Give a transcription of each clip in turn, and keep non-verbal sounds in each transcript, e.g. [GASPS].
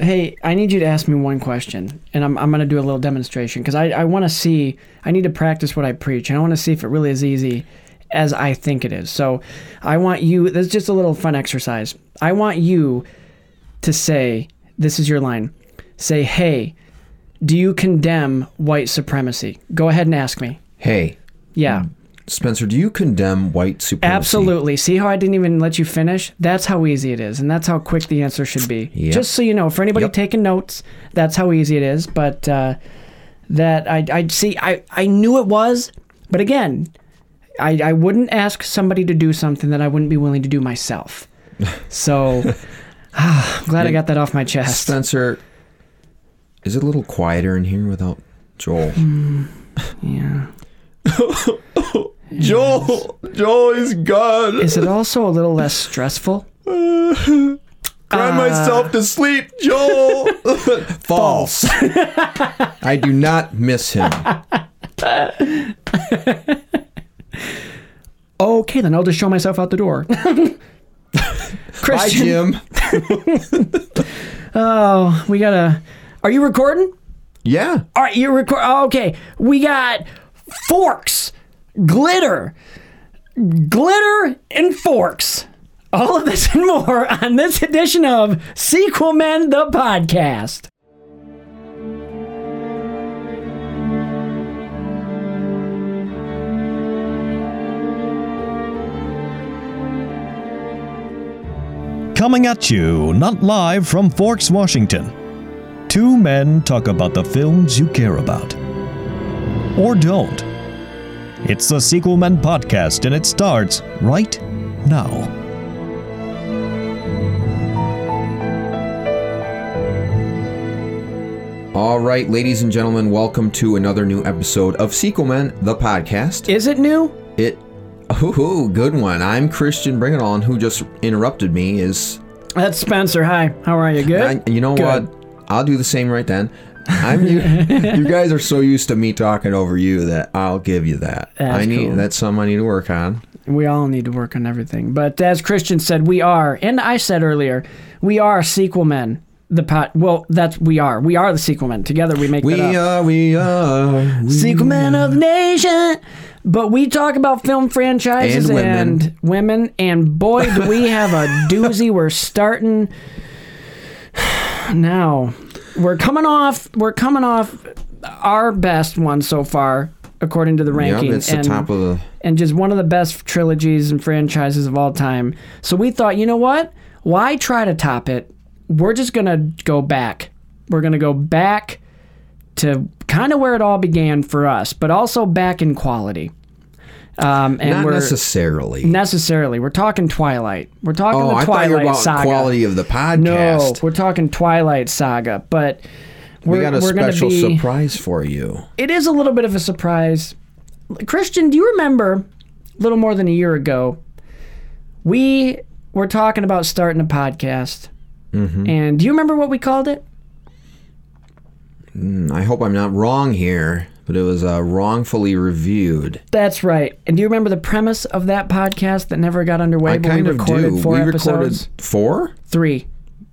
Hey, I need you to ask me one question, and I'm, I'm going to do a little demonstration because I, I want to see, I need to practice what I preach, and I want to see if it really is easy as I think it is. So I want you, that's just a little fun exercise. I want you to say, this is your line. Say, hey, do you condemn white supremacy? Go ahead and ask me. Hey, Yeah, Spencer, do you condemn white supremacy? absolutely. See how I didn't even let you finish? That's how easy it is, and that's how quick the answer should be. Yep. Just so you know, for anybody Yep. taking notes, that's how easy it is. But uh, that I, I see, I, I knew it was, but again, I, I wouldn't ask somebody to do something that I wouldn't be willing to do [LAUGHS] myself. So [SIGHS] ah, I'm glad I got that off my chest. Spencer, is it a little quieter in here without Joel? Yeah. Joel, Joel is gone. Is it also a little less stressful? Cry myself to sleep, Joel. False. I do not miss him. Okay, then I'll just show myself out the [LAUGHS] door. Bye, Christian, Jim. oh, we gotta. Are you recording? Yeah. All right, you're record. oh, Okay, we got forks, glitter, glitter, and forks. All of this and more on this edition of Sequel Men, the podcast. Coming at you, not live from Forks, Washington. Two men talk about the films you care about. Or don't. It's the Sequel Men podcast, and it starts right now. All right, ladies and gentlemen, welcome to another new episode of Sequel Men, the podcast. Is it new? It, ooh, good one. I'm Christian Bring it on. who just interrupted me is, That's Spencer. Hi, how are you? Good. I, you know Eh, Good. what? I'll do the same right then. [LAUGHS] I'm you. you guys are so used to me talking over you that I'll give you that. That's I need cool. that's something I need to work on. We all need to work on everything. But as Christian said, we are, and I said earlier, we are sequel men. The pot. Well, that's we are. We are the sequel men. Together we uh, make We that up. are, we are, we sequel men of the nation. But we talk about film franchises And and women. women, and, boy, do we have [LAUGHS] a doozy. We're starting now. We're coming off. We're coming off our best one so far, according to the Yep, ranking. it's the and- top of the. and just one of the best trilogies and franchises of all time. So we thought, you know what? Why try to top it? We're just going to go back. We're going to go back to kind of where it all began for us, but also back in quality. Um, and Not we're necessarily. necessarily we're talking Twilight. We're talking oh, the I thought Twilight you were about saga. quality of the no, podcast. we're talking Twilight saga, but we're, we got a we're gonna special be, surprise for you. it is a little bit of a surprise. Christian, do you remember a little more than a year ago? We were talking about starting a podcast. Mm-hmm. And do you remember what we called it? I hope I'm not wrong here, but it was uh, wrongfully reviewed. That's right. And do you remember the premise of that podcast that never got underway? I but kind we of recorded do. four we episodes. recorded four. Three.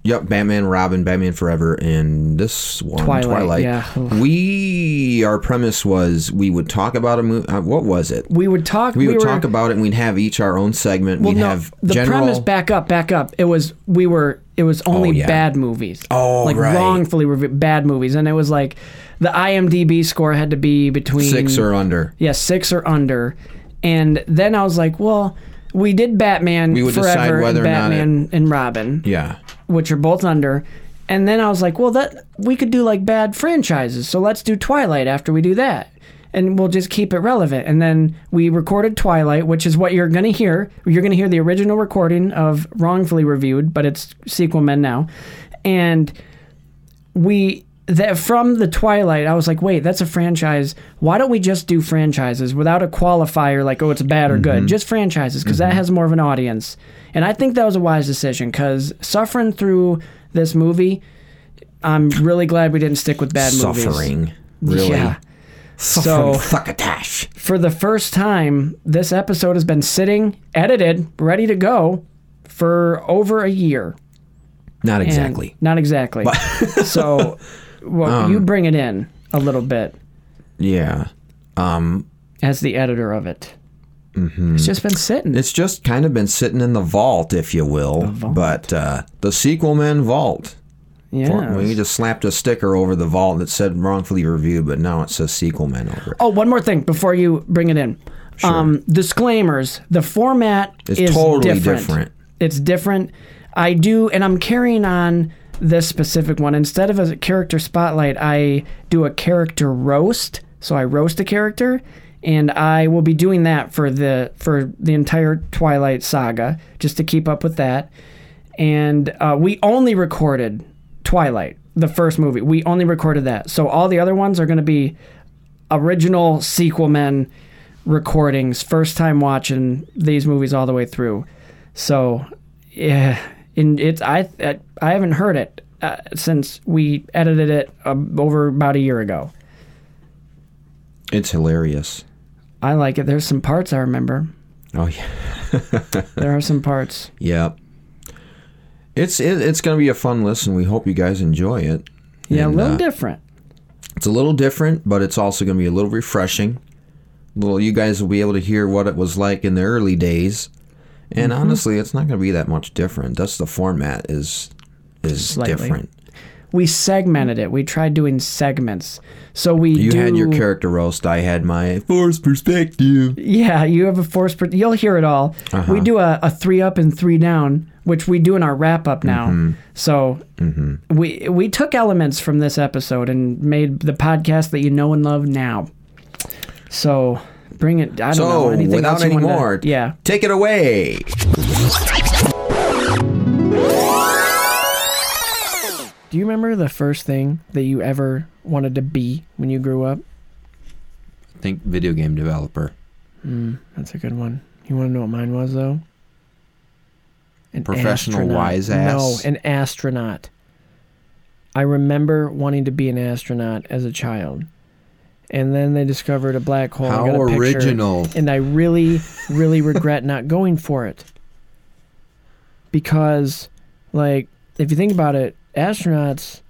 Yep, Batman, Robin, Batman Forever, and this one, Twilight, Twilight. yeah. We our premise was we would talk about a movie. Uh, what was it? We would talk. We would were, talk about it, and we'd have each our own segment. Well, we'd no, have the general. Oh, premise. Back up, back up. It was we were. It was only yeah. bad movies. Oh, like right. wrongfully revi- bad movies, and it was like the IMDb score had to be between six or under. yeah, six or under. And then I was like, well, we did Batman would Forever decide and whether or not it- Batman and Robin, Yeah, which are both under. And then I was like, well, that we could do like bad franchises, so let's do Twilight after we do that, and we'll just keep it relevant. And then we recorded Twilight, which is what you're gonna hear. You're gonna hear the original recording of Wrongfully Reviewed, but it's sequel men now, and we that from the Twilight, I was like, wait, that's a franchise. Why don't we just do franchises without a qualifier like, oh, it's bad or Mm-hmm. good? Just franchises because that has more of an audience. And I think that was a wise decision because suffering through this movie, I'm really glad we didn't stick with bad movies. suffering. Really, Yeah. suffering. So- Succotash. For the first time, this episode has been sitting, edited, ready to go for over a year. Not And- exactly. Um. not exactly. [LAUGHS] so, well, you bring it in a little bit Yeah. as the editor of it. It's just been sitting. Mm-hmm. It's just kind of been sitting in the vault, if you will. vault. But uh, the Sequel Man Vault. yeah. We just slapped a sticker over the vault that said wrongfully reviewed, but now it says Sequel Man over it. Oh, one more thing before you bring it in. Um, disclaimers. The format It's is totally different. different. It's different. I do, and I'm carrying on this specific one. Instead of a character spotlight, I do a character roast. So I roast a character, and I will be doing that for the for the entire Twilight saga, just to keep up with that. And uh, we only recorded Twilight, the first movie. We only recorded that. So all the other ones are going to be original sequel men recordings first time watching these movies all the way through so yeah and it's i i haven't heard it uh, since we edited it uh, over about a year ago It's hilarious. i like it there's some parts i remember Oh yeah. there are [LAUGHS] some parts Yep. It's it, it's going to be a fun listen. We hope you guys enjoy it. yeah And, a little uh, different It's a little different, but it's also going to be a little refreshing. Little, you guys will be able to hear what it was like in the early days. And honestly, it's not going to be that much different. That's the format is is Slightly. different. we segmented it we tried doing segments so we You do, had your character roast. I had my force perspective. Yeah, you have a force. Per- you'll hear it all. Uh-huh. We do a, a three up and three down, which we do in our wrap up now. Mm-hmm. So we we took elements from this episode and made the podcast that you know and love now. So bring it. I don't know So, anything without else you any wanted to- more, yeah, take it away. Do you remember the first thing that you ever wanted to be when you grew up? Think video game developer, That's a good one. You want to know what mine was though? An Professional astronaut. wise ass. No, an astronaut. I remember wanting to be an astronaut as a child, and then they discovered a black hole. I How got a picture, original. and I really, really regret not going for it because, like, if you think about it, astronauts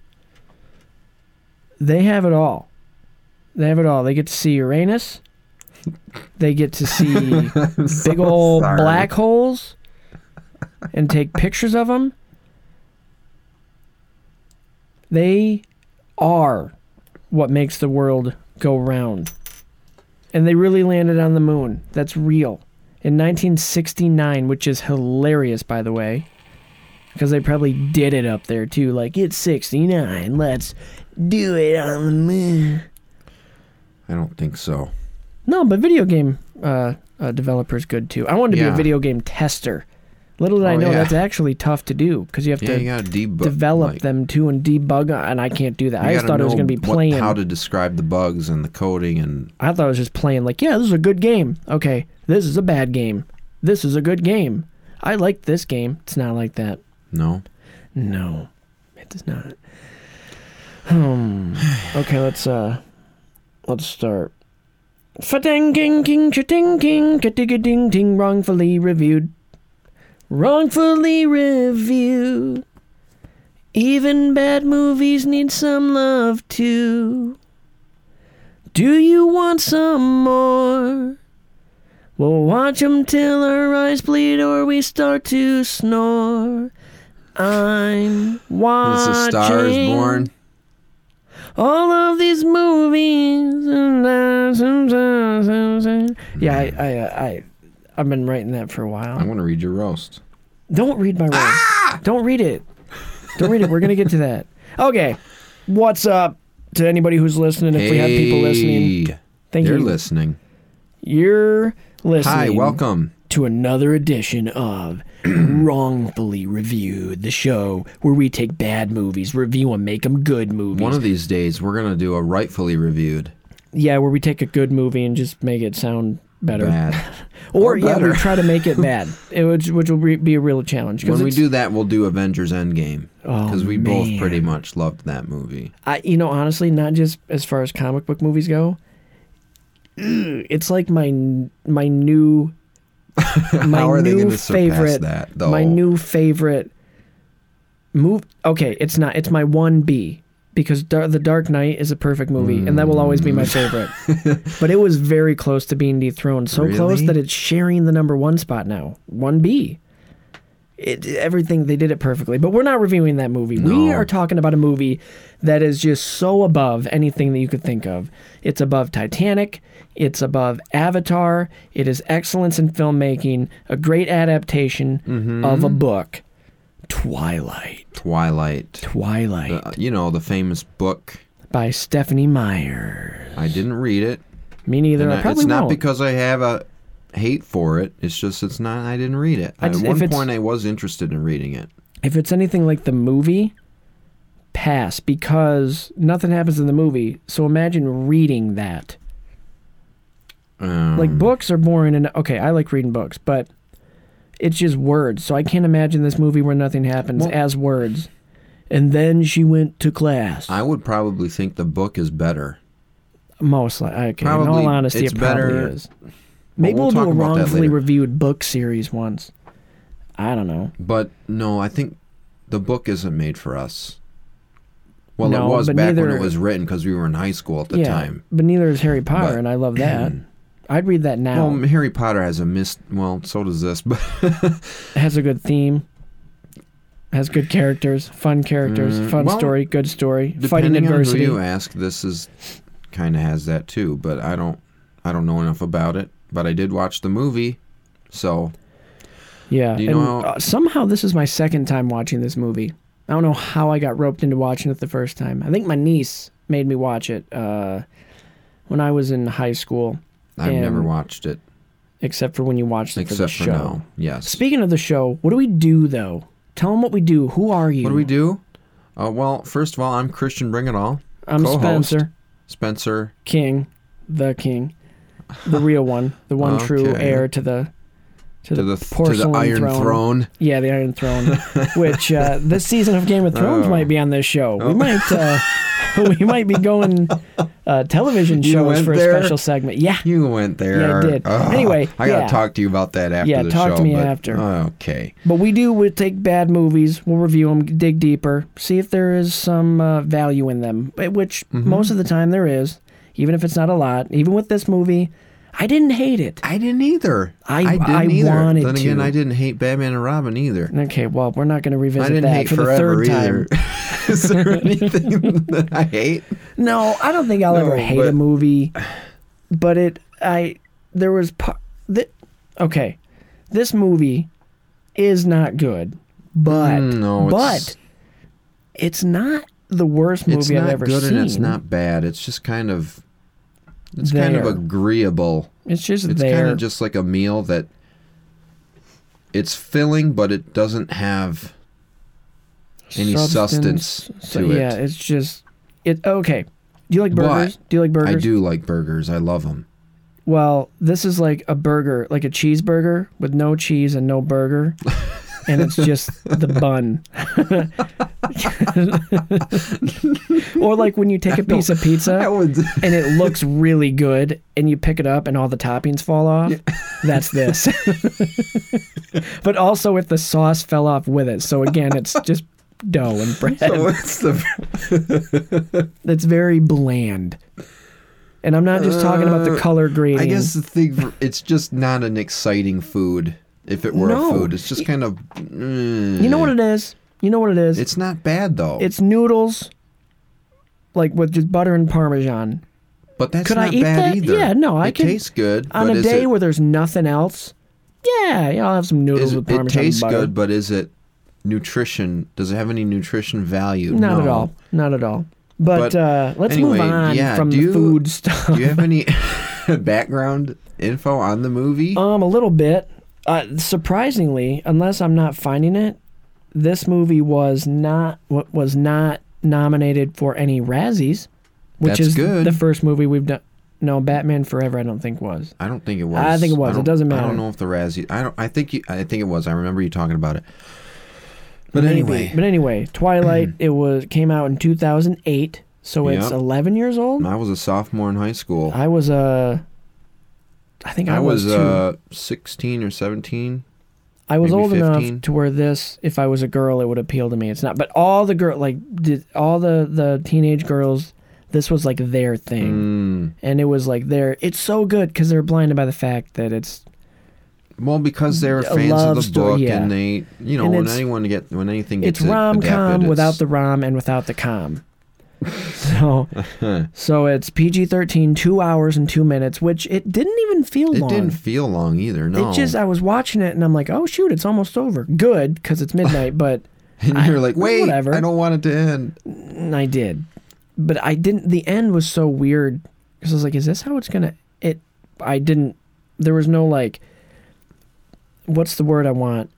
they have it all. They have it all. They get to see Uranus. They get to see big old sorry. black holes and take pictures of them. They are what makes the world go round. And they really landed on the moon. That's real. In 1969, which is hilarious, by the way, because they probably did it up there too. Like, it's 69, let's do it on the moon. I don't think so. No, but video game uh, uh, developer's good too. I wanted to be Yeah. a video game tester. Little did I Oh, know yeah. that's actually tough to do because you have Yeah, to you gotta debug. develop like, them too and debug, uh, and I can't do that. you I just gotta thought it was know going to be what- playing. how to describe the bugs and the coding and I thought I was just playing like, yeah, this is a good game. Okay, this is a bad game. This is a good game. I like this game. It's not like that. no. No, it does not. Hmm. Okay, let's uh, let's start. Fa-ding, ding, ding, cha-ding, ding, ka-dig-a, ding, ding, wrongfully reviewed. Wrongfully reviewed. Even bad movies need some love too. Do you want some more? We'll watch 'em till our eyes bleed or we start to snore. I'm This watching is Stars Born. all of these movies. Yeah, I, I, I, I've been writing that for a I while. want to read your roast. Don't read my Ah! rhyme. Don't read it. Don't read it. We're gonna get to that. Okay, what's up to anybody who's listening? If we have people listening, Hey, thank They're you. listening. You're listening. Hi, welcome. to another edition of [CLEARS THROAT] Wrongfully Reviewed, the show where we take bad movies, review them, make them good movies. One of these days, we're gonna do a rightfully reviewed yeah, where we take a good movie and just make it sound [LAUGHS] better. bad. or Or yeah, we better. try to make it [LAUGHS] bad, it, which which will re- be a real challenge. 'cause when we it's- do that, we'll do Avengers Endgame Oh, because we man. both pretty much loved that movie. I, you know, honestly, not just as far as comic book movies go, ugh, it's like my n- my new [LAUGHS] my How are they new gonna surpass favorite that, my though? new favorite move. Okay, it's not. It's my one B because Dar- the Dark Knight is a perfect movie, and that will always be Mm. my favorite. [LAUGHS] but it was very close to being dethroned, so close Really? that it's sharing the number one spot now. One B. It, everything they did it perfectly, but we're not reviewing that movie. We No. are talking about a movie that is just so above anything that you could think of. It's above Titanic. It's above Avatar. It is excellence in filmmaking, a great adaptation Mm-hmm. of a book. Twilight. Twilight. Twilight Uh, you know, the famous book. by Stephanie Meyer. I didn't read it. Me neither. and I I- probably it's not won't. because I have a hate for it. It's just it's not. I didn't read it. I just- At if one it's- point, I was interested in reading it. if it's anything like the movie, pass because nothing happens in the movie. So imagine reading that. Um, Like books are boring, and okay, I like reading books, but it's just words. So I can't imagine this movie where nothing happens Well- as words. And then she went to class. I would probably think the book is better. Most like okay. in all Probably- honesty, it's it probably better- is. Maybe we'll we'll, talk do a about that wrongfully later. reviewed book series once. I don't know. But no, I think the book isn't made for us. Well, No, it was but back when neither- it was written because we were in high school at the yeah, time. but neither is Harry Potter, But- and I love that. [CLEARS THROAT] I'd read that now. Well, Harry Potter has a missed. Well, so does this, [LAUGHS] but It has a good theme. Has good characters, fun characters, Mm, fun well, story, good story, fighting depending on who adversity. you ask, this is kind of has that too. But I don't, I don't know enough about it. But I did watch the movie, so yeah, Do you and know how- uh, somehow this is my second time watching this movie. I don't know how I got roped into watching it the first time. I think my niece made me watch it uh, when I was in high school, I've never And- watched it except for when you watched it for the except for, show. now. Yes. Speaking of the show, what do we do though? Tell them what we do. Who are you? what do we do? Uh, well, first of all, I'm Christian Bring It All, I'm Co-host. Spencer. Spencer. king, the king, the real one, [LAUGHS] the one true Okay. heir to the to, To the, the, to the porcelain Iron Throne. Yeah, the Iron Throne. [LAUGHS] which uh, this season of Game of Thrones Oh. might be on this show. We might uh, [LAUGHS] we might be going uh, television You shows went for there? a special segment. Yeah. You went there. Yeah, I did. Ugh, Anyway, I gotta yeah. talk to you about that after Yeah, the talk to show. me but- uh, after. Okay. But we do we take bad movies, we'll review them, dig deeper, see if there is some uh, value in them, but which Mm-hmm. most of the time there is, even if it's not a lot. Even with this movie, I didn't hate it. I didn't either. I- didn't I either. wanted Then again, to. I didn't hate Batman and Robin either. Okay, well, we're not going to I revisit didn't that hate for the forever third time. either. [LAUGHS] Is there [LAUGHS] anything that I hate? No, I don't think I'll No, ever hate a but- movie, but it I there was par- th- okay, this movie is not good, but Mm, no, but it's- it's, not the worst movie It's I've not ever good seen. and it's not bad. It's just kind of it's kind of There. agreeable. It's just It's there. kind of just like a meal that it's filling, but it doesn't have any substance, So, to it. Yeah, it's just it. Okay, do you like burgers? do you like burgers? I do like burgers. I love them. Well, this is like a burger, like a cheeseburger with no cheese and [LAUGHS] no burger. And it's just the bun. [LAUGHS] or like when you take a piece of I pizza [LAUGHS] would. and it looks really good and you pick it up and all the toppings fall off. That's this. [LAUGHS] but also if the sauce fell off with it. So again, it's just dough and bread. What's the That's very bland. And I'm not just talking about the Uh, color grading. I guess the thing for, it's just not an exciting food. If it were No. a food, it's just kind of. eh. You know what it is? You know what it is? Mm. It's not bad though. It's noodles, like with just butter and parmesan. but that's could I not eat bad that? either. Yeah, no, I it could- tastes good On but a is day it, where there's nothing else, yeah, yeah, I'll have some noodles is, with it it parmesan tastes butter. good, but is it nutrition? Does it have any nutrition value? Not no. at all. Not at all. But, But uh, let's move anyway, on yeah, from do the you- food stuff. Do you have any [LAUGHS] background info on the movie? [LAUGHS] Um, a little bit. Uh, surprisingly, unless I'm not finding it, this movie was not wa- was not nominated for any Razzies, which That's is good. the first movie we've done. No, Batman Forever, I don't think was. I don't think it was. I think it was. It don't- doesn't I matter. don't know if the Razzie. I don't. I think. You, I think it was. I remember you talking about it. But Maybe. anyway, but anyway, [CLEARS THROAT] Twilight it was came out in 2008, so it's Yep. 11 years old. I was a sophomore in high school. I was uh, I think I, I was too. uh, 16 or 17. I was Maybe old 15? enough to where this, if I was a girl, it would appeal to me. It's not, but all the girl, like did, all the the teenage girls, this was like their Mm. thing, and it was like their. It's so good because they're blinded by the fact that it's Well, because they were A fans of love the story, book, yeah. and they, you know, And when it's- anyone get when anything gets it's rom com adapted, without it's- the rom and without [LAUGHS] the com. so, so it's PG thirteen, two hours and two minutes, which it didn't even feel It long. didn't feel long either. No, It just I was watching it and I'm like, oh shoot, it's almost over. Good because [LAUGHS] it's midnight, but and I- you're like, wait, whatever." I don't want it to end. and I did, but I didn't. The end was so weird because I was like, is this how it's gonna? It. I didn't. There was no like. What's the word I want?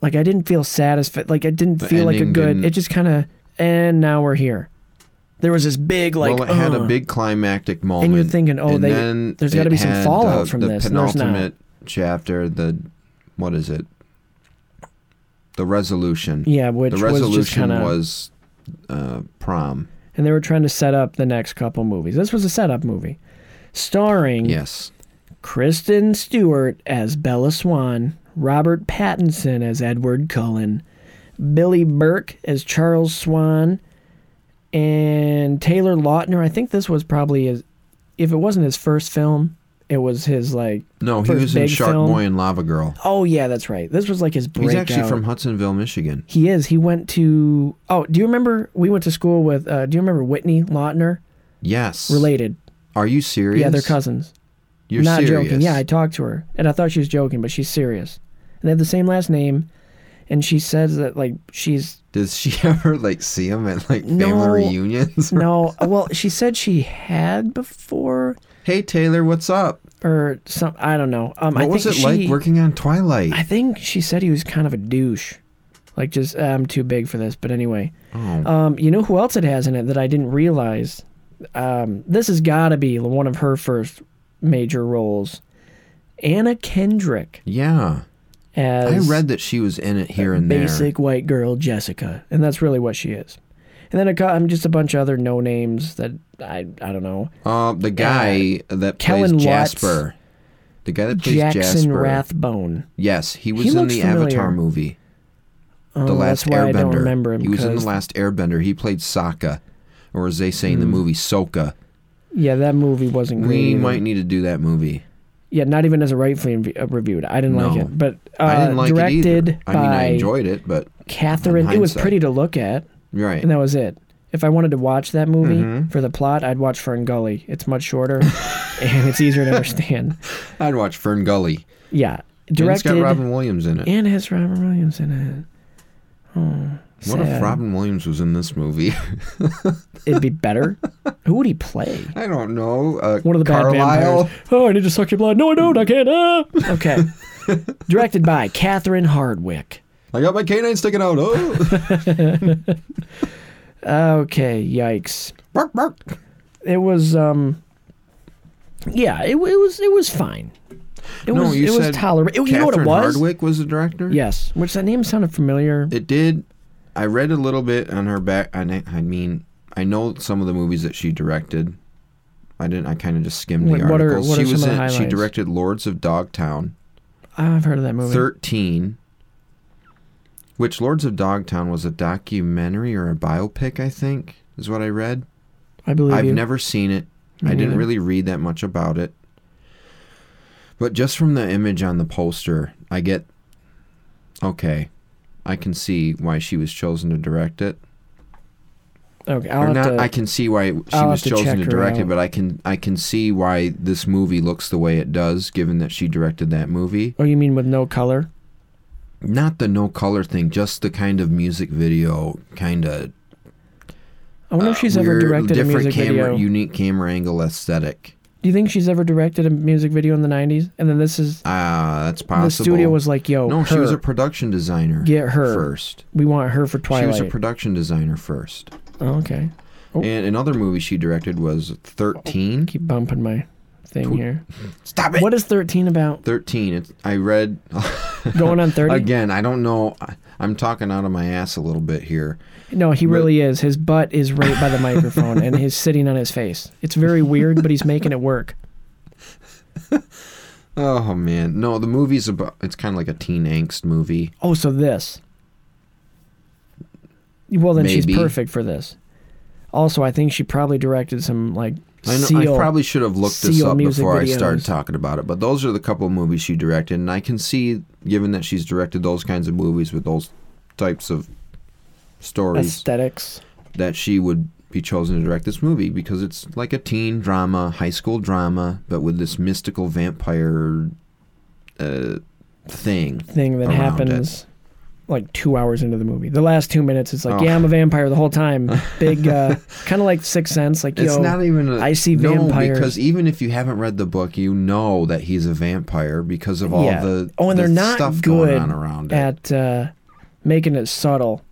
Like I didn't feel satisfied. Like I didn't The feel like a ending good. didn't- It just kind of. And now we're here. There was this big like. well, it had uh, a big climactic moment, and you're thinking, oh, and they- then there's gotta it be some had fallout the, from the this, and there's not. Penultimate chapter, the what is it? The resolution. Yeah, the which was just resolution kind of. was uh, prom. And they were trying to set up the next couple movies. This was a setup movie, starring Yes, Kristen Stewart as Bella Swan, Robert Pattinson as Edward Cullen, Billy Burke as Charles Swan, and Taylor Lautner. I think this was probably his, if it wasn't his first film, it was his like. no, he first was in big Shark film. Boy and Lava Girl. Oh yeah, that's right. This was like his breakout. He's actually from Hudsonville, Michigan. He is. He went to. Oh, do you remember? We went to school with. Uh, do you remember Whitney Lautner? Yes, Related. Are you serious? Yeah, they're cousins. You're not serious. joking. Yeah, I talked to her, and I thought she was joking, but she's serious. And they have the same last name, and she says that like she's Does she [LAUGHS] ever like see him at like family No. reunions? [LAUGHS] no. Well, she said she had before hey Taylor, what's up? or some. I don't know. Um, What I think was it she, like working on Twilight? I think she said he was kind of a douche, like just "Ah, I'm too big for this. But anyway, Oh. um, you know who else it has in it that I didn't realize? Um, this has got to be one of her first major roles. Anna Kendrick yeah, I as read that she was in it here and basic white girl Jessica, and that's really what she is. And then I got, I'm just a bunch of other no names that I I don't know. there. Uh, the guy that Kellen plays Lutz. Jasper. The guy that plays Jackson Jasper. Rathbone. Yes, he was He in looks the familiar. Avatar movie, Oh, The Last that's why Airbender. I don't remember him. he was in the 'cause- Last Airbender. He played Sokka, or as they say in the Hmm. movie, Sokka. Yeah, that movie wasn't great. We either. might need to do that movie. Yeah, not even as a rightfully inv- uh, reviewed. I didn't like No. it, but uh, I didn't like directed it either. I by mean, I enjoyed it, but Catherine. in It was hindsight. pretty to look at, you're right. and that was it. If I wanted to watch that movie Mm-hmm. for the plot, I'd watch Ferngully. It's much shorter, [LAUGHS] and it's easier to understand. I'd watch Fern Gully. Yeah, And directed It's got Robin Williams in it. and has Robin Williams in it. what if sad. Robin Williams was in this movie? [LAUGHS] It'd be better. Who would he play? I don't know. Uh, One of the bad Carlisle? vampires. Oh, I need to suck your blood. No, I don't. I [LAUGHS] can't. Ah. Okay. Directed by Catherine Hardwick. I got my canine sticking out. [LAUGHS] Oh. Okay, yikes. bark, bark. It was um. Yeah, it, wa- it was it was fine. It No, was you it was said tolerable. You know what it Catherine was? Hardwick was the director. Yes, which that name sounded familiar. it did. I read a little bit on her back. I, ne- I mean, I know some of the movies that she directed. I didn't. I kind of just skimmed What- the what are- articles. what are she was some of in. the She highlights? directed Lords of Dogtown, I've heard of that movie. thirteen. Which Lords of Dogtown was a documentary or a biopic? I think is what I read. I believe I've you. never seen it. I didn't neither. really read that much about it. But just from the image on the poster, I get okay. I can see why she was chosen to direct it. okay, I'll or have not to, I can see why she I'll was have to check chosen to her direct it, out. but I can I can see why this movie looks the way it does given that she directed that movie. oh, you mean with no color? Not the no color thing, just the kind of music video kind of I wonder if she's ever Uh, weird, directed a different music camera video. unique camera angle aesthetic. Do you think she's ever directed a music video in the '90s? And then this is Ah, that's possible. the studio was like, "Yo, No, she was Oh, her. a production designer. Get her. first. we want her for Twilight." She was a production designer first. oh, okay, Oh. And another movie she directed was 13. keep bumping my thing here. Stop What is 13 about? 13. It's, I read Going on 30? again. I don't know. I- I'm talking out of my ass a little bit here. No, he really is. His butt is right by the microphone and he's sitting on his face. It's very weird, but he's making it work. Oh man, no. The movie's about. It's kind of like a teen angst movie. Oh, so this. Well, then she's Maybe. perfect for this. Also, I think she probably directed some like I, know, seal. I probably should have looked this Seal up music before I started videos. talking about it, but those are the couple of movies she directed, and I can see, given that she's directed those kinds of movies with those types of stories, aesthetics. that she would be chosen to direct this movie because it's like a teen drama, high school drama, but with this mystical vampire uh, thing. thing that around happens like two hours into the movie. The last two minutes, it's like, Oh. yeah, I'm a vampire the whole time. [LAUGHS] Big, uh, kind of like Sixth Sense. Like, It's yo, not even. a- I see no, vampires. because even if you haven't read the book, you know that he's a vampire because of all yeah. the oh, and the they're not stuff good going on around it. at uh, making it subtle.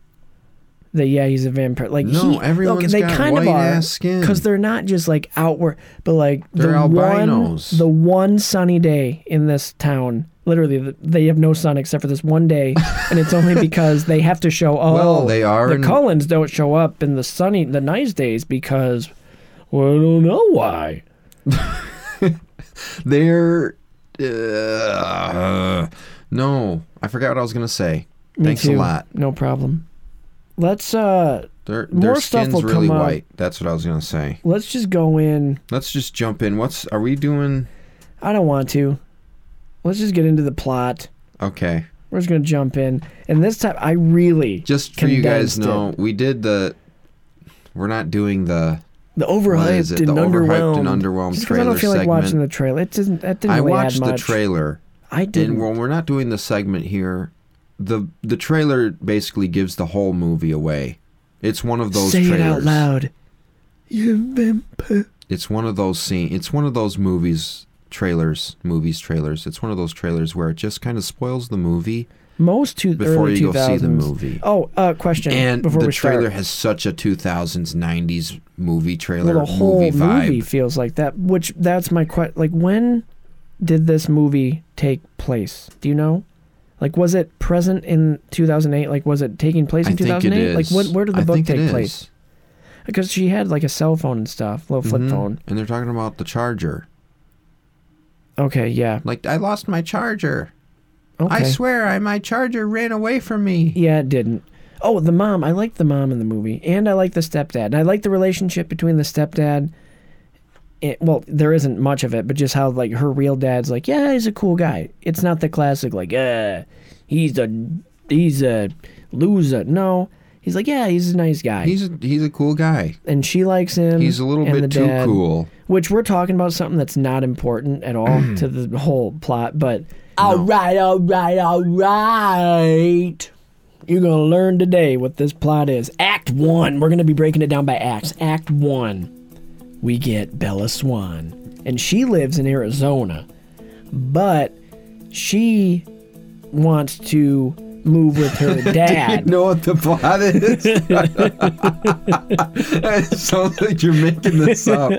That yeah, he's a vampire. Like No, he, everyone's look, they got kind of white are ass skin. because they're not just like outward, but like They're the albinos. one the one sunny day in this town. Literally, th- they have no sun except for this one day, and [LAUGHS] it's only because they have to show. Oh, Well, they are The in- Cullens don't show up in the sunny, the nice days because well, I don't know why. They're. Uh, no, I forgot what I was gonna say. Me Thanks too. a lot. No problem. Let's uh, Their their More stuff skin's will really come out. white. That's what I was gonna say. let's just go in. Let's just jump in. What's are we doing? I don't want to. Let's just get into the plot. Okay, We're just gonna jump in, and this time I really just for you guys Condensed it. know, we did the. We're not doing the. the What is overhyped it? and The underwhelmed. overhyped and underwhelmed Just 'cause I trailer don't feel like segment. watching the trailer. It doesn't. That didn't I really watched add the much. trailer, I and didn't. when we're not doing the segment here, the the trailer basically gives the whole movie away. It's one of those Say trailers. it out loud. You vampire. It's one of those scene. It's one of those movies, trailers, movies, trailers. It's one of those trailers where it just kind of spoils the movie Most two before early you go see the 2000s. movie. Oh, uh, question. and before the we trailer start. has such a 2000s, 90s movie trailer Well, the whole movie vibe. movie feels like that. Which that's my question. Like when did this movie take place? Do you know? Like was it present in 2008? Like was it taking place I in think it 2008? is. Like when, where did the I book think it take is. place? Because she had like a cell phone and stuff, little flip Mhm. phone. And they're talking about the charger. Okay, yeah. Like I lost my charger. Okay. I swear, I my charger ran away from me. Yeah, it didn't. Oh, the mom. I liked the mom in the movie, and I liked the stepdad. And I liked the relationship between the stepdad. It, well, there isn't much of it, but just how like her real dad's like, yeah, he's a cool guy. It's not the classic like, uh, he's a he's a loser. No, he's like, yeah, he's a nice guy, He's a, he's a cool guy. and she likes him. He's a little and the bit too dad, cool. Which we're talking about something that's not important at [CLEARS THROAT] all to the whole plot, but all right, all right, all right. You're gonna learn today what this plot is. Act one. We're gonna be breaking it down by acts. Act one, we get Bella Swan, and she lives in Arizona, but she wants to move with [LAUGHS] her dad. know what the plot [LAUGHS] is? [LAUGHS] it sounds like you're making this [LAUGHS] up.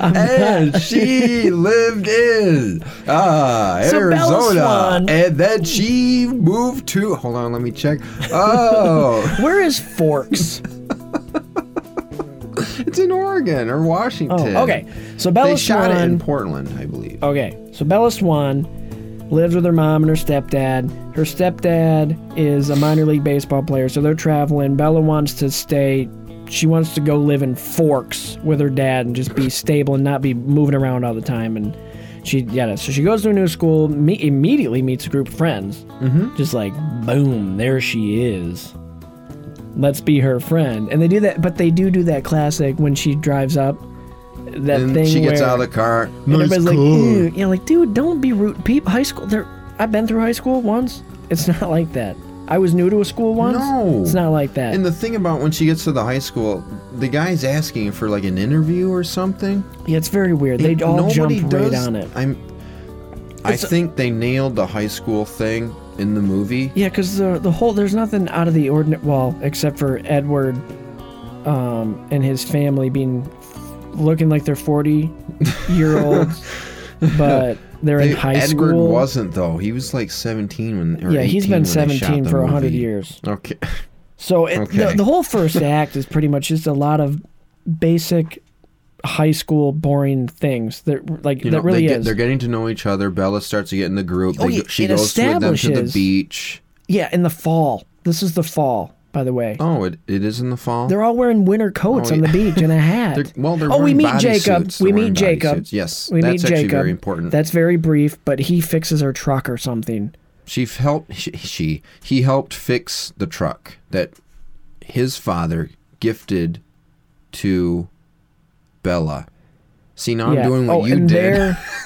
and she lived in uh, So Bella Arizona, Swan- and then she moved to. Hold on, let me check. [LAUGHS] Oh, Where is Forks? it's in Oregon or Washington. Oh, okay. So Bella They shot it Swan- in Portland, I believe. Okay, so Bella Swan lives with her mom and her stepdad. Her stepdad is a minor league baseball player, so they're traveling. Bella wants to stay. She wants to go live in Forks with her dad and [LAUGHS] just be stable and not be moving around all the time. And she, yeah, so she goes to a new school, me- immediately meets a group of friends. Mm-hmm. Just like, boom, there she is. Let's be her friend. And they do that, but they do do that classic when she drives up. That And thing she gets where, out of the car. and Nice everybody's car. like, Ew. you know, like, dude, don't be rude. People, high school. They're, I've been through high school once. It's [LAUGHS] not like that. I was new to a school once. No. it's not like that. And the thing about when she gets to the high school, the guy's asking for like an interview or something. yeah, it's very weird. They all Nobody jump does, right on it. I'm. I It's a- think they nailed the high school thing in the movie. Yeah, because the the whole there's nothing out of the ordinary. Well, except for Edward, um, and his family being looking like they're forty [LAUGHS] year olds, but they're in They- high Edward school. wasn't though. He was like 17 when. Or yeah, he's 18 when been they shot seventeen the for a hundred movie. years. Okay. [LAUGHS] So it, Okay. [LAUGHS] the, the whole first act is pretty much just a lot of basic high school boring things that like You that know, really they get, is. They're getting to know each other. Bella starts to get in the group. Oh, They yeah, go- she it goes with them to the establishes- beach. yeah, in the fall. This is the fall, by the way. Oh, it, it is in the fall. They're all wearing winter coats Oh, on the yeah. [LAUGHS] beach and a hat. They're- well, they're oh, we wearing meet body Jacob. suits. We They're meet wearing body Jacob. suits. Yes, we that's meet actually Jacob. very important. That's very brief, but he fixes her truck or something. she f- helped. She, she he helped fix the truck that his father gifted to Bella. See, now yeah. I'm doing what oh, you and did. they're [LAUGHS]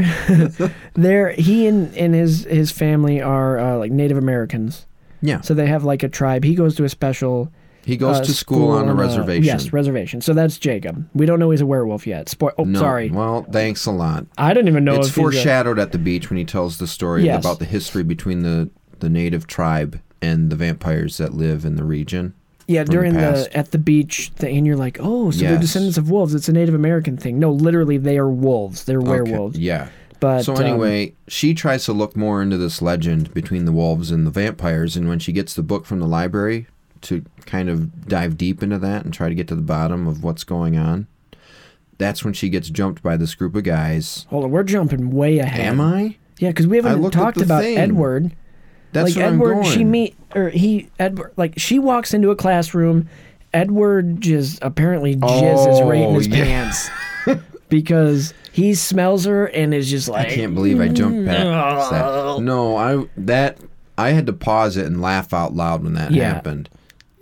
they're they're he and, and his his family are uh, like Native Americans, [LAUGHS] Yeah, so they have like a tribe. He goes to a special he goes uh, to school, on a reservation. yes, reservation. So that's Jacob. We don't know he's a werewolf yet. Spoil. Oh, No, sorry. Well, thanks a lot. I didn't even know it's if he's a- foreshadowed at the beach when he tells the story Yes. about the history between the, the native tribe and the vampires that live in the region. Yeah, from the during the, past. at the beach thing, and you're like, oh, so they're Yes. descendants of wolves. It's a Native American thing. No, literally, they are wolves. They're Okay, werewolves. Yeah. But so um, anyway, she tries to look more into this legend between the wolves and the vampires, and when she gets the book from the library to kind of dive deep into that and try to get to the bottom of what's going on, that's when she gets jumped by this group of guys. hold on, we're jumping way ahead. Am I? Yeah, because we I haven't looked up talked the about thing. Edward. That's like where Edward, I'm going. she meet or he Edward like she walks into a classroom. Edward just apparently jizzes Oh, right in his yeah. pants [LAUGHS] because he smells her and is just like I can't believe I jumped back. past [LAUGHS] that. No, I that I had to pause it and laugh out loud when that Yeah. happened.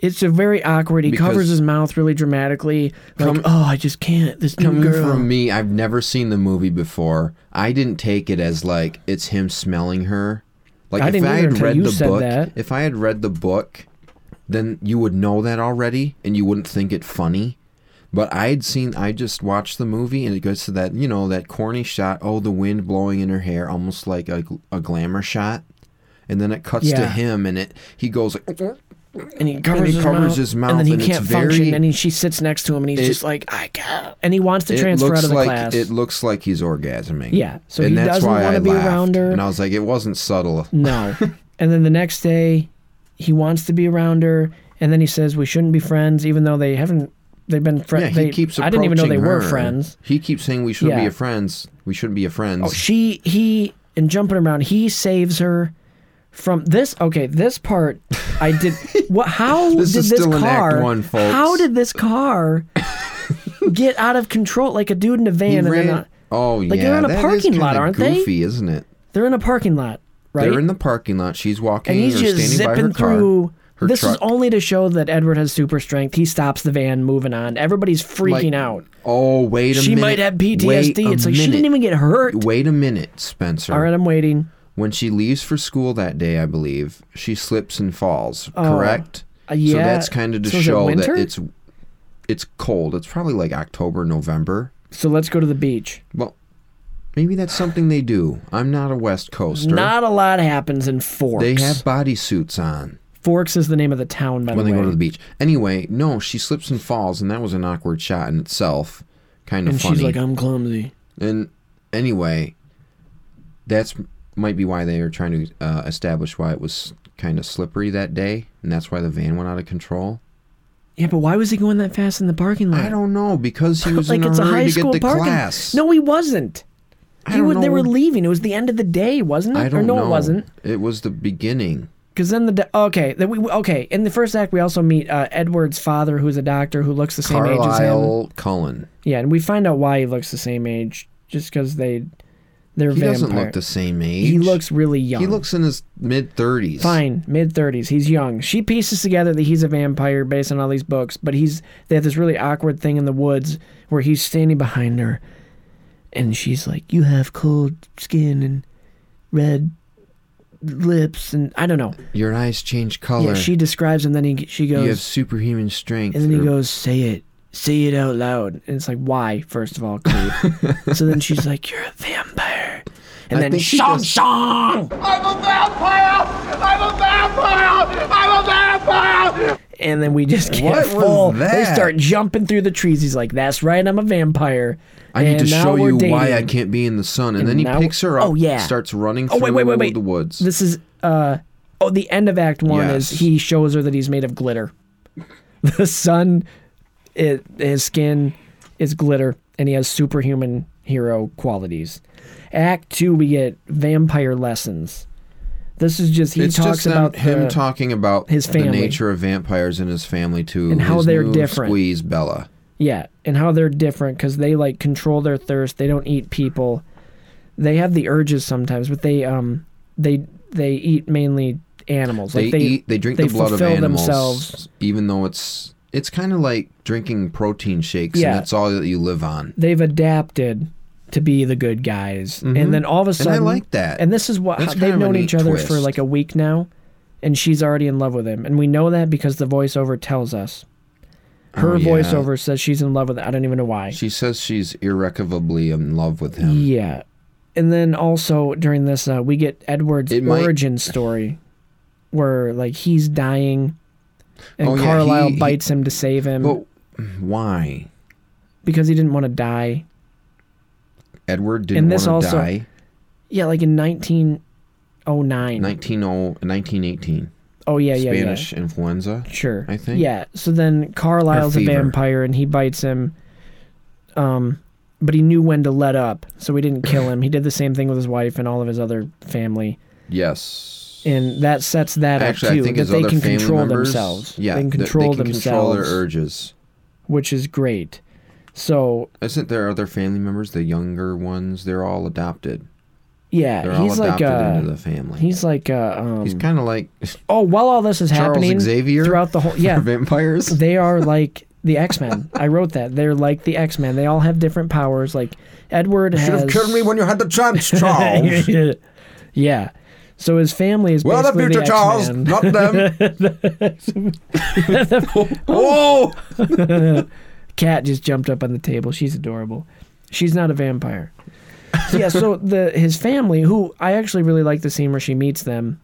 It's a very awkward. He Because- covers his mouth really dramatically. Like, Come- oh, I just can't. This new Coming girl. from me, I've never seen the movie before. I didn't take it as like it's him smelling her. Like I if didn't I either had until read you the said book, that. if I had read the book, then you would know that already, and you wouldn't think it funny. But I'd seen, I just watched the movie, and it goes to that, you know, that corny shot. Oh, the wind blowing in her hair, almost like a, a glamour shot. And then it cuts to Yeah. him, and it he goes like, and he covers, he his, covers mouth, his mouth, and then he and it's can't function. very- And he, she sits next to him, and he's It- just like, I can't. And he wants to It transfer looks out of the like, class. It looks like he's orgasming. Yeah, so he doesn't wanna be laughed. around her. And I was like, it wasn't subtle. [LAUGHS] No. and then the next day, he wants to be around her, and then he says we shouldn't be friends, even though they haven't. They've been Yeah, friends. he keeps approaching I didn't even know they her. were friends. He keeps saying we shouldn't Yeah. be a friends. We shouldn't be a friends. Oh, she, he, and jumping around, he saves her from this. Okay, this part, I [LAUGHS] did. What? How This did is this still in Act car? One, folks. How did [LAUGHS] this car get out of control? Like a dude in a van, He and ran- then a, oh yeah, Like, they're in a that is parking lot, kinda aren't they? goofy, isn't it? they're in a parking lot, right? They're in the parking lot. She's walking and he's or just standing by her zipping car. through. her this truck. is only to show that Edward has super strength. He stops the van, moving on. Everybody's freaking Like, out. Oh wait a She minute. might have Wait a PTSD. It's like she didn't minute. even get hurt. Wait a minute, Spencer. All right, I'm waiting. When she leaves for school that day, I believe she slips and falls. correct. Uh, yeah. So that's kind of to So is it show that winter? it's it's cold. It's probably like October, November. So let's go to the beach. Well, maybe that's something they do. I'm not a West Coaster. Not a lot happens in Forks. they have bodysuits on Forks is the name of the town by when the they way. go to the beach. Anyway, no, she slips and falls, and that was an awkward shot in itself. Kind of and funny. she's like, "I'm clumsy." and anyway, that's might be why they were trying to uh, establish why it was kind of slippery that day, and that's why the van went out of control. Yeah, but why was he going that fast in the parking lot? I don't know because [LAUGHS] he was like in a it's a hurry high to school get the parking. class. No, he wasn't. I He don't would, They were know. leaving. It was the end of the day, wasn't it? I or don't no, know. it wasn't. It was the beginning. Because then the do- okay, then we okay in the first act we also meet uh, Edward's father, who's a doctor who looks the same age as him. Carlisle Cullen. Yeah, and we find out why he looks the same age, just because they they're He vampire. doesn't look the same age. He looks really young. He looks in his mid thirties. fine, mid thirties. He's young. She pieces together that he's a vampire based on all these books, but he's they have this really awkward thing in the woods where he's standing behind her, and she's like, "You have cold skin and red lips," and I don't know. Your eyes change color. Yeah, she describes him. Then he she goes, you have superhuman strength. And then he Or- goes, "Say it, say it out loud." And it's like, "Why?" First of all, Cleve. [LAUGHS] so then she's like, "You're a vampire," and I then think she Shang just- Shang, I'm a vampire! I'm a vampire! I'm a vampire! and then we just get What was full. They that? start jumping through the trees. He's like, "That's right, I'm a vampire." I need to And now show we're you why I dating. can't be in the sun. And, And then he now- picks her up. Oh, yeah. Starts running Oh through wait, wait, wait, wait. the woods. This is uh oh, the end of Act One Yes. is he [LAUGHS] shows her that he's made of glitter. The sun, it, his skin is glitter, and he has superhuman hero qualities. Act two, we get vampire lessons. This is just he it's just talks them- about him the- talking about his the family. nature of vampires and his family too, And how his they're new different. Squeeze Bella. Yeah, and how they're different because they like control their thirst. They don't eat people. They have the urges sometimes, but they um they they eat mainly animals. They, like they eat. They drink they the blood of fulfill animals, themselves. even though it's it's kind of like drinking protein shakes, Yeah. and that's all that you live on. They've adapted to be the good guys, and then all of a Mm-hmm. And sudden, I like that. And this is what That's kind they've of a known neat each other for twist. like a week now, and she's already in love with him, and we know that because the voiceover tells us. Her Oh, yeah. voiceover says she's in love with. I don't even know why. She says she's irrevocably in love with him. Yeah. And then also during this, uh, we get Edward's It might- origin story where, like, he's dying and Oh, yeah, Carlisle he- he- bites him to save him But why? because he didn't want to die. Edward didn't And this want to also- die. Yeah, like in 1909. 1900 1918. oh, yeah, yeah, Spanish influenza. yeah. Sure. I think. Yeah. So then Carlisle's a fever. vampire and he bites him. Um, but he knew when to let up, so we didn't kill him. He did the same thing with his wife and all of his other family. Yes. and that sets that Actually, up I too think that his they other can family control members, themselves Yeah, they can th- control they can themselves control their urges. which is great so Isn't there other family members? The younger ones, they're all adopted. yeah They're he's all like adopted uh into the family. he's like uh um, he's kind of like [LAUGHS] oh while all this is Charles happening Xavier throughout the [LAUGHS] whole yeah for [LAUGHS] vampires. they are like the x-men i wrote that they're like the x-men they all have different powers like edward Should has have killed me [LAUGHS] when you had the chance, Charles. yeah so his family is well, the basically future, Charles, the X-Men. [LAUGHS] not them. [LAUGHS] oh, cat just jumped up on the table. She's adorable. She's not a vampire. [LAUGHS] yeah, so the his family, who I actually really like the scene where she meets them,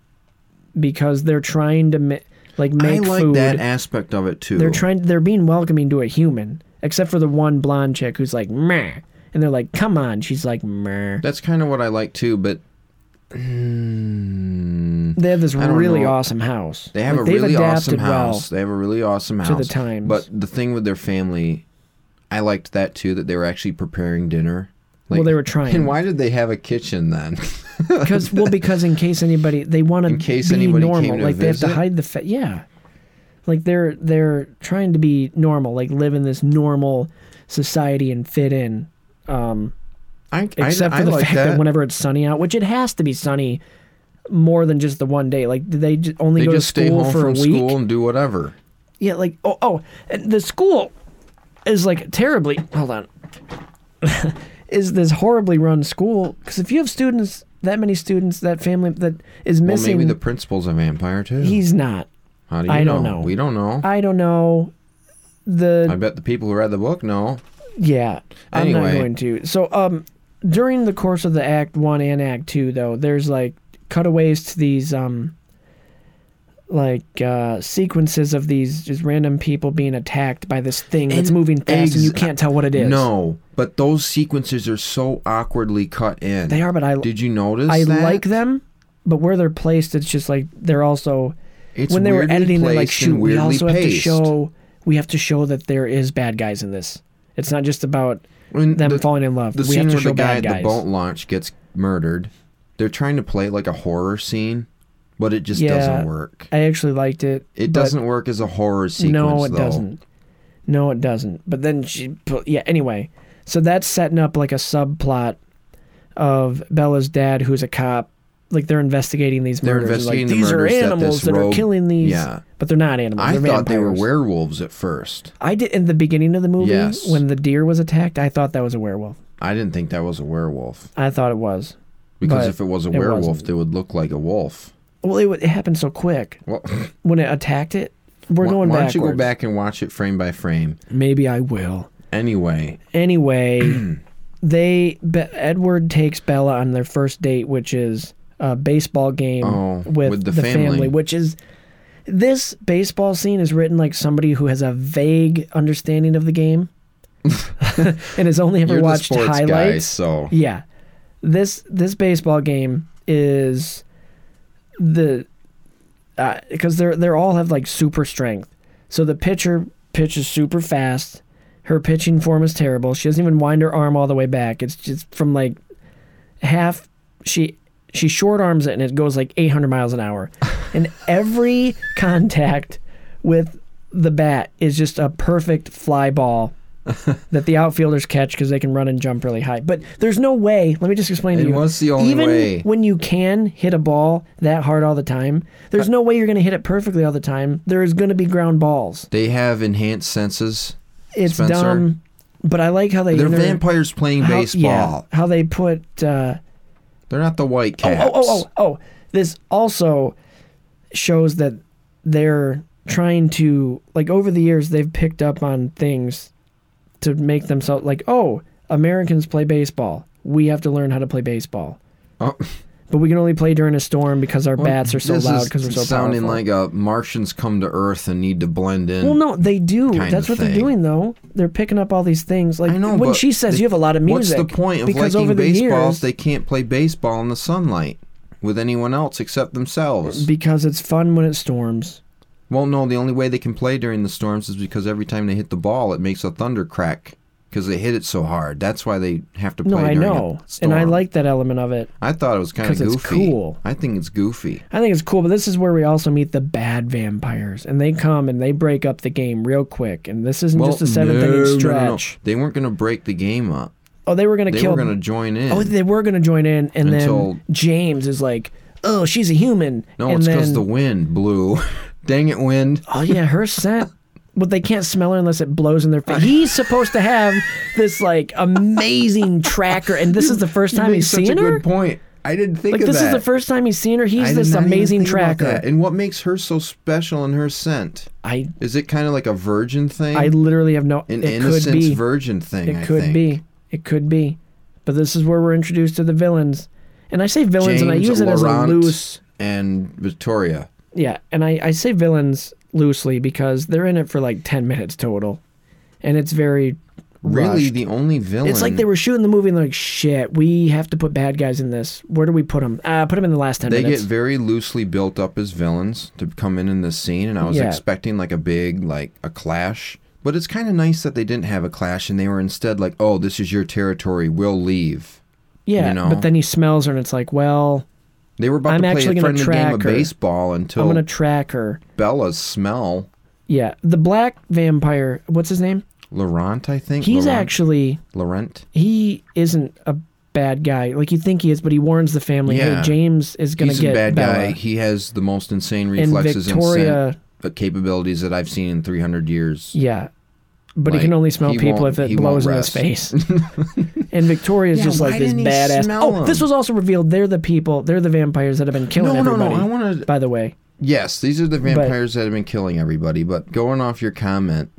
because they're trying to ma- like I make like food. that aspect of it too. they're trying. They're being welcoming to a human, except for the one blonde chick who's like meh, and they're like, "Come on," she's like meh. That's kind of what I like too, but mm, They have this I don't really know. awesome house. They have Like, a they've really awesome adapted house. [LAUGHS] Well. They have a really awesome house. to the times. But the thing with their family, I liked that too, that they were actually preparing dinner. Well, they were trying. And why did they have a kitchen then? [LAUGHS] Because well, because in case anybody they want to In case be anybody came normal, to like they have to visit? hide the fa- yeah, like they're they're trying to be normal, like live in this normal society and fit in. Um, I, except I, for I the like fact that. that. whenever it's sunny out, which it has to be sunny, more than just the one day. Like did they j- only they go to just stay school home for from a week? school and do whatever. Yeah, like oh oh, and the school is like terribly. Hold on, [LAUGHS] is this horribly run school? Because if you have students, that many students, that family that is Well, missing, maybe the principal's a vampire too. he's not. How do you I know? don't know. We don't know. I, I don't know. The bet the people who read the book know. yeah, I'm not Anyway. going to. So um, during the course of the Act One and Act Two, though, there's like cutaways to these um, like uh, sequences of these just random people being attacked by this thing that's And moving fast, and you ex- can't tell what it is. No, but those sequences are so awkwardly cut in. they are, but I Did you notice? I that? like them, but where they're placed, it's just like they're also It's when they were weirdly editing, they're like, placed and shoot, we weirdly also have to paced. show we have to show that there is bad guys in this. It's not just about When them the- falling in love. The we scene have to where show the guy bad at the guys. boat launch gets murdered, they're trying to play like a horror scene, but it just Yeah. doesn't work. I actually liked it. It but doesn't work as a horror sequence. No, it though. doesn't. No, it doesn't. But then she, pu- yeah. Anyway, so that's setting up like a subplot of Bella's dad, who's a cop. Like they're investigating these They're murders. Like, investigating the these murders are that animals this that, are rogue- killing these. Yeah. But they're not animals. I they're thought they were vampires. werewolves at first. I did in the beginning of the movie Yes. when the deer was attacked. I thought that was a werewolf. I didn't think that was a werewolf I thought it was. because But if it was a it werewolf, wasn't. they would look like a wolf. Well, it, wa- it happened so quick Well, [LAUGHS] when it attacked it. We're why, going why backwards. don't you go back and watch it frame by frame? Maybe I will. Anyway, [CLEARS THROAT] Anyway, they Be- Edward takes Bella on their first date, which is a baseball game Oh, with, the, family. which is this baseball scene is written like somebody who has a vague understanding of the [LAUGHS] game [LAUGHS] and has only ever you're the watched sports guy, highlights. so Yeah. This this baseball game is the uh, because they're they're all have like super strength. So the pitcher pitches super fast. Her pitching form is terrible. She doesn't even wind her arm all the way back. It's just from like half. She she short arms it and it goes like 800 miles [LAUGHS] an hour. And every contact with the bat is just a perfect [LAUGHS] fly ball that the outfielders catch because they can run and jump really high. But there's no way. Let me just explain It to you. was the only even way. when you can hit a ball that hard all the time, there's no way you're going to hit it perfectly all the time. There is going to be ground balls. They have enhanced senses. It's Spencer. dumb, but I like how they They're inter- vampires playing how- baseball. yeah, how they put. Uh, They're not the white oh, caps. oh, oh, oh, oh! This also shows that they're trying to like over the years they've picked up on things to make themselves like oh Americans play baseball. We have to learn how to play baseball. Oh. But we can only play during a storm because our bats are so this loud is because we're so sounding powerful. like a Martians come to Earth and need to blend in. Well, no, they do. kind That's of what they're thing. doing, though. They're picking up all these things. Like I know. when but she says they- you have a lot of music. What's the point of because liking over the baseball years, if they can't play baseball in the sunlight with anyone else except themselves? because it's fun when it storms. well, no. The only way they can play during the storms is because every time they hit the ball, it makes a thunder crack because they hit it so hard. That's why they have to play. No, I during a know, and storm. I like that element of it. I thought it was kind of 'Cause goofy. it's cool. I think it's goofy. I think it's cool, but this is where we also meet the bad vampires, and they come and they break up the game real quick. And this isn't just a seventh no, inning no, no, stretch. no. They weren't going to break the game up. Oh, they were gonna They kill. were going to join in. oh, they were gonna join in, and Until- then James is like, "Oh, she's a human." no, and it's then, because the wind blew. [LAUGHS] Dang it, wind. Oh yeah, her scent. But they can't smell her unless it blows in their face. He's supposed to have this like amazing tracker, and this is the first time you make he's such seen a her. good point. I didn't think like of this that. is the first time he's seen her. I He's did this not even amazing think about that. tracker. And what makes her so special in her scent? I Is it kind of like a virgin thing? I literally have no. An it could innocence be. virgin thing. I It could think. be. It could be. But this is where we're introduced to the villains, and I say villains, and I James use it Laurent as a loose. And Victoria. Yeah, and I, I say villains loosely because they're in it for like ten minutes total, and it's very Really, rushed. the only villain. It's like they were shooting the movie and they're like, shit, we have to put bad guys in this. Where do we put them? Uh, put them in the last 10 They get minutes. very loosely built up as villains to come in in this scene, and I was Yeah. expecting like a big like a clash. But it's kind of nice that they didn't have a clash, and they were instead like, "Oh, this is your territory. We'll leave." yeah, you know. but then he smells her and it's like, well, They were about I'm to play actually a gonna friendly game of track her. baseball until I'm going to track her. Bella's smell. Yeah, the black vampire, what's his name? Laurent, I think. He's Laurent? actually, Laurent. he isn't a bad guy. Like you think he is, but he warns the family, Yeah. hey, James is going He's a to get bad guy. Bella. He has the most insane And reflexes and Victoria, scent capabilities that I've seen in 300 years. yeah. But Like, he can only smell he people won't- if it he won't blows in rest. his face. [LAUGHS] and Victoria's Yeah, just why like this didn't he badass. smell Oh, this him? was also revealed. They're the people. They're the vampires that have been killing No, no, no, everybody. I wanna- By the way, Yes, these are the vampires that have been killing everybody. But going off your comment,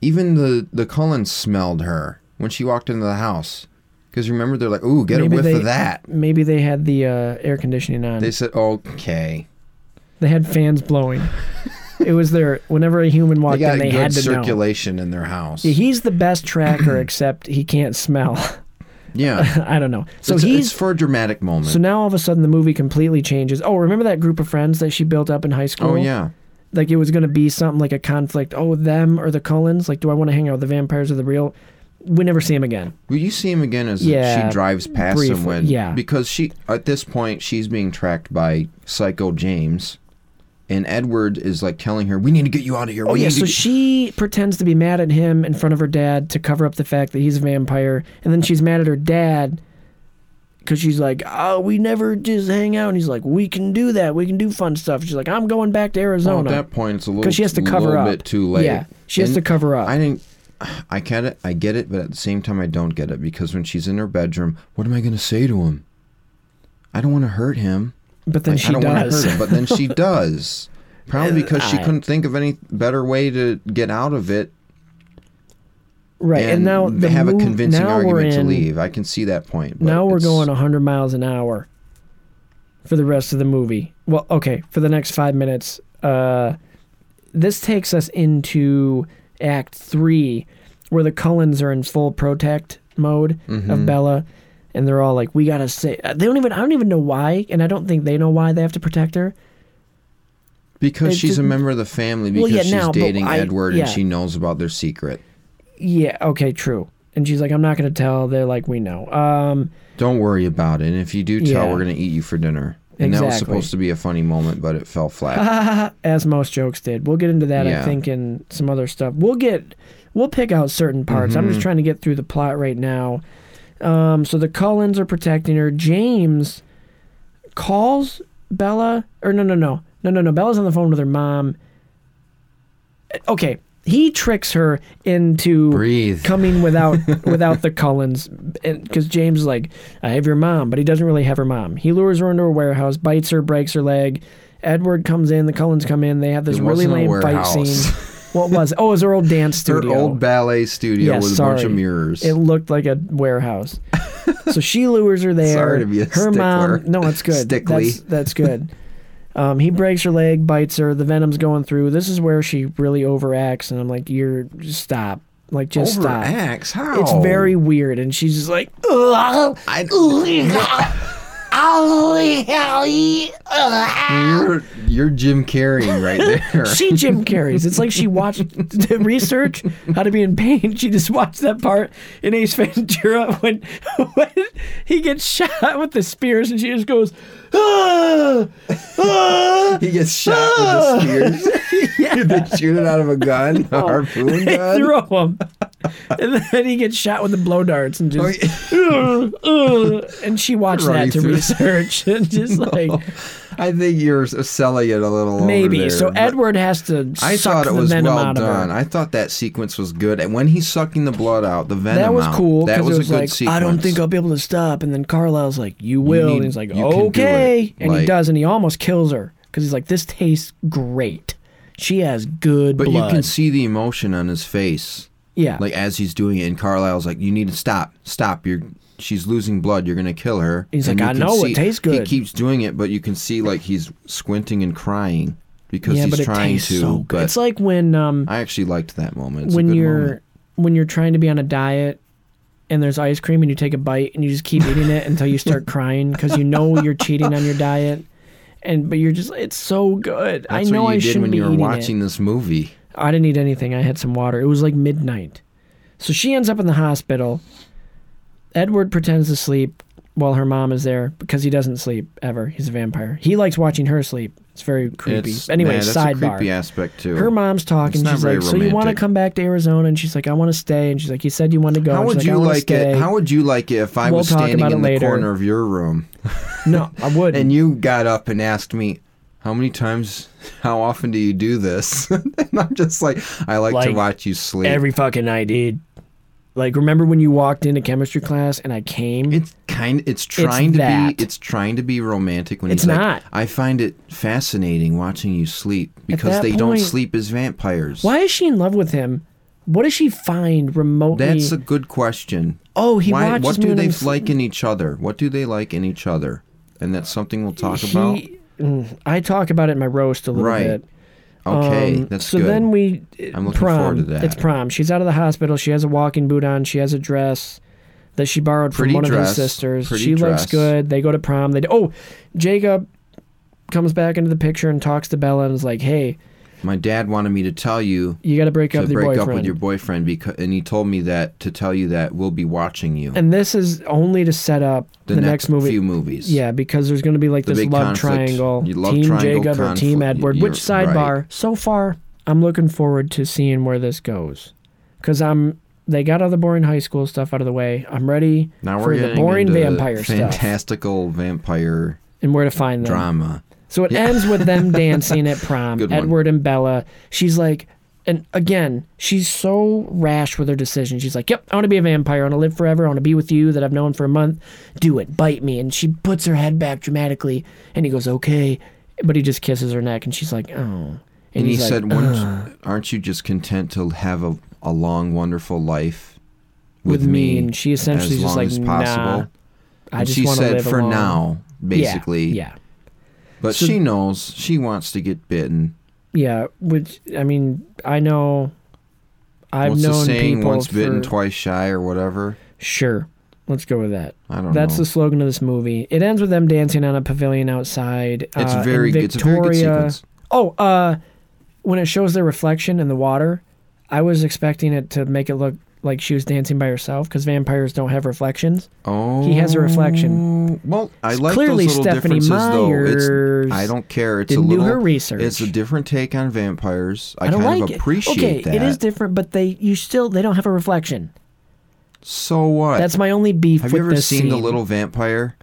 even the the Cullen smelled her when she walked into the house. Because remember, they're like, "Ooh, get a whiff they, of that." Maybe they had the uh, air conditioning on. They They, said, "Okay." had fans [LAUGHS] blowing. it was their whenever a human They walked got in, they good had to know. circulation in their house. Yeah, he's the [CLEARS THROAT] best tracker, except he can't smell. [LAUGHS] yeah, I don't know. [LAUGHS] So it's, he's it's for a dramatic moment. so now all of a sudden the movie completely changes. Oh, remember that group of friends that she built up in high school? oh yeah, like it was going to be something like a conflict. Oh, them or the Cullens? Like, do I want to hang out with the vampires or the real? We never see him again. Well, you see him again as Yeah, she drives past briefly, him when yeah. because she at this point she's being tracked by Psycho James, and Edward is like telling her, "We need to get you out of here." Oh we yeah, need to so get-" she pretends to be mad at him in front of her dad to cover up the fact that he's a vampire, and then she's mad at her dad because she's like, "Oh, we never just hang out," and he's like, "We can do that. We can do fun stuff." She's like, "I'm going back to Well, at Arizona." that point it's a little 'Cause she has to cover little up. bit too late. Yeah, she has And to cover up. I didn't. I get it. I get it, but at the same time, I don't get it because when she's in her bedroom, what am I going to say to him? I don't want to hurt him. but then Like, she I don't want to does. hurt him, but then [LAUGHS] she does. Probably because she I- couldn't think of any better way to get out of it right, and, and now the have move- a convincing now we're argument to in- leave. I can see that point. but Now we're it's- going 100 miles an hour for the rest of the movie. Well, okay, for the next five minutes. Uh, this takes us into Act Three, where the Cullens are in full protect mode Mm-hmm. of Bella, and they're all like, "We gotta say." uh, They don't even. I don't even know why, and I don't think they know why they have to protect her. because it she's a didn't- member of the family Well, because yeah, she's now, but dating I- Edward yeah. and she knows about their secret. yeah, okay, true. And she's like, I'm not gonna tell. They're like, we know. Um, Don't worry about it. And if you do tell, Yeah. we're gonna eat you for dinner. And that was Exactly. supposed to be a funny moment, but it fell [LAUGHS] flat. as most jokes did. We'll get into that, Yeah. I think, in some other stuff. We'll get, we'll pick out certain parts. I'm Mm-hmm. just trying to get through the plot right now. Um, so the Cullens are protecting her. James calls Bella, or no, no, no, no, no, no. Bella's on the phone with her mom. Okay, he tricks her into Breathe. coming without without the Cullens, because James is like, I have your mom, but he doesn't really have her mom. He lures her into a warehouse, bites her, breaks her leg. Edward comes in, the Cullens come in. They have this It really wasn't a lame fight warehouse. scene. [LAUGHS] What was? It? Oh, it was their old dance Her studio. old ballet studio Yeah, with a bunch of sorry. mirrors. It looked like a warehouse. so she lures her there. Sorry to be a her mom. stickler. No, it's good. Stickly. That's, that's good. Um, he breaks her leg, bites her. The venom's going through. This is where she really overacts, and I'm like, "You're just stop. Like, just stop." Overacts? How? It's very weird, and she's just like, "Ugh." You're, you're Jim Carreying right [LAUGHS] there. she Jim Carrey's. It's like she watched the research how to be in pain. She just watched that part in Ace Ventura when, when he gets shot with the spears, and she just goes, "Ah, ah." He gets shot with the [LAUGHS] spears. [LAUGHS] they shoot it out of a gun, a harpoon Oh. They gun. throw him, and then he gets shot with the blow darts, and just, Oh, "Ugh, ugh." and she watched Running that to through. research, and [LAUGHS] just like I think you're s- selling it a little over maybe. there, so but Edward has to. I suck thought it the was venom well out of her. done. I thought that sequence was good, and when he's sucking the blood out, the venom That was out, cool That because was, it was a good like sequence. I don't think I'll be able to stop. And then Carlisle's like, "You will," need- and he's like, you can do it. "Okay," and Like- he does, and he almost kills her because he's like, "This tastes great. She has good But blood." you can see the emotion on his face, yeah, like as he's doing it. And Carlisle's like, "You need to stop, stop. You're she's losing blood. You're gonna kill her." He's And like, you "I can know, it see- tastes He good." keeps doing it, but you can see like he's squinting and crying because yeah, he's but it trying tastes to. so good. but It's like when um I actually liked that moment. It's a when good you're moment. when you're trying to be on a diet. And there's ice cream, and you take a bite, and you just keep eating it until [LAUGHS] you start crying because you know you're cheating on your diet, and but you're just—it's so good. That's I know what you I did shouldn't when be you were eating it. watching this movie. I didn't eat anything. I had some water. It was like midnight. So she ends up in the hospital. Edward pretends to sleep while her mom is there because he doesn't sleep ever. He's a vampire. He likes watching her sleep. It's very creepy. It's- anyway, yeah, that's a sidebar. creepy aspect too. her mom's talking. It's not She's very like, "So you want to romantic. come back to Arizona?" And she's like, "I want to stay." And she's like, "You said you wanted to go." How And she's would you like, "I wanna like stay." it? How would you like it if I We'll was talk standing about in it the later. corner of your room no, I would. and you got up and asked me, "How many times? How often do you do this?" [LAUGHS] and I'm just like, "I like, to Like, watch you sleep." every fucking night, dude. Like, remember when you walked into chemistry class and I came? it's kind. It's trying to that. be. It's trying to be romantic when It's he's like, not. I find it fascinating watching you sleep because that they don't point- sleep as vampires. Why is she in love with him? What does she find remotely? That's a good question. Oh, he Why, watches what me do when they I'm sl- like in each other? What do they like in each other? And that's something we'll talk about. He, mm, I talk about it in my roast a little Right. bit. Okay, Um, that's so good. then we. I'm looking prom. forward to that. It's prom. She's out of the hospital. She has a walking boot on. She has a dress that she borrowed Pretty from one of dress, his sisters. pretty She dress. looks good. They go to prom. They do, oh, Jacob comes back into the picture and talks to Bella and is like, "Hey, My dad wanted me to tell you you got to break up to with your break boyfriend." up with your boyfriend because, and he told me that to tell you that we'll be watching you and this is only to set up the, next, movie. few movies. Yeah, because there's going to be like The this big love conflict. triangle, You love team triangle Jacob or team conflict. Edward. You're Which sidebar? So far, I'm looking forward to seeing where this goes, because I'm they got all the boring high school stuff out of the way. I'm ready Now we're for the getting boring into vampire stuff fantastical vampire and where to find them. drama. So it ends with [LAUGHS] them dancing at prom. Good one. Edward and Bella. She's like, and again, she's so rash with her decision. She's like, "Yep, I want to be a vampire. I want to live forever. I want to be with you that I've known for a month. Do it, bite me." And she puts her head back dramatically, and he goes, "Okay," but he just kisses her neck, and she's like, "Oh." And, And he he's like, said, "Ugh." "Wouldn't- "Aren't you just content to have a, a long, wonderful life with, With me," and she essentially as long just like, as possible?" "Nah, "I and just she want to said, live "For alone." now, Yeah, basically." yeah. But So- she knows she wants to get bitten. Yeah, which I mean, I know. I've What's known the saying? people Once bitten, for- twice shy, or whatever. Sure, let's go with that. I don't That's know. the slogan of this movie. It ends with them dancing on a pavilion outside. It's uh, very. in It's a very good Victoria- sequence. Oh, uh, when it shows their reflection in the water, I was expecting it to make it look like she was dancing by herself because vampires don't have reflections. Oh, He has a reflection. Well, I like clearly those little Stephanie differences, though. Meyer's It's, I don't care. It's didn't a do little her research. It's a different take on vampires. I, I don't kind like of appreciate it. Okay, that. it is different, but they you still they don't have a reflection. so what? That's my only beef. Have with you ever this seen the scene. little vampire?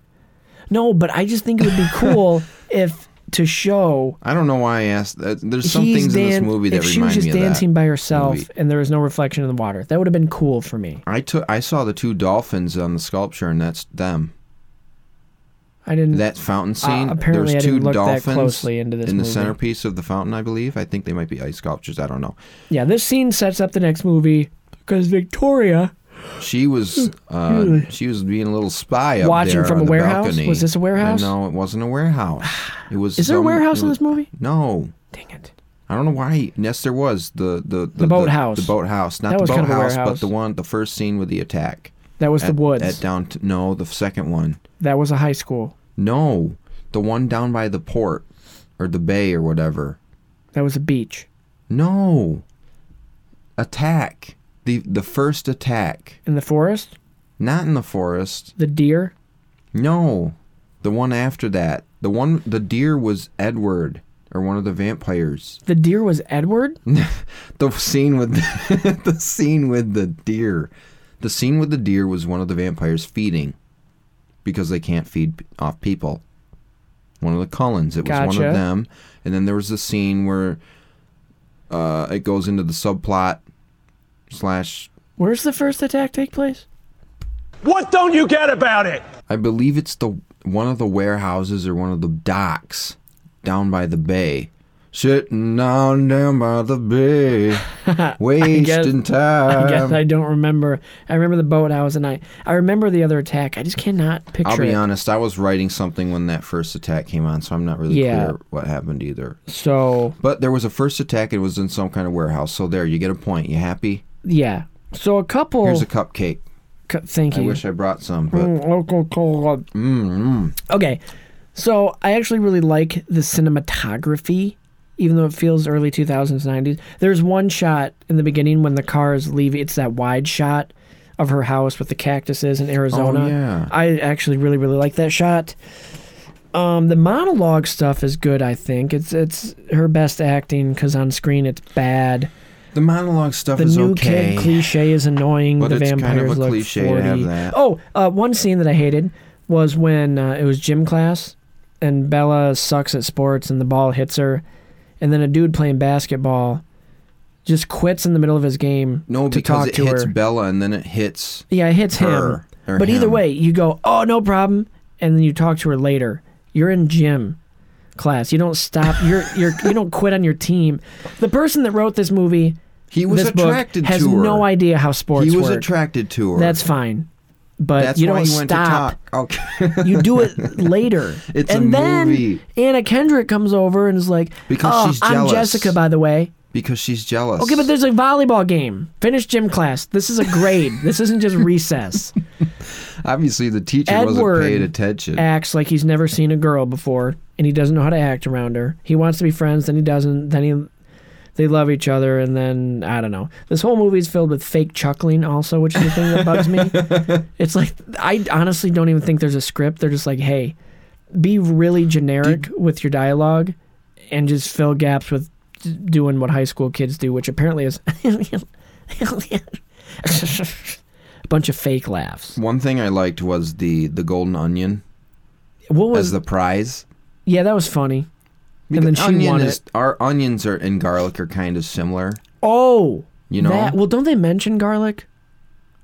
No, but I just think it [LAUGHS] would be cool if to show I don't know why I asked. That. There's some he's things in this dan- movie that if she remind was just me of dancing that. by herself movie. and there was no reflection in the water. That would have been cool for me. I took. I saw the two dolphins on the sculpture, and that's them. I didn't. That fountain scene. Uh, apparently there's I didn't two look that dolphins closely into this in the movie. centerpiece of the fountain. I believe. I think they might be ice sculptures. I don't know. yeah, this scene sets up the next movie because Victoria She was uh, she was being a little spy up Hmm. Watching there from on a the warehouse? Balcony. Was this a warehouse? Uh, no, it wasn't a warehouse. It was. is there a some- warehouse it in was- this movie? No, Dang it! I don't know why. Yes, there was the the the, boathouse. The, boathouse, not That the was kind of a boathouse, but warehouse. the one the first scene with the attack. That was the At- woods. At down t- no, the second one. that was a high school. No, the one down by the port or the bay or whatever. That was a beach No, attack. The the first attack, in the forest. not in the forest. The deer. No, the one after that. The one, the deer was Edward or one of the vampires. The deer was Edward. The scene with the, [LAUGHS] scene with the deer. The scene with the deer was one of the vampires feeding because they can't feed off people. One of the Cullens. It was one Gotcha. of them. And then there was the scene where uh, it goes into the subplot slash. Where's the first attack take place? What don't you get about it? I believe it's the one of the warehouses or one of the docks down by the bay. Sitting down down by the [LAUGHS] bay, wasting time. I guess I don't remember. I remember the boathouse, and I I remember the other attack. I just cannot picture. I'll it. be honest, I was writing something when that first attack came on, so I'm not really Yeah. clear what happened either. So But there was a first attack and it was in some kind of warehouse. So there, you get a point. You happy? yeah. So a couple. Here's a cupcake. cu- thank I you. wish I brought some, but Oh. Mm, local cola. mm, Okay. So I actually really like the cinematography, even though it feels early 2000s, 90s. There's one shot in the beginning when the cars leave. It's that wide shot of her house with the cactuses in Arizona. Oh, yeah. I actually really, really like that shot. Um, the monologue stuff is good, I think. It's it's her best acting because on screen it's bad. the monologue stuff The is new okay. kid cliche is annoying. But the it's kind vampires of a look cliche to 40. have that. Oh, uh, one scene that I hated was when uh, it was gym class and Bella sucks at sports and the ball hits her, and then a dude playing basketball just quits in the middle of his game no, to because talk it to hits her. Bella and then it hits yeah, it hits her him. or But either him. way, you go, oh no problem, and then you talk to her later. You're in gym class. You don't stop. You're you're you don't quit on your team. The person that wrote this movie. He was this attracted book has to her. no idea how sports He was work. attracted to her. That's fine. But That's you why don't he went stop. to talk. Okay. [LAUGHS] [LAUGHS] you do it later. It's a and then movie. Anna Kendrick comes over and is like, Because "Oh, she's I'm jealous." Jessica, by the way." because she's jealous. Okay, but there's a volleyball game. Finish gym class. This is a grade. this isn't just recess. obviously the teacher Edward wasn't paying attention. Acts like he's never seen a girl before, and he doesn't know how to act around her. He wants to be friends, then he doesn't. Then he, they love each other, and then I don't know. This whole movie is filled with fake chuckling, also, which is the thing that [LAUGHS] bugs me. It's like I honestly don't even think there's a script. They're just like, hey, be really generic with your dialogue, and just fill gaps with d- doing what high school kids do, which apparently is. [LAUGHS] A bunch of fake laughs. One thing I liked was the the golden onion What was as the prize. Yeah, that was funny. And then Because she onion won is, it. Our onions are and garlic are kind of similar. Oh, You know? that- well, don't they mention garlic?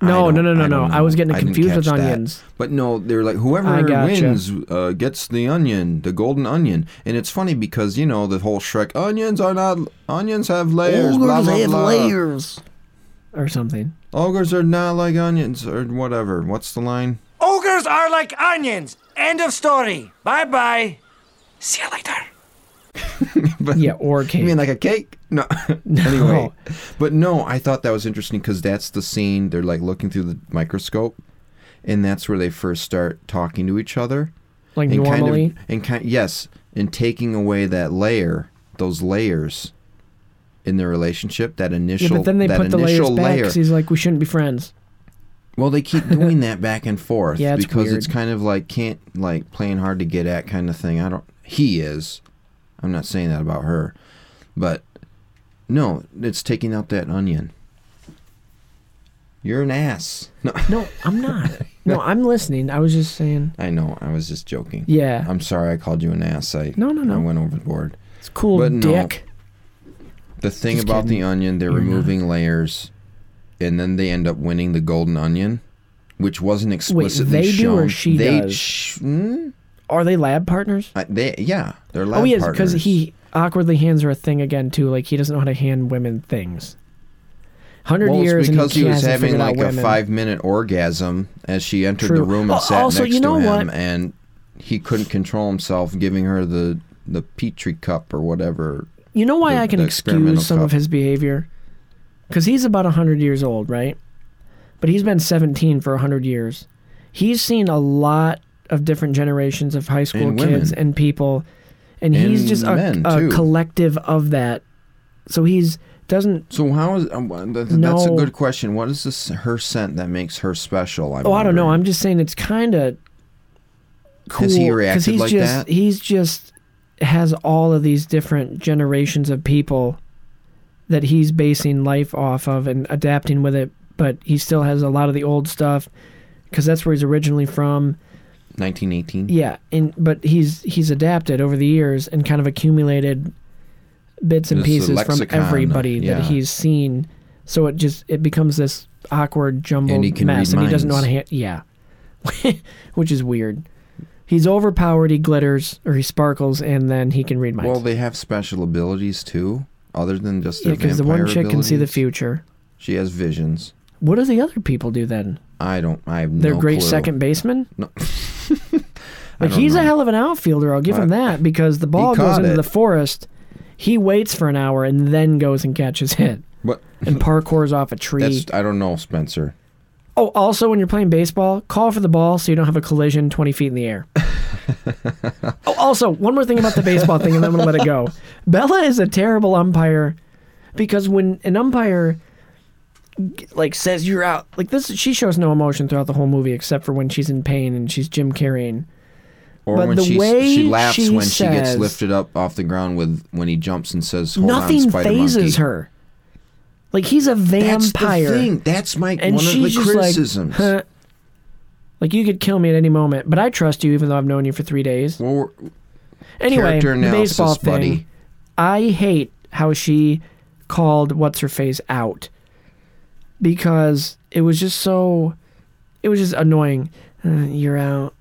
I No, don't- no, no, no, I no. don't I was know. getting didn't confused with catch that. onions. But no, they're like whoever I gotcha. wins uh, gets the onion, the golden onion. And it's funny because you know the whole Shrek onions are not onions have layers. blah, blah, blah. or something. Ogres are not like onions or whatever. What's the line? Ogres are like onions. End of story. Bye bye. See you later. [LAUGHS] Yeah, or cake. You mean like a cake? [LAUGHS] No. anyway, but no, I thought that was interesting because that's the scene they're like looking through the microscope, and that's where they first start talking to each other like and normally. kind of and kind yes, and taking away that layer, those layers, in their relationship. That Yeah, initial, but then they that put the layers initial back layer. 'cause he's like, we shouldn't be friends. Well, they keep doing that back [LAUGHS] and forth Yeah, it's because weird. it's kind of like can't like playing hard to get at kind of thing. I don't. He is. I'm not saying that about her, but no, it's taking out that onion. You're an ass. [LAUGHS] No, No, [LAUGHS] I'm not. no, I'm listening. I was just saying, I know. I was just joking. yeah, I'm sorry. I called you an ass. I No, no, no. I went overboard. it's cool, but no. dick. The thing Just about kidding. the onion, they're You're removing layers, and then they end up winning the golden onion, which wasn't explicitly they do shown. or she they does? Sh- mm, Are they lab partners? I- they yeah, they're lab oh, yes, partners. because he awkwardly hands her a thing again too. Like he doesn't know how to hand women things. Hundred well, years it's because and he, he was hasn't having figured out like a women. five-minute orgasm as she entered the True. room and Oh, sat also, next you know to him, what? and he couldn't control himself, giving her the the petri cup or whatever. You know why the- I can the experimental excuse some of cup. his behavior? Because he's about 100 years old, right? But he's been 17 for 100 years. He's seen a lot of different generations of high school And kids women. and people. And, he's And just a, men, a too. collective of that. So he's doesn't. So how is um, th- th- that's a No. good question. What is this her scent that makes her special? I'm Oh, I don't know. wondering. I'm just saying it's kind of cool. Has he 'cause reacted he's like just, that? He's just has all of these different generations of people that he's basing life off of and adapting with it, but he still has a lot of the old stuff because that's where he's originally from. 1918. Yeah, and but he's he's adapted over the years and kind of accumulated bits and It's a pieces from lexicon, everybody yeah. that he's seen. So it just it becomes this awkward jumbled And he can mess, read and he doesn't know how minds. to hand. Yeah, [LAUGHS] which is weird. He's overpowered. He glitters or he sparkles, and then he can read minds. Well, they have special abilities too, other than just their yeah, vampire because the one chick can see the abilities. future. She has visions. What do the other people do then? I don't. I have Their no great clue. second baseman. [LAUGHS] No. Like don't he's a know. hell of an outfielder, I'll give him that, because the ball goes caught into it. the forest. He waits for an hour and then goes and catches it But [LAUGHS] and parkours off a tree. that's. I don't know, Spencer. Oh, also when you're playing baseball, call for the ball so you don't have a collision 20 feet in [LAUGHS] the air. oh, also, one more thing about the baseball thing, and then I'm gonna let it go. Bella is a terrible umpire because when an umpire like says you're out, like this, she shows no emotion throughout the whole movie except for when she's in pain and she's Jim carrying. Or But when the she way she laughs she when she gets says- lifted up off the ground with when he jumps and says, Hold nothing on, Spider phases monkey." her. Like he's a That's vampire, the thing. That's my and one of she's the just criticisms. like, huh. like you could kill me at any moment, but I trust you, even though I've known you for three days. Well, we're- Anyway, character the analysis, baseball thing. buddy. I hate how she called what's her face out because it was just so, it was just annoying. Uh, you're out.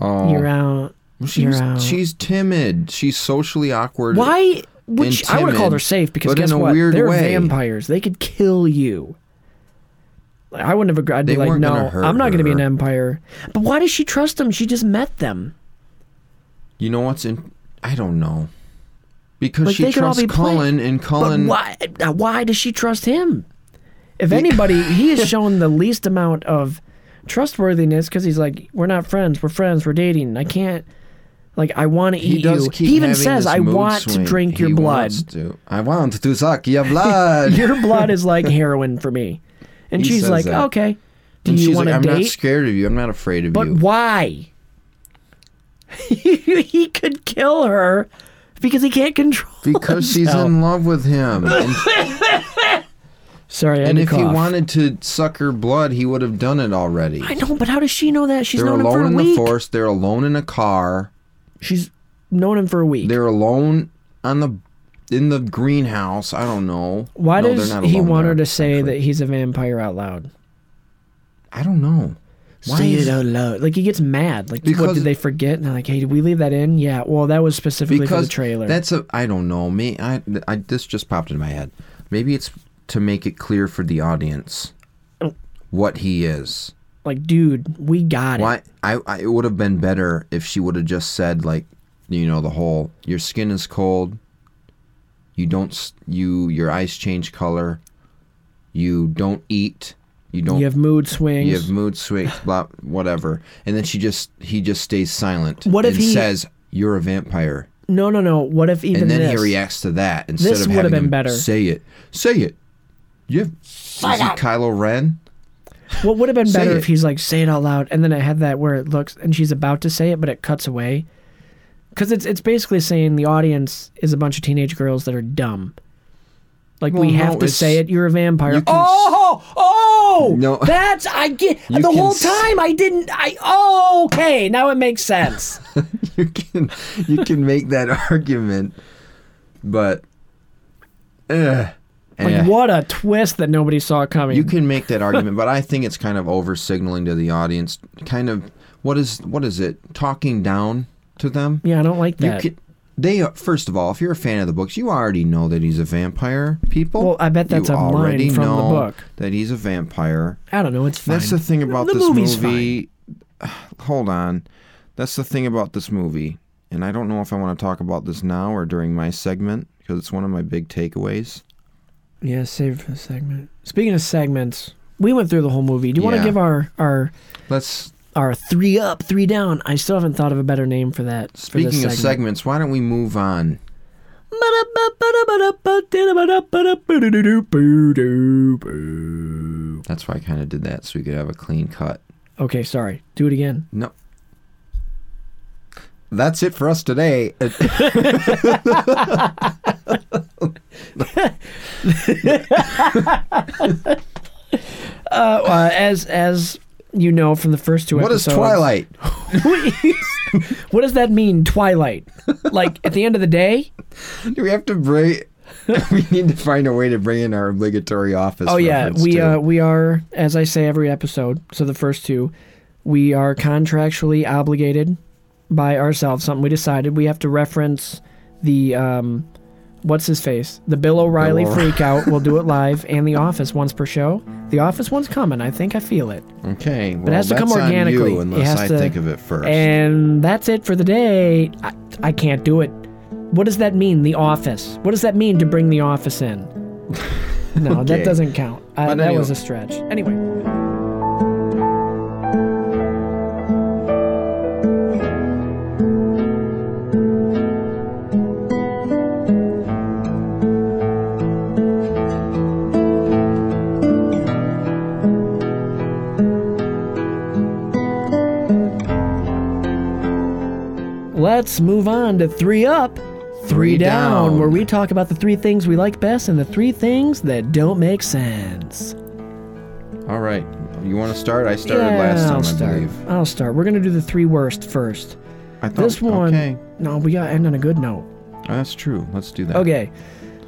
Oh. You're out. Well, she you're was- out. she's timid. She's socially awkward. Why? and Which I would have timid, called her safe because but guess in a what? weird They're way. vampires. They could kill you. Like, I wouldn't have agreed. I'd be They like, weren't no, gonna hurt I'm not going to be an her." empire. But why does she trust them? She just met them. You know what's in? I don't know. Because Like, she they could all trusts be playing- Cullen, and But Cullen. why? uh, Why does she trust him? If anybody, he [LAUGHS] has shown the least amount of trustworthiness because he's like, we're not friends. We're friends. We're dating. I can't. Like, I want to He eat does you. keep He even having says, this I mood want swing. to drink your He blood. wants to. I want to suck [LAUGHS] your blood. Your blood [LAUGHS] is like heroin for me. And He she's says like, that. okay. Do and you she's want like, to I'm date? not scared of you. I'm not afraid of But you. why? [LAUGHS] he could kill her because he can't control. [LAUGHS] because she's himself. in love with [LAUGHS] him. And, Sorry, I had and to if he cough. wanted to suck her blood, he would have done it already. I know, but how does she know that? She's They're known him for alone a in the week. forest. They're alone in a car. She's known him for a week. They're alone on the in the greenhouse. I don't know. Why No, they're does not he alone want her there, to say actually. that he's a vampire out loud? I don't know. Why say is it out loud. Like he gets mad. Like what Because- did they forget? And they're like, hey, did we leave that in? Yeah. Well, that was specifically for because the trailer. That's a I don't know. Me I, I this just popped in my head. Maybe it's to make it clear for the audience Oh. what he is. like, dude, we got it. Why I, I it would have been better if she would have just said like you know the whole your skin is cold. You don't s- you your eyes change color. You don't eat. You don't You have mood swings. You have mood swings, blah, whatever. And then she just he just stays silent. What if and he- says, "You're a vampire. no, no, no. What if even and then this? he reacts to that instead This of would've having been him better. say it. Say it. You is he Kylo Ren? What would have been Say better it. if he's like, say it out loud, and then I had that where it looks, and she's about to say it, but it cuts away, because it's it's basically saying the audience is a bunch of teenage girls that are dumb. Like Well, we no, have to it's- say it. You're a vampire. you can oh, oh, No. That's I get You the can whole s- time. I didn't. I oh, okay. Now it makes [LAUGHS] sense. you can you can make that [LAUGHS] argument, but eh, like eh. what a twist that nobody saw coming. you can make that argument, but I think it's kind of over signaling to the audience. Kind of what is what is it talking down to them? yeah, I don't like You that. could, they are- first of all, if you're a fan of the books, you already know that he's a vampire. People, Well, I bet that's you a line already from the know book. that he's a vampire. I don't know. It's fine. That's the thing about The this movie's movie. [SIGHS] Hold on. That's the thing about this movie. And I don't know if I want to talk about this now or during my segment because it's one of my big takeaways. Yeah, save for the segment. Speaking of segments, we went through the whole movie. Do you want to Yeah. give our our Let's our three up, three down? I still haven't thought of a better name for that. for speaking this of segments, why don't we move on? segment. That's why I kind of did that so we could have a clean cut. [LAUGHS] Okay, sorry. Do it again. No. That's it for us today. [LAUGHS] Uh, uh, as as you know from the first two what is episodes, [LAUGHS] Twilight? [LAUGHS] what does that mean, Twilight? Like at the end of the day? Do we have to bring? [LAUGHS] we need to find a way to bring in our obligatory office. Oh yeah, reference, we too. uh, we are as I say every episode. So the first two, we are contractually obligated by ourselves. Something we decided we have to reference the um, what's his face, the Bill O'Reilly Bill freakout. [LAUGHS] we'll do it live and The Office once per show. The Office one's coming. I think I feel it. Okay, well, It has to come that's on you organically. unless it has I to, think of it first. And that's it for the day. I, I can't do it. What does that mean? The office. What does that mean to bring the office [LAUGHS] in? No, that Okay. doesn't count. I, But that anyway- was a stretch. Anyway. Let's move on to three up, three, down, down. where we talk about the three things we like best and the three things that don't make sense. All right, you want to start? I started last time, I'll I start. believe. I'll start. We're gonna do the three worst first. I thought, This one. Okay, No, we gotta end on a good note. Oh, that's true. Let's do that. Okay.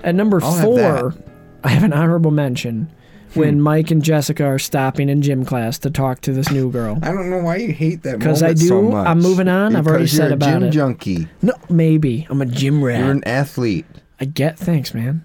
At number I'll have Hmm. four, [LAUGHS] I have an honorable mention when Mike and Jessica are stopping in gym class to talk to this [LAUGHS] new girl. I don't know why you hate that 'Cause I moment so do. much. I'm moving on. I've already Because you're said a about gym it. junkie. No, maybe I'm a gym rat. You're an athlete. I get thanks, man.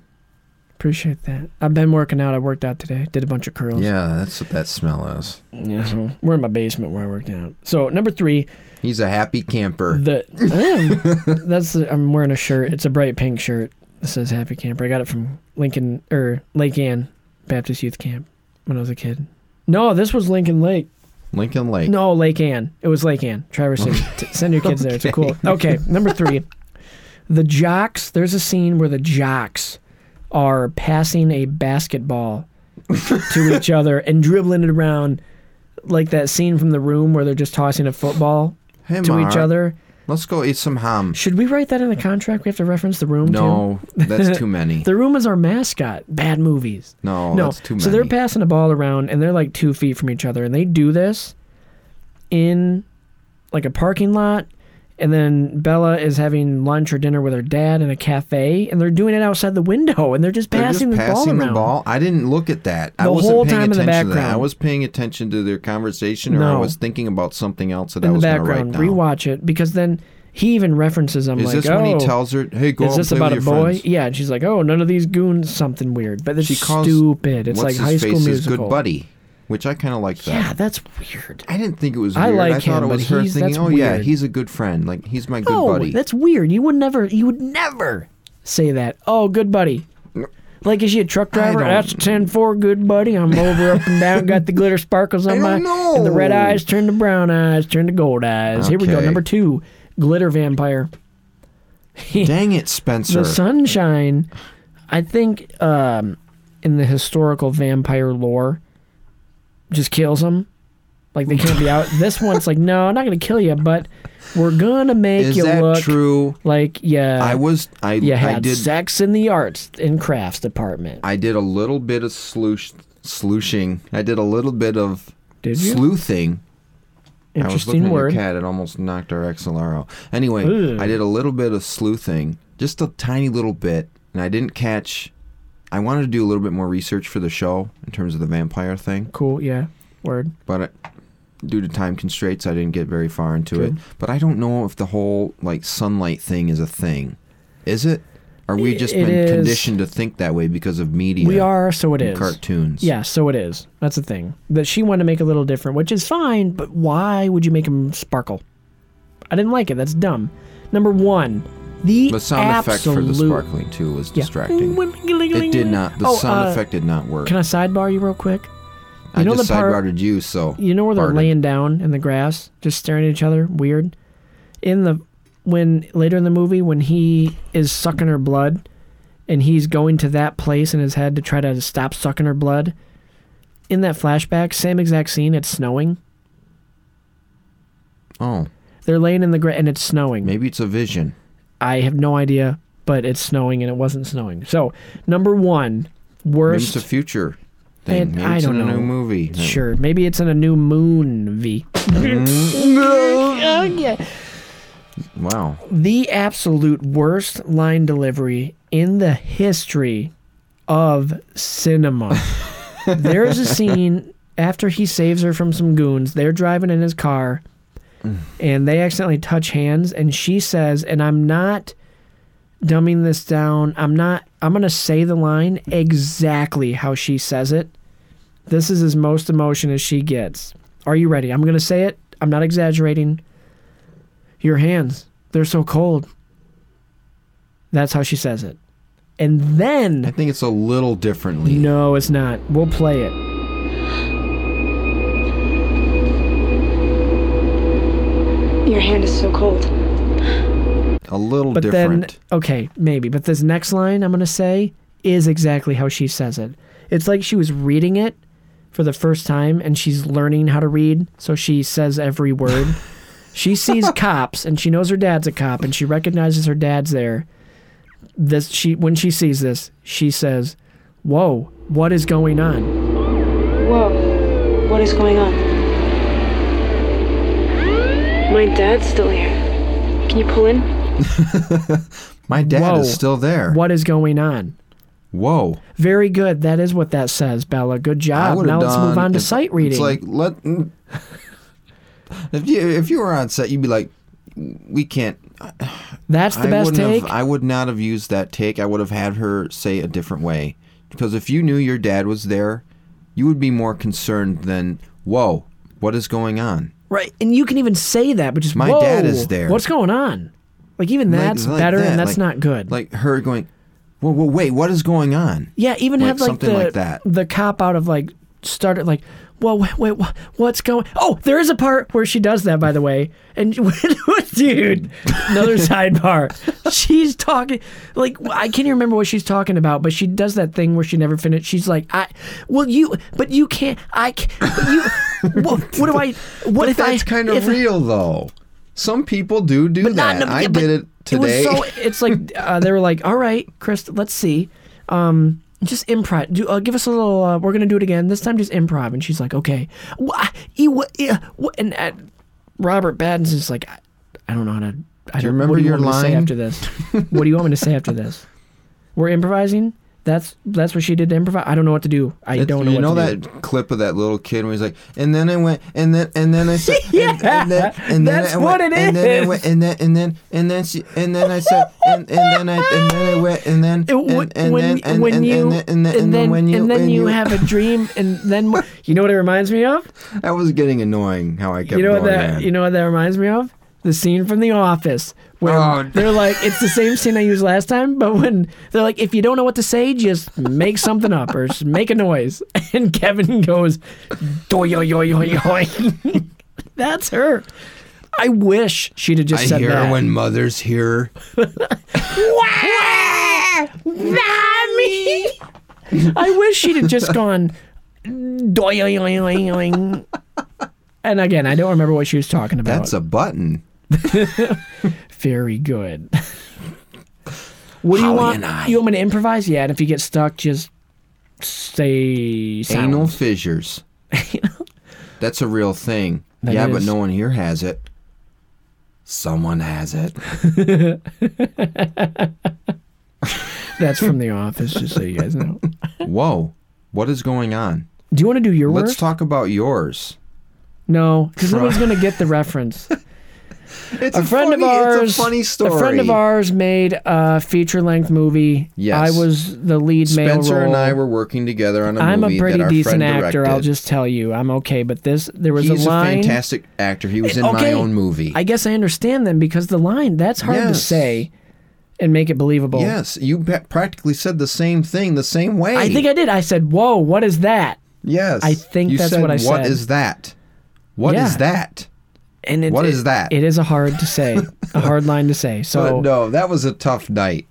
Appreciate that. I've been working out. I worked out today. Did a bunch of curls. Yeah, that's what that smell is. Yeah, so we're in my basement where I worked out. So number three, He's a happy camper. the I am. that's the, I'm wearing a shirt. It's a bright pink shirt. It says Happy Camper. I got it from Lincoln or Lake Ann Baptist Youth Camp when I was a kid. No, this was Lincoln Lake. Lincoln Lake. No, Lake Ann. It was Lake Ann. [LAUGHS] Traverse City. T- send your kids there. It's cool. Okay, number three. The jocks. There's a scene where the jocks are passing a basketball [LAUGHS] to each other and dribbling it around, like that scene from the room where they're just tossing a football Hey, to Mark, each other. Let's go eat some ham. Should we write that in the contract? We have to reference the room. Too? No, that's [LAUGHS] too many. The room is our mascot. Bad movies. No, no. Oh, that's too many. So they're passing a ball around and they're like two feet from each other, and they do this in like a parking lot. And then Bella is having lunch or dinner with her dad in a cafe, and they're doing it outside the window, and they're just They're passing, just the, passing ball the around. ball. I didn't look at that. I The wasn't whole paying time in the attention to that. I background. was paying attention to their conversation, or I No. was thinking about something else that I in the was going to write background. down. Rewatch it because then he even references them. Is like, this oh, when he tells her, "Hey, go is out this and play about a with your boy? friends"? Yeah, and she's like, "Oh, none of these goons, something weird." But it's She calls stupid. It's What's like High his School face is Musical. good buddy, which I kind of like that. Yeah, that's weird. I didn't think it was. I Weird. like I thought him, it was but her he's- thinking, that's "Oh yeah, weird. he's a good friend. Like he's my good No, buddy." Oh, that's weird. You would never. You would never say that. Oh, good buddy. Like is she a truck driver? don't- That's ten four, good buddy. I'm over, up and down, got the [LAUGHS] glitter sparkles I on my don't know. and the red eyes turn to brown eyes, turn to gold eyes. Here we go. Okay. Number two, glitter vampire. Dang it, Spencer. the sunshine i think um in the historical vampire lore just kills them like they [LAUGHS] can't be out this one's like no i'm not gonna kill you but we're gonna make Is you that look true? like yeah I was I you had I did sex in the arts and crafts department I did a little bit of sloosh, slooshing. I did a little bit of Did you? sleuthing. I was looking interesting at word your cat. It almost knocked our XLR out. Anyway, Ooh. I did a little bit of sleuthing, just a tiny little bit, and I didn't catch. I wanted to do a little bit more research for the show in terms of the vampire thing, cool yeah word but I, due to time constraints, I didn't get very far into it. But I don't know if the whole like sunlight thing is a thing. Is it? Are we just It been is. conditioned to think that way because of media? we are so it and is cartoons. yeah so it is that's the thing that she wanted to make a little different which is fine but why would you make him sparkle i didn't like it that's dumb number one the, The sound effect for the absolute- sparkling too was Yeah. distracting. It did not. The Oh, sound uh, effect did not work. Can I sidebar you real quick? I know just the part- sidebarred you, so You know where they're Pardon. laying down in the grass, just staring at each other, weird. In the when later in the movie when he is sucking her blood, and he's going to that place in his head to try to stop sucking her blood. In that flashback, same exact scene. It's snowing. Oh, They're laying in the grass and it's snowing. maybe it's a vision. I have no idea, but it's snowing and it wasn't snowing. So number one, Maybe it's worst. a future thing. And maybe I it's don't in a know. new movie. Sure, maybe it's in a new moon V. Wow. the absolute worst line delivery in the history of cinema. There's a scene after he saves her from some goons. They're driving in his car and they accidentally touch hands and she says, and I'm not dumbing this down. I'm not I'm going to say the line exactly how she says it. This is as most emotion as she gets. Are you ready? I'm going to say it. I'm not exaggerating. Your hands, they're so cold. That's how she says it. And I then, think it's a little differently. no, it's not. We'll play it. Your hand is so cold. A little But different. then, okay, maybe. But this next line I'm going to say is exactly how she says it. It's like she was reading it for the first time and she's learning how to read, so she says every word. [LAUGHS] she sees cops and she knows her dad's a cop and she recognizes her dad's there. This she when she sees this, she says, "Whoa, what is going on?" Whoa. What is going on? My dad's still here. Can you pull in? My dad Whoa. is still there. What is going on? Whoa. Very good. That is what that says, Bella. Good I job. would've Now let's done- move on to it's- sight reading. It's like let. [LAUGHS] if you if you were on set, you'd be like, we can't. That's the I best wouldn't take. Have, I would not have used that take. I would have had her say a different way. Because if you knew your dad was there, you would be more concerned than, whoa, what is going on? right. And you can even say that, but just My "Whoa, dad is there." What's going on? Like even Like- that's like better that, and that's like- not good. Like her going, whoa, whoa, wait, what is going on? yeah, even like have like something the like that. the cop out of like started like well wait, wait wha- what's going oh there is a part where she does that by the way and [LAUGHS] dude [LAUGHS] another sidebar she's talking like i can't even remember what she's talking about but she does that thing where she never finished she's like i well you but you can't i can't you what, what do i what But if that's i kind of if I- real, though. Some people do do but that. not in the- I yeah, but did it today. [LAUGHS] was so. It's like uh, they were like, "All right, Chris, let's see. Um, just improv. Do uh, give us a little. Uh, we're gonna do it again. This time, just improv." And she's like, "Okay." Wha- e- wha- e- wha- And uh, Robert Pattinson's like, I, "I don't know how to." I don't, you remember what do your you line? want Me to say after this? what do you want me to say [LAUGHS] after this? We're improvising. That's that's what she did to improvise. I don't know what to do. I It's- don't know. you know what to do. that clip of that little kid when he's like, and then I went, and then and then I [LAUGHS] said, Yeah, and, and then, and then that's I went, what it and Then I is. went, and then and then and then she, and then I [LAUGHS] said, and, and then I and then I went, and then It- and, when and when then you- and, when and, you and, then- and, then- and then when you and then and you have a dream and then you know what it reminds me of [LAUGHS] That was getting annoying how I kept you know what going that on. you know what that reminds me of the scene from The Office where Oh. [LAUGHS] they're like it's the same scene I used last time, but when they're like if you don't know what to say, just make something up or just make a noise, [LAUGHS] and [LAUGHS] Kevin goes, "Doy yo yo yo yo." That's her. I wish she'd have just I said hear that. when mothers hear. Mommy! [LAUGHS] I wish she'd have just gone. doing. and again, I don't remember what she was talking about. That's a button. very good. [LAUGHS] what do you Holly want? and I. You want me to improvise? Yeah, and if you get stuck, just say sound. Anal [LAUGHS] fissures. That's a real thing. That yeah, but is. no one here has it. Someone has it. That's from The Office, just so you [LAUGHS] guys know. Whoa. What is going on? Do you want to do your Let's worst? talk about yours. no, because nobody's going to get the [LAUGHS] reference. [LAUGHS] It's a friend of ours. A friend of ours made a feature-length movie. Yes. I was the lead male Spencer role. and I were working together on a I'm a movie pretty that our decent friend actor. directed. I'll just tell you, I'm okay. But this, there was He's a line. fantastic actor. He was in my Okay. own movie. I guess I understand then because the line that's hard to Yes. say and make it believable. yes, you pa- practically said the same thing the same way. I think I did. I said, "Whoa, what is that?" Yes. I think you that's said, what I What said." is that? What is Yeah. that? And it's, What is that? It is a hard to say, [LAUGHS] a hard line to say. So But no, that was a tough night.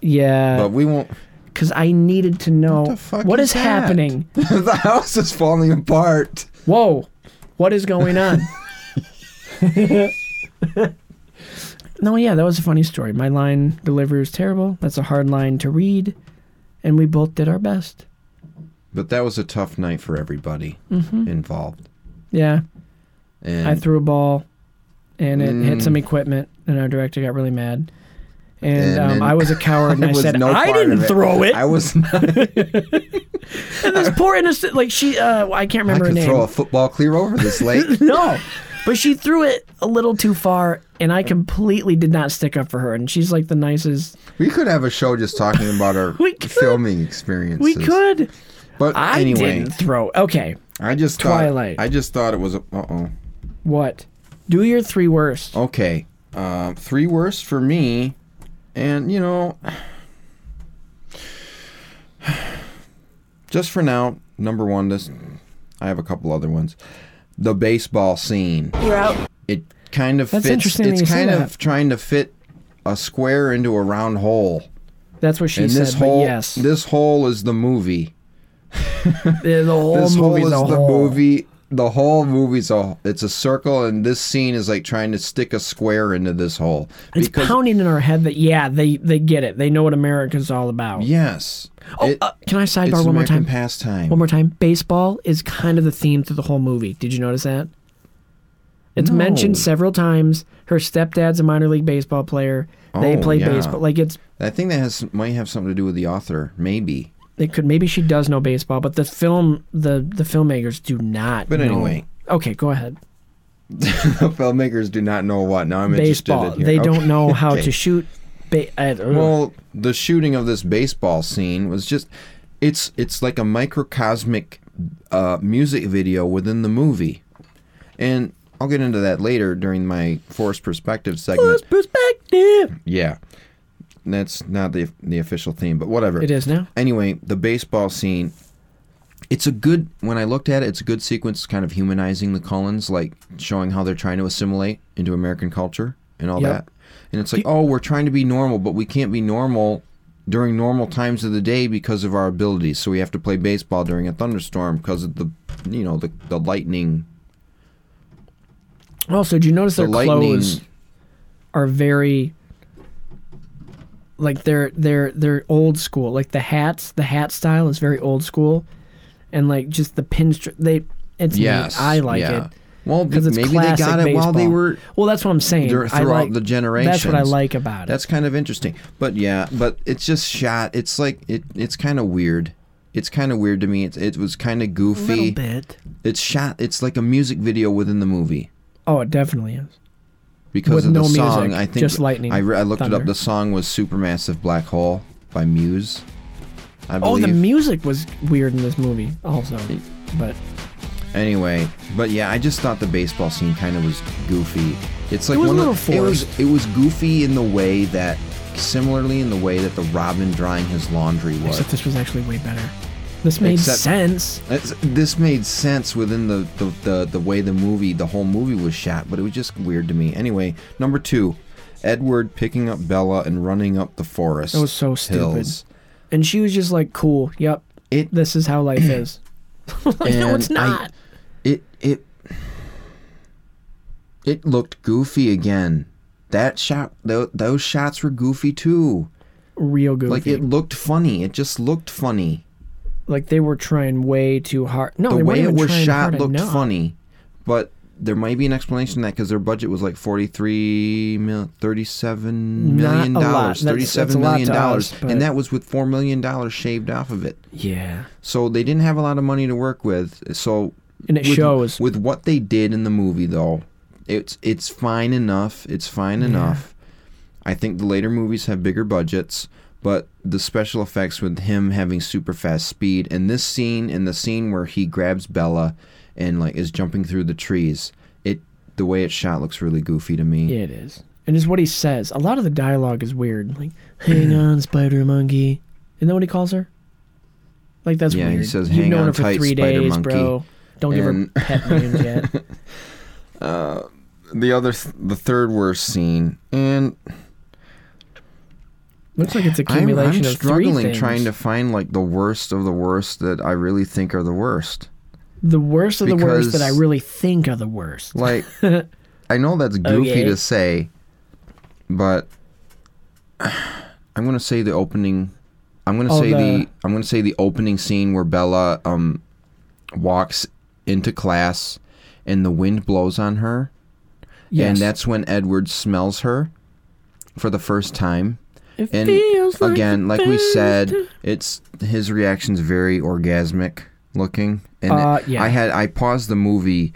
But yeah, we won't. [LAUGHS] because I needed to know the fuck what is is, that? happening. the house is falling apart. Whoa, what is [LAUGHS] going on? [LAUGHS] no, yeah, that was a funny story. My line delivery was terrible. That's a hard line to read, and we both did our best. But that was a tough night for everybody Mm-hmm. involved. Yeah, And I threw a ball, and it Mm. hit some equipment, and our director got really mad. And, And um, then- I [LAUGHS] was a coward, and It I was said no I part didn't of throw it. I [LAUGHS] was not and this poor innocent, like she, uh, I can't I remember could her name. [LAUGHS] throw a football clear over this lake. no, but she threw it a little too far, and I completely did not stick up for her. And she's like the nicest. we could have a show just talking about our [LAUGHS] We could. filming experiences. We could. But I anyway, didn't throw. Okay, I just Twilight. thought I just thought it was a uh oh. what? Do your three worst. Okay. Uh, three worst for me. And, you know, [SIGHS] just for now, number one, this, I have a couple other ones. The baseball scene. You're out. It kind of That's fits. interesting that It's you say kind of that. trying to fit a square into a round hole. That's what she and said. this hole, but yes, this hole is the movie. the, the whole this hole movie's is a the whole. movie. The whole movie's a it's a circle, and this scene is like trying to stick a square into this hole. It's pounding in our head that yeah, they they get it. They know what America's all about. Yes. Oh, It- uh, can I it's sidebar one more American time? pastime. One more time. Baseball is kind of the theme through the whole movie. Did you notice that? It's No. mentioned several times. Her stepdad's a minor league baseball player. They Oh, play yeah. baseball. Like it's I think that has might have something to do with the author, maybe. [LAUGHS] it could maybe she does know baseball, but the film the the filmmakers do not. But know. anyway. Okay, go ahead. The filmmakers do not know what. Now I'm Baseball. interested in They here. don't Okay. know how Okay. to shoot. Ba- uh, I- Well, the shooting of this baseball scene was just it's it's like a microcosmic uh, music video within the movie. And I'll get into that later during my forced perspective segment. perspective. Yeah. That's not the the official theme, but whatever. It is now. Anyway, the baseball scene. It's a good when I looked at it, it's a good sequence kind of humanizing the Cullens, like showing how they're trying to assimilate into American culture and all Yep. that. And it's like, oh, we're trying to be normal, but we can't be normal during normal times of the day because of our abilities. So we have to play baseball during a thunderstorm because of the you know, the the lightning Also, did you notice the their lightning clothes are very like they're they're they're old school. Like the hats, the hat style is very old school, and like just the pinstripe. They it's neat. Yes. I like yeah. it Well, because it's maybe they classic got it baseball. while they were Well, that's what I'm saying. dur- I throughout like- the generations. That's what I like about it. That's kind of interesting. But yeah, but it's just shot. It's like it. It's kind of weird. It's kind of weird to me. It, it was kind of a little goofy. bit. It's shot. It's like a music video within the movie Oh, it definitely is. because With of the no music, song. I think just lightning, I, re- I looked it up. thunder. The song was "Supermassive Black Hole" by Muse. I Oh, believe. the music was weird in this movie also, but Anyway, but yeah, I just thought the baseball scene kind of was goofy. It's like It was one a of, little it was it was goofy in the way that similarly in the way that the Robin drying his laundry was. except this was actually way better. This made Except- sense. It's- this made sense within the, the, the, the way the movie, the whole movie was shot, but it was just weird to me. Anyway, number two, Edward picking up Bella and running up the forest. It was so stupid. hills. And she was just like, "Cool, yep, It this is how [CLEARS THROAT] life is." like, [LAUGHS] no, And it's I- not. it it it looked goofy again. That shot, tho- those shots were goofy too. Real goofy. Like Like, it looked funny. It just looked funny. they were trying way too hard. No, The they weren't way it even was trying shot hard looked enough. funny, but there might be an explanation to that because their budget was like 43 mil, 37 Not million a lot. dollars, That's- that's a thirty-seven lot million to dollars, us, but- and that was with four million dollars shaved off of it. Yeah, So they didn't have a lot of money to work with. So and it with, shows. with what they did in the movie though it's it's fine enough it's fine enough i think the later movies have bigger budgets but the special effects with him having super fast speed and this scene and the scene where he grabs bella and like is jumping through the trees it the way it's shot looks really goofy to me Yeah, it is, and it's what he says. A lot of the dialogue is weird. Like, Mm-hmm. "Hang on, spider monkey." Isn't that what he calls her? Like that's Yeah, he weird. says, You've "Hang known on her for tight, three spider days, monkey." bro. Don't And- give her pet names yet. [LAUGHS] the other th- the third worst scene and Looks like it's I'm, accumulation I'm of three struggling things. trying to find like the worst of the worst that i really think are the worst the worst of the worst because- that I really think are the worst. Like, [LAUGHS] I know that's goofy Okay. to say, but I'm gonna say the opening. I'm gonna Oh, say the, the- I'm gonna say the opening scene where Bella um walks into class, and the wind blows on her, Yes. and that's when Edward smells her for the first time. It And feels like again, the like, we first said, time. it's his reaction's very orgasmic looking, and Uh, it- yeah. I had I paused the movie,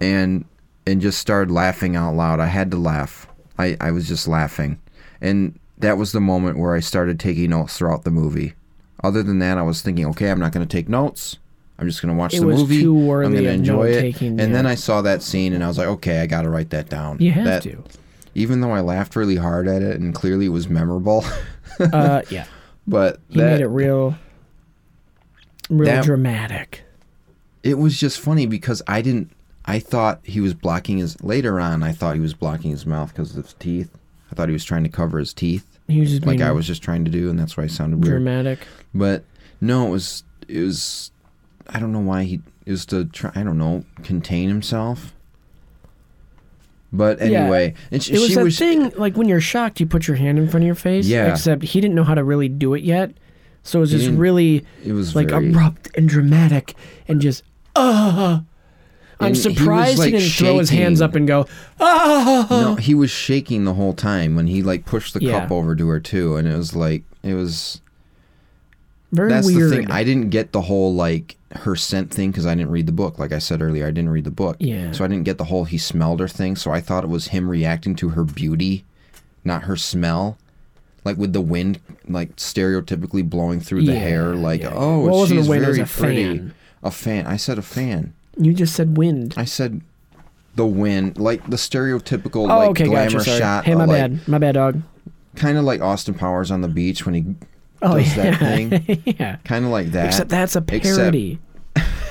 and and just started laughing out loud. I had to laugh. I I was just laughing, and that was the moment where I started taking notes throughout the movie. Other than that, I was thinking, okay, I'm not going to take notes. I'm just going to watch It the was movie. too worthy I'm going to of enjoy it. note-taking, and then yeah. I saw that scene, and I was like, okay, I got to write that down. You have That- to. Even though I laughed really hard at it, and clearly it was memorable. Uh, [LAUGHS] yeah, but he that, made it real, real that- dramatic. it was just funny because I didn't. I thought he was blocking his. Later on, I thought he was blocking his mouth because of his teeth. I thought he was trying to cover his teeth, He was just like being I was just trying to do, and that's why I sounded weird. dramatic. But no, it was. It was. I don't know why he it was to try. I don't know, contain himself. But Yeah. anyway, and she, It was she that was. thing, like when you're shocked, you put your hand in front of your face. Yeah. Except he didn't know how to really do it yet, so it was just didn't- really, It was like very, abrupt and dramatic, and just uh I'm And he was, surprised he, like, didn't throw his hands shaking. up and go ah. No, he was shaking the whole time when he like pushed the Yeah. cup over to her too, and it was like it was. Very That's weird. the thing. I didn't get the whole like her scent thing because I didn't read the book. Like I said earlier, I didn't read the book. Yeah. So I didn't get the whole he smelled her thing. So I thought it was him reacting to her beauty, not her smell. Like with the wind, like stereotypically blowing through the Yeah, hair. Like yeah, yeah. oh, Well, it wasn't a she's wind, it was very a pretty. fan. A fan. I said a fan. you just said wind. I said the wind, like the stereotypical Oh, like okay, glamour gotcha. Sorry. shot. hey, my like, bad. My bad, dog. Kind of like Austin Powers on the beach when he Oh, does yeah. that thing. [LAUGHS] yeah. Kind of like that. Except that's a Except- [LAUGHS] parody.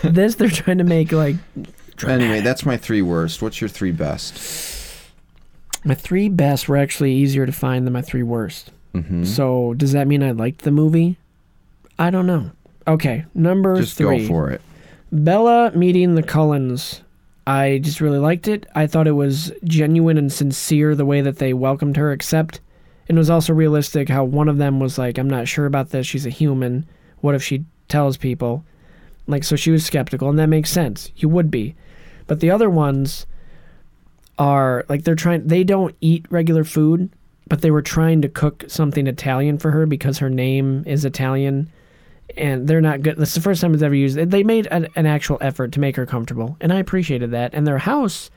this they're trying to make like Anyway, that's my three worst. What's your three best? my three best were actually easier to find than my three worst. Mm-hmm. So does that mean I liked the movie? I don't know. Okay, number Just three. go for it. Bella meeting the Cullens. I just really liked it. I thought it was genuine and sincere the way that they welcomed her, except and it was also realistic how one of them was like, I'm not sure about this. She's a human. What if she tells people? Like, so she was skeptical, and that makes sense. You would be. But the other ones are like, they're trying, they don't eat regular food, but they were trying to cook something Italian for her because her name is Italian and they're not good. That's the first time it's ever used. They made an, an actual effort to make her comfortable, and I appreciated that. And their house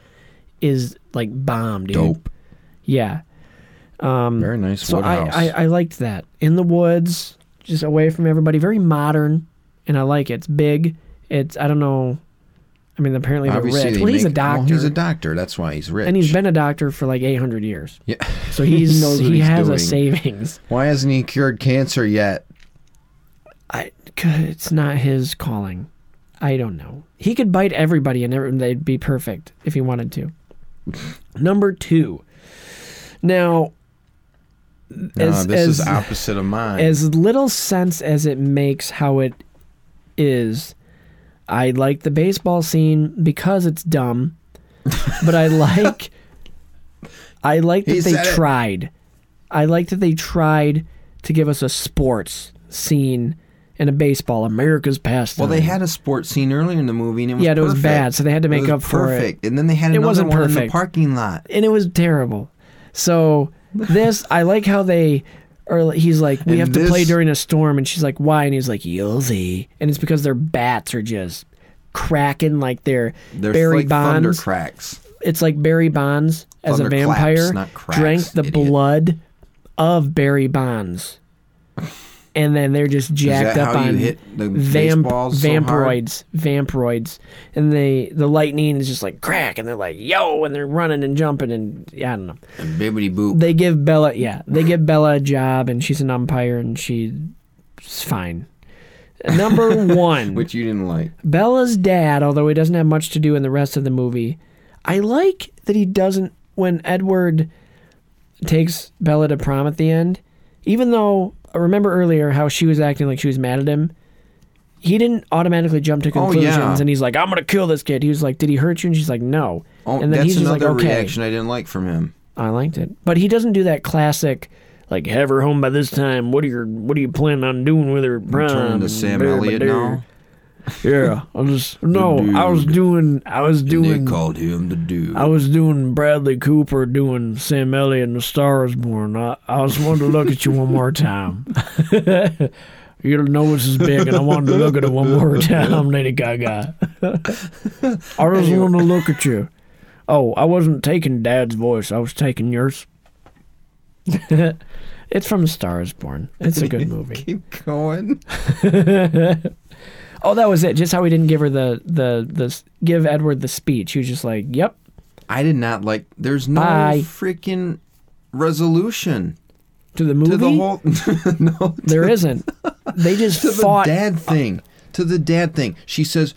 is like bomb, dude. Dope. Yeah. Very nice Mm. So wood I, house. I, I liked that. In the woods, just away from everybody. Very modern, and I like it. It's big. It's I don't know. I mean, apparently they're Obviously, rich. they Well, he's a make- well, doctor, he's a doctor. That's why he's rich. and he's been a doctor for like 800 years. Yeah. [LAUGHS] So he's He he, knows what he he's has doing. a savings. Why hasn't he cured cancer yet? I it's not his calling. I don't know. He could bite everybody and every- they'd be perfect if he [LAUGHS] wanted to. Number two. Now, No, as, this is as- opposite of mine. as little sense as it makes how it is, I like the baseball scene because [LAUGHS] it's dumb, but I like I like He that said they it. tried. I like that they tried to give us a sports scene and a baseball America's past. Well, they had a sports scene earlier in the movie, and it was Mm. Yeah, it was perfect. bad, so they had to It make was up for it. perfect. And then they had another wasn't one in the perfect. parking lot. and it was terrible. So this, I like how they. Or he's like, we And have to this- play during a storm, and she's like, why? And he's like, you'll see. And it's because their bats are just cracking like they're, There's Barry like thunder Bonds. cracks. It's like Barry Bonds as a Thunderclaps, vampire not cracks, drank the idiot. blood of Barry Bonds, and then they're just jacked that up how you on hit the vamp baseballs so hard? vampiroids, vampiroids, and they the lightning is just like crack, and they're like yo, and they're running and jumping, and yeah, I don't know. And bibbity boop. they give Bella yeah they give Bella a job and she's an umpire and she's fine. [LAUGHS] Number one, which you didn't like. Bella's dad, although he doesn't have much to do in the rest of the movie, I like that he doesn't. When Edward takes Bella to prom at the end, even though I remember earlier how she was acting like she was mad at him, he didn't automatically jump to Oh, conclusions yeah. and he's like, "I'm gonna kill this kid." He was like, "Did he hurt you?" And she's like, "No." Oh, and then that's he's just like, another "Okay." reaction I didn't like from him. I liked it, but he doesn't do that classic, like have her home by this time. What are your What are you planning on doing with her? Prom? Turning to Sam Bear, Elliott bear. now. Yeah, I was no, I was dude. doing, I was They doing, called him the dude. I was doing Bradley Cooper doing Sam Elliott and The Star Is Born. I, I just wanted to look at you one more time. Your nose is big, and I wanted to look at it one more time, Lady Gaga. I just want to look at you. Oh, I wasn't taking Dad's voice; I was taking yours. it's from The Star Is Born. It's a [LAUGHS] good movie. Keep going. Oh, that was it. Just how he didn't give her the the the give Edward the speech. He was just like, "Yep, I did not like. There's no Bye. freaking resolution to the movie." to the whole. [LAUGHS] no, [LAUGHS] there isn't. They just to fought. the dad thing. To the dad thing. She says.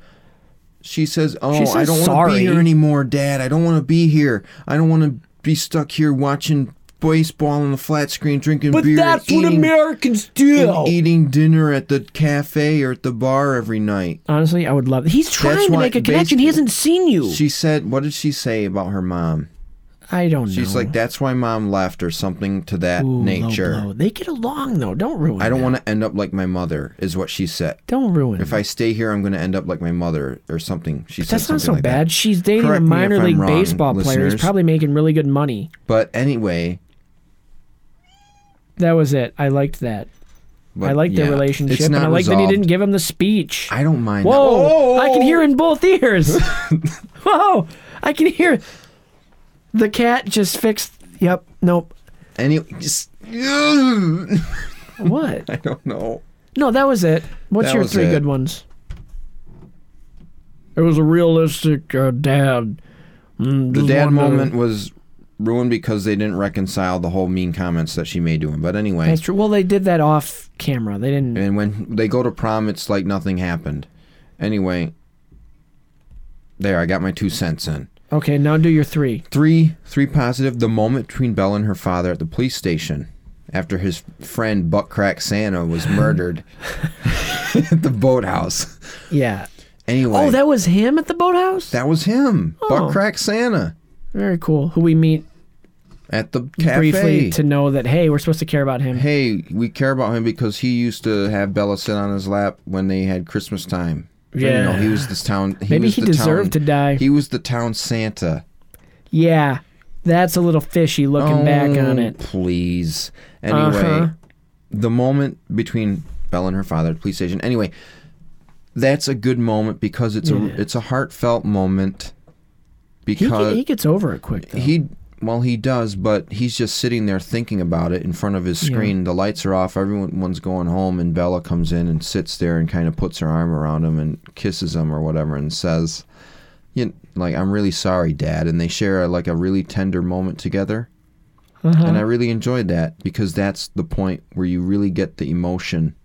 She says, "Oh, She says I don't want to sorry. be here anymore, Dad. I don't want to be here. I don't want to be stuck here watching baseball on the flat screen, drinking but beer, and that's what eating, Americans and do. eating dinner at the cafe or at the bar every night." Honestly, I would love. He's trying to why make a basi- connection. he hasn't seen you. She said, "What did she say about her mom?" I don't know. She's like, "That's why mom left," or something to that Ooh, low nature. blow. They get along though. Don't ruin. I don't that. want to end up like my mother, is what she said. Don't ruin. If I stay here, I'm going to end up like my mother or something. She said that's not something so like that. bad. She's dating Correct a me if minor I'm league wrong, baseball player who's listeners. probably making really good money. But anyway, That was it. I liked that. but I liked yeah, their relationship, It's and not I liked resolved. that he didn't give him the speech. I don't mind. Whoa! That. Whoa! I can hear in both ears. [LAUGHS] Whoa! I can hear. The cat just fixed. Yep. Nope. Anyway, just [LAUGHS] I What? [LAUGHS] don't know. No, that was it. What's That your was three it. good ones? It was a realistic uh, dad. Mm, The just dad wanted to- moment was ruined because they didn't reconcile the whole mean comments that she made to him. But anyway, That's true. Well, they did that off camera. They didn't. and when they go to prom, it's like nothing happened. Anyway, there I got my two cents in. Okay, now do your three. Three, three positive. The moment between Belle and her father at the police station, after his friend Buttcrack Santa [LAUGHS] was murdered at the boathouse. Yeah. Anyway, Oh, that Oh. was him at the boathouse. that was him, Buttcrack Santa, Very cool. Who we meet at the cafe. briefly to know that hey, we're supposed to care about him. hey, we care about him because he used to have Bella sit on his lap when they had Christmas time. you know, Yeah. he was this town. He Maybe was he the deserved town- to die. He was the town Santa. Yeah, that's a little fishy looking back on Oh, it. Please. Anyway, Uh-huh. the moment between Belle and her father at the police station. Anyway, that's a good moment because it's a it's a heartfelt moment. He, get- Because he gets over it quick though. he well he does but he's just sitting there thinking about it in front of his screen the lights are off everyone's going home and bella comes in and sits there and kind of puts her arm around him and kisses him or whatever and says you like i'm really sorry dad and they share a, like a really tender moment together Uh-huh. and i really enjoyed that because that's the point where you really get the emotion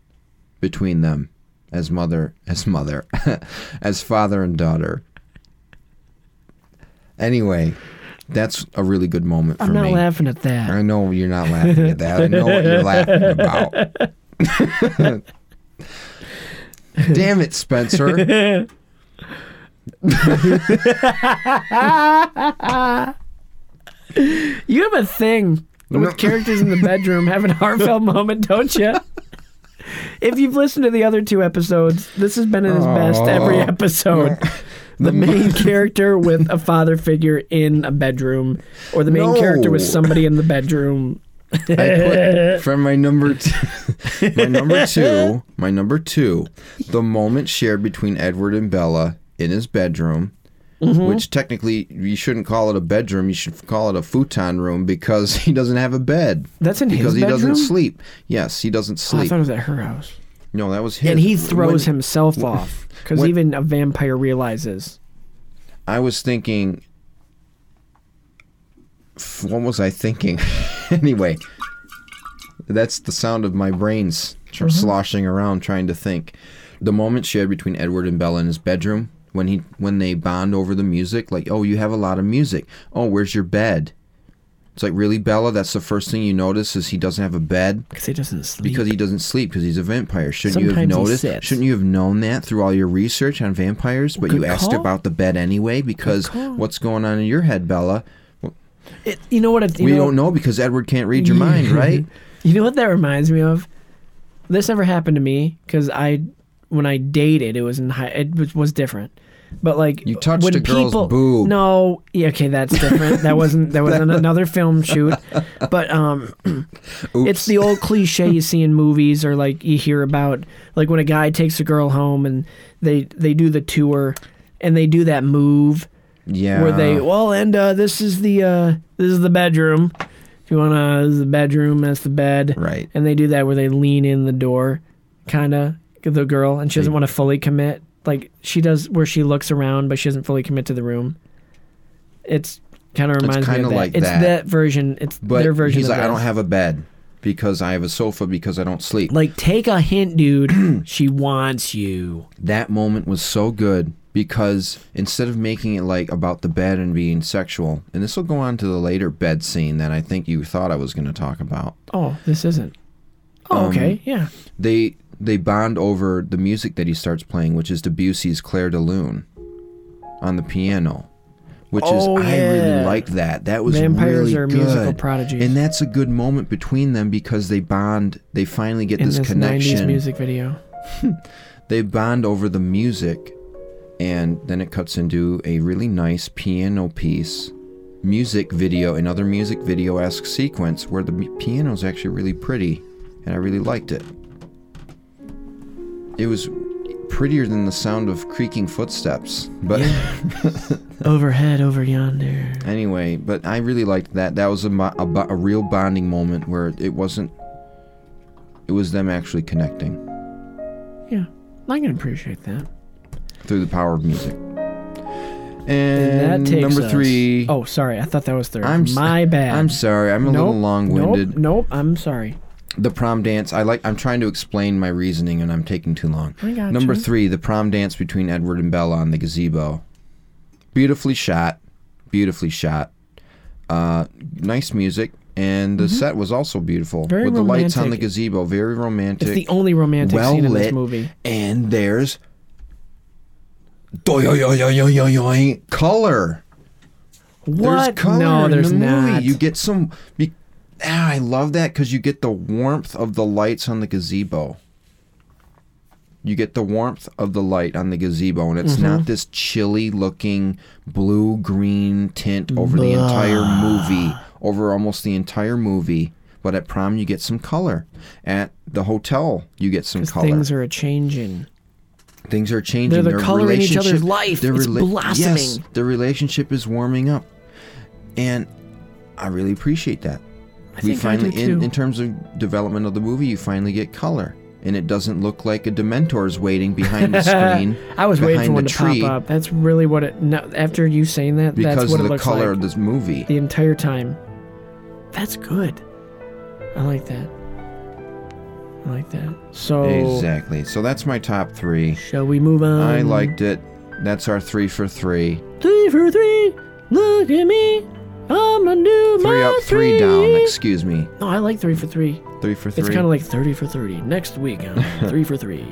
between them as mother as mother [LAUGHS] as father and daughter. Anyway, that's a really good moment for I'm not me. laughing at that. I know you're not laughing at that. I know what you're laughing about. [LAUGHS] [LAUGHS] Damn it, Spencer. You have a thing with characters in the [LAUGHS] bedroom having a heartfelt moment, don't you? If you've listened to the other two episodes, this has been in his best every Oh. episode. The main character with a father figure in a bedroom, or the main No. character with somebody in the bedroom. I [LAUGHS] put from my number t- my number two, my number two, the moment shared between Edward and Bella in his bedroom, Mm-hmm. which technically you shouldn't call it a bedroom, you should call it a futon room because [LAUGHS] he doesn't have a bed. That's in his because he doesn't bedroom? sleep. Yes, he doesn't Oh, I sleep. thought it was at her house. no, that was his. And he When- throws himself off because when- even a vampire realizes. I was thinking. f- What was I thinking? [LAUGHS] anyway, that's the sound of my brains tr- sloshing around trying to think. The moment shared between Edward and Bella in his bedroom when he when they bond over the music, like, oh, you have a lot of music. Oh, where's your bed? It's like really, Bella. That's the first thing you notice is he doesn't have a bed Because he doesn't sleep. because he doesn't sleep because he's a vampire. Shouldn't you have Sometimes he noticed? sits. Shouldn't you have known that through all your research on vampires? But you Good asked call. about the bed anyway because what's going on in your head, Bella? It- you know what? It, you we know, don't know because Edward can't read [LAUGHS] your mind, right? You know what that reminds me of? This never happened to me because I, when I dated, it was in high, it was, was different. But like You touched when a girl's people, boob. No, yeah, okay, that's different. That wasn't that was an, another film shoot, [CLEARS THROAT] but um, it's the old cliche you see in movies or like you hear about, like when a guy takes a girl home and they they do the tour and they do that move Yeah. where they well and uh, this is the uh, this is the bedroom if you want to this is the bedroom that's the bed Right. and they do that where they lean in the door kind of the girl and she doesn't want to fully commit like she does where she looks around but she doesn't fully commit to the room it's kind of reminds me kinda of that like it's that. that version it's But their version he's of like, I this. don't have a bed because I have a sofa because I don't sleep. like take a [CLEARS THROAT] hint dude she wants you that moment was so good because instead of making it like about the bed and being sexual, and this will go on to the later bed scene that I think you thought I was going to talk about. oh this isn't Um, oh okay yeah they they bond over the music that he starts playing, which is Debussy's Clair de Lune on the piano, which Oh, is I really yeah. like that. That was Vampires really are musical good. prodigies. and that's a good moment between them because they bond. They finally get in this, this connection. 90s music video They bond over the music, and then it cuts into a really nice piano piece. Music video, another music video esque sequence where the m- piano's actually really pretty, and I really liked it. It was prettier than the sound of creaking footsteps, but overhead over yonder [LAUGHS] anyway, but I really liked that. That was a, mo- a, bo- a real bonding moment where it wasn't, it was them actually connecting. Yeah, I can appreciate that. through the power of music. And, that takes number us- three. Oh, sorry, I thought that was 3rd I'm s- my bad. I'm sorry. I'm a nope, little long-winded. Nope, nope, I'm sorry. The prom dance. I like. I'm trying to explain my reasoning, and I'm taking too long. I gotcha. Number three. The prom dance between Edward and Bella on the gazebo. Beautifully shot. Beautifully shot. Uh, nice music, and the set was also beautiful Mm-hmm. Very with the lights on the romantic. gazebo. Very romantic. It's the only romantic well scene in lit, this movie. and there's doyoyoyoyoyoyoy color. What? There's color no, there's in the not. movie. You get some. be- ah, I love that because you get the warmth of the lights on the gazebo. You get the warmth of the light on the gazebo, and it's Mm-hmm. not this chilly looking blue green tint over the entire movie, over almost the entire movie. But at prom, you get some color. At the hotel, you get some 'Cause color. things are a changing. Things are changing. They're the Their color in each relationship- other's life. their It's blossoming. Yes, their relationship is warming up, and I really appreciate that. we think I finally, do in, too. in terms of development of the movie, you finally get color, and it doesn't look like a Dementor's waiting behind [LAUGHS] the screen. I was waiting behind for one the to tree pop up. That's really what it. No, after you saying that, that's because what of it the looks color like of this movie. the entire time. That's good. I like that. I like that. So Exactly. So that's my top three. shall we move on? I liked it. That's our three for three. three for three. Look at me. I'm a new Three up, three down. Excuse me. No, I like three for three. Three for three. It's kind of like thirty for thirty. Next week, on [LAUGHS] three for three.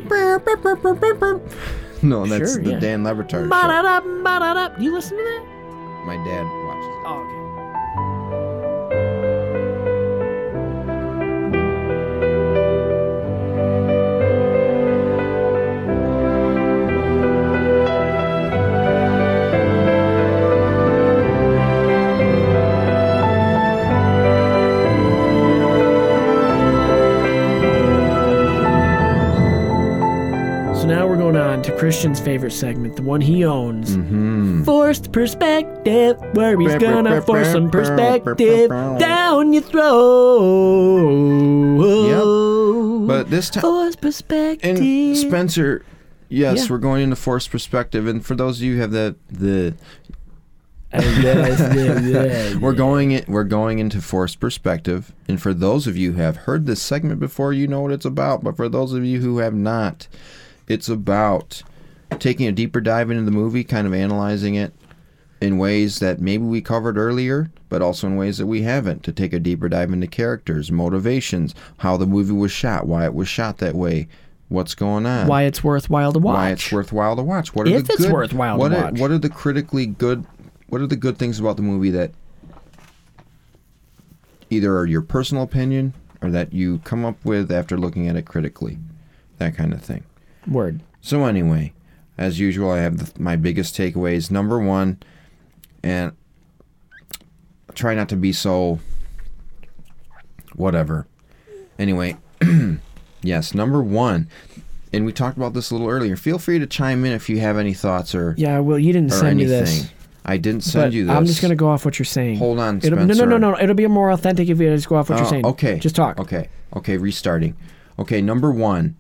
no, that's Sure, the yeah. Dan Lebertard. show. Ba-da-da, ba-da-da. You listen to that? My dad watches it. Oh, okay. So now we're going on to Christian's favorite segment, the one he owns. Mm-hmm. Forced perspective, where he's gonna force some perspective down your throat. But this time, forced perspective. and Spencer, yes, Oh, Yeah. we're going into forced perspective. And for those of you who have the the Oh, Yes, yeah, [LAUGHS] yeah. We're going in, we're going into forced perspective, and for those of you who have heard this segment before, you know what it's about. But for those of you who have not, it's about taking a deeper dive into the movie, kind of analyzing it in ways that maybe we covered earlier, but also in ways that we haven't. To take a deeper dive into characters, motivations, how the movie was shot, why it was shot that way, what's going on, Why it's worthwhile to watch. why it's worthwhile to watch. What are If the it's good, worthwhile to what are, watch. What are the critically good? What are the good things about the movie that either are your personal opinion or that you come up with after looking at it critically, that kind of thing. Word. So anyway, as usual, I have the, my biggest takeaways. Number one, and try not to be so whatever. Anyway, [CLEARS THROAT] yes, number one, and we talked about this a little earlier. Feel free to chime in if you have any thoughts or Yeah, well, you didn't or send me anything. this. I didn't send but you this. I'm just gonna go off what you're saying. Hold on, It'll, no, no, Spencer. no, no. It'll be more authentic if you just go off what you're Oh, saying. Okay. Just talk. Okay. Okay. Restarting. Okay. Number one,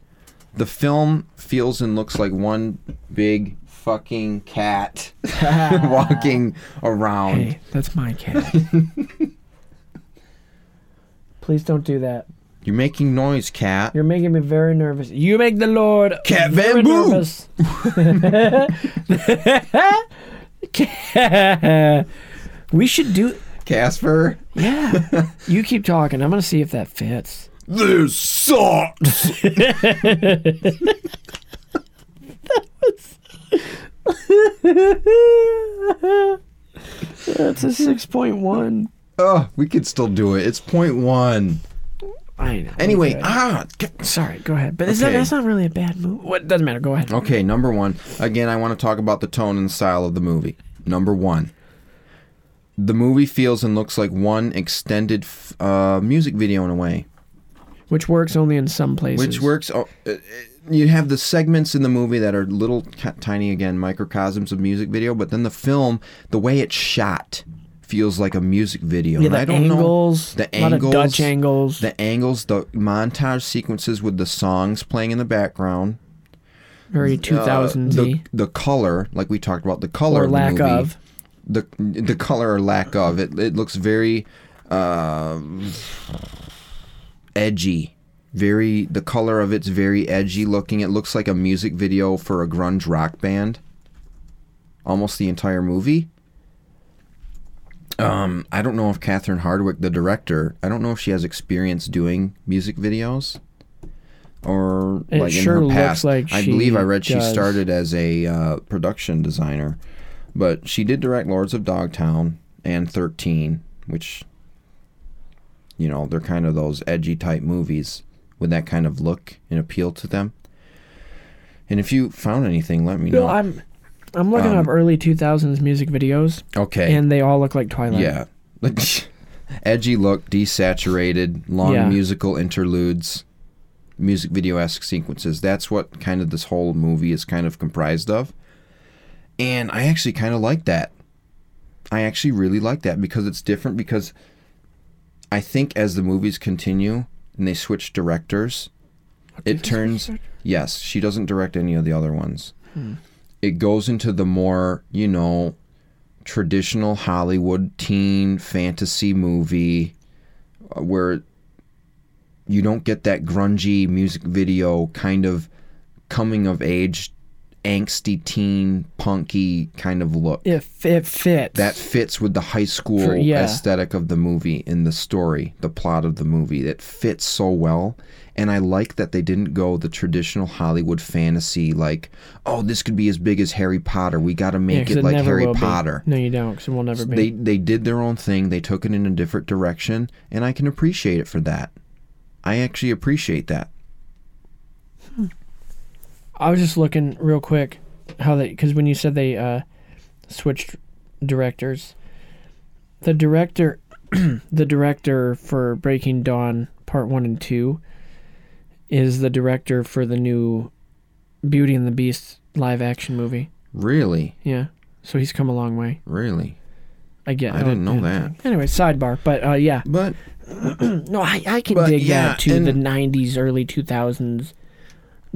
the film feels and looks like one big fucking cat [LAUGHS] walking around. Hey, that's [LAUGHS] my cat. Please don't do that. You're making noise, cat. You're making me very nervous. You make the Lord Cat very Van Boo. [LAUGHS] nervous. [LAUGHS] Cat. we should do. Casper. Yeah. [LAUGHS] You keep talking. I'm gonna see if that fits. This sucks. That's a six point one. Oh, we could still do it. It's point one. I know. Anyway, Okay. ah. get- sorry. Go ahead. But is that, Okay. that's not really a bad move. What doesn't matter. Go ahead. Okay, number one. Again, I want to talk about the tone and style of the movie. Number one. The movie feels and looks like one extended f- uh, music video in a way. Which works only in some places. Which works. Oh, uh, uh, you have the segments in the movie that are little ca- tiny, again, microcosms of music video, but then the film, the way it's shot, feels like a music video. Yeah, And the I don't know- angles, the a lot of angles, Dutch angles. the angles, the montage sequences with the songs playing in the background, Very two thousand uh, the Z the color, like we talked about, the color or of lack the movie, of. the the color or lack of it. It looks very uh, edgy. Very the color of it's very edgy looking. It looks like a music video for a grunge rock band. Almost the entire movie. Um, I don't know if Catherine Hardwick, the director, I don't know if she has experience doing music videos. Or It like sure in looks her past, like I believe I she read she does. started as a uh, production designer, but she did direct Lords of Dogtown and Thirteen, which you know they're kind of those edgy type movies with that kind of look and appeal to them. And if you found anything, let me No, know. I'm I'm looking Um, up early two thousands music videos, okay, and they all look like Twilight. yeah, [LAUGHS] edgy look, desaturated, long Yeah. musical interludes, music video esque sequences. That's what kind of this whole movie is kind of comprised of. And I actually kind of like that. I actually really like that because it's different. Because I think as the movies continue and they switch directors, it turns. Yes, she doesn't direct any of the other ones. It goes into the more, you know, traditional Hollywood teen fantasy movie uh, where you don't get that grungy music video kind of coming of age, angsty teen punky kind of look It, it fits. that fits with the high school For- yeah. aesthetic of the movie and the story, the plot of the movie. That fits so well. And I like that they didn't go the traditional Hollywood fantasy, like, oh, this could be as big as Harry Potter. We got to Yeah, make 'cause it like never Harry will be. Potter. No, you don't, because it will never be. They, they did their own thing, they took it in a different direction, and I can appreciate it for that. I actually appreciate that. I was just looking real quick how they because when you said they uh, switched directors, the director, [CLEARS THROAT] the director for Breaking Dawn Part One and Two, is the director for the new Beauty and the Beast live action movie. Really, Yeah, so he's come a long way. really. I get. I how didn't it- know yeah. that. Anyway, sidebar, but uh, yeah, But no, I, I can But, dig yeah, that to and- the '90s, early 2000s,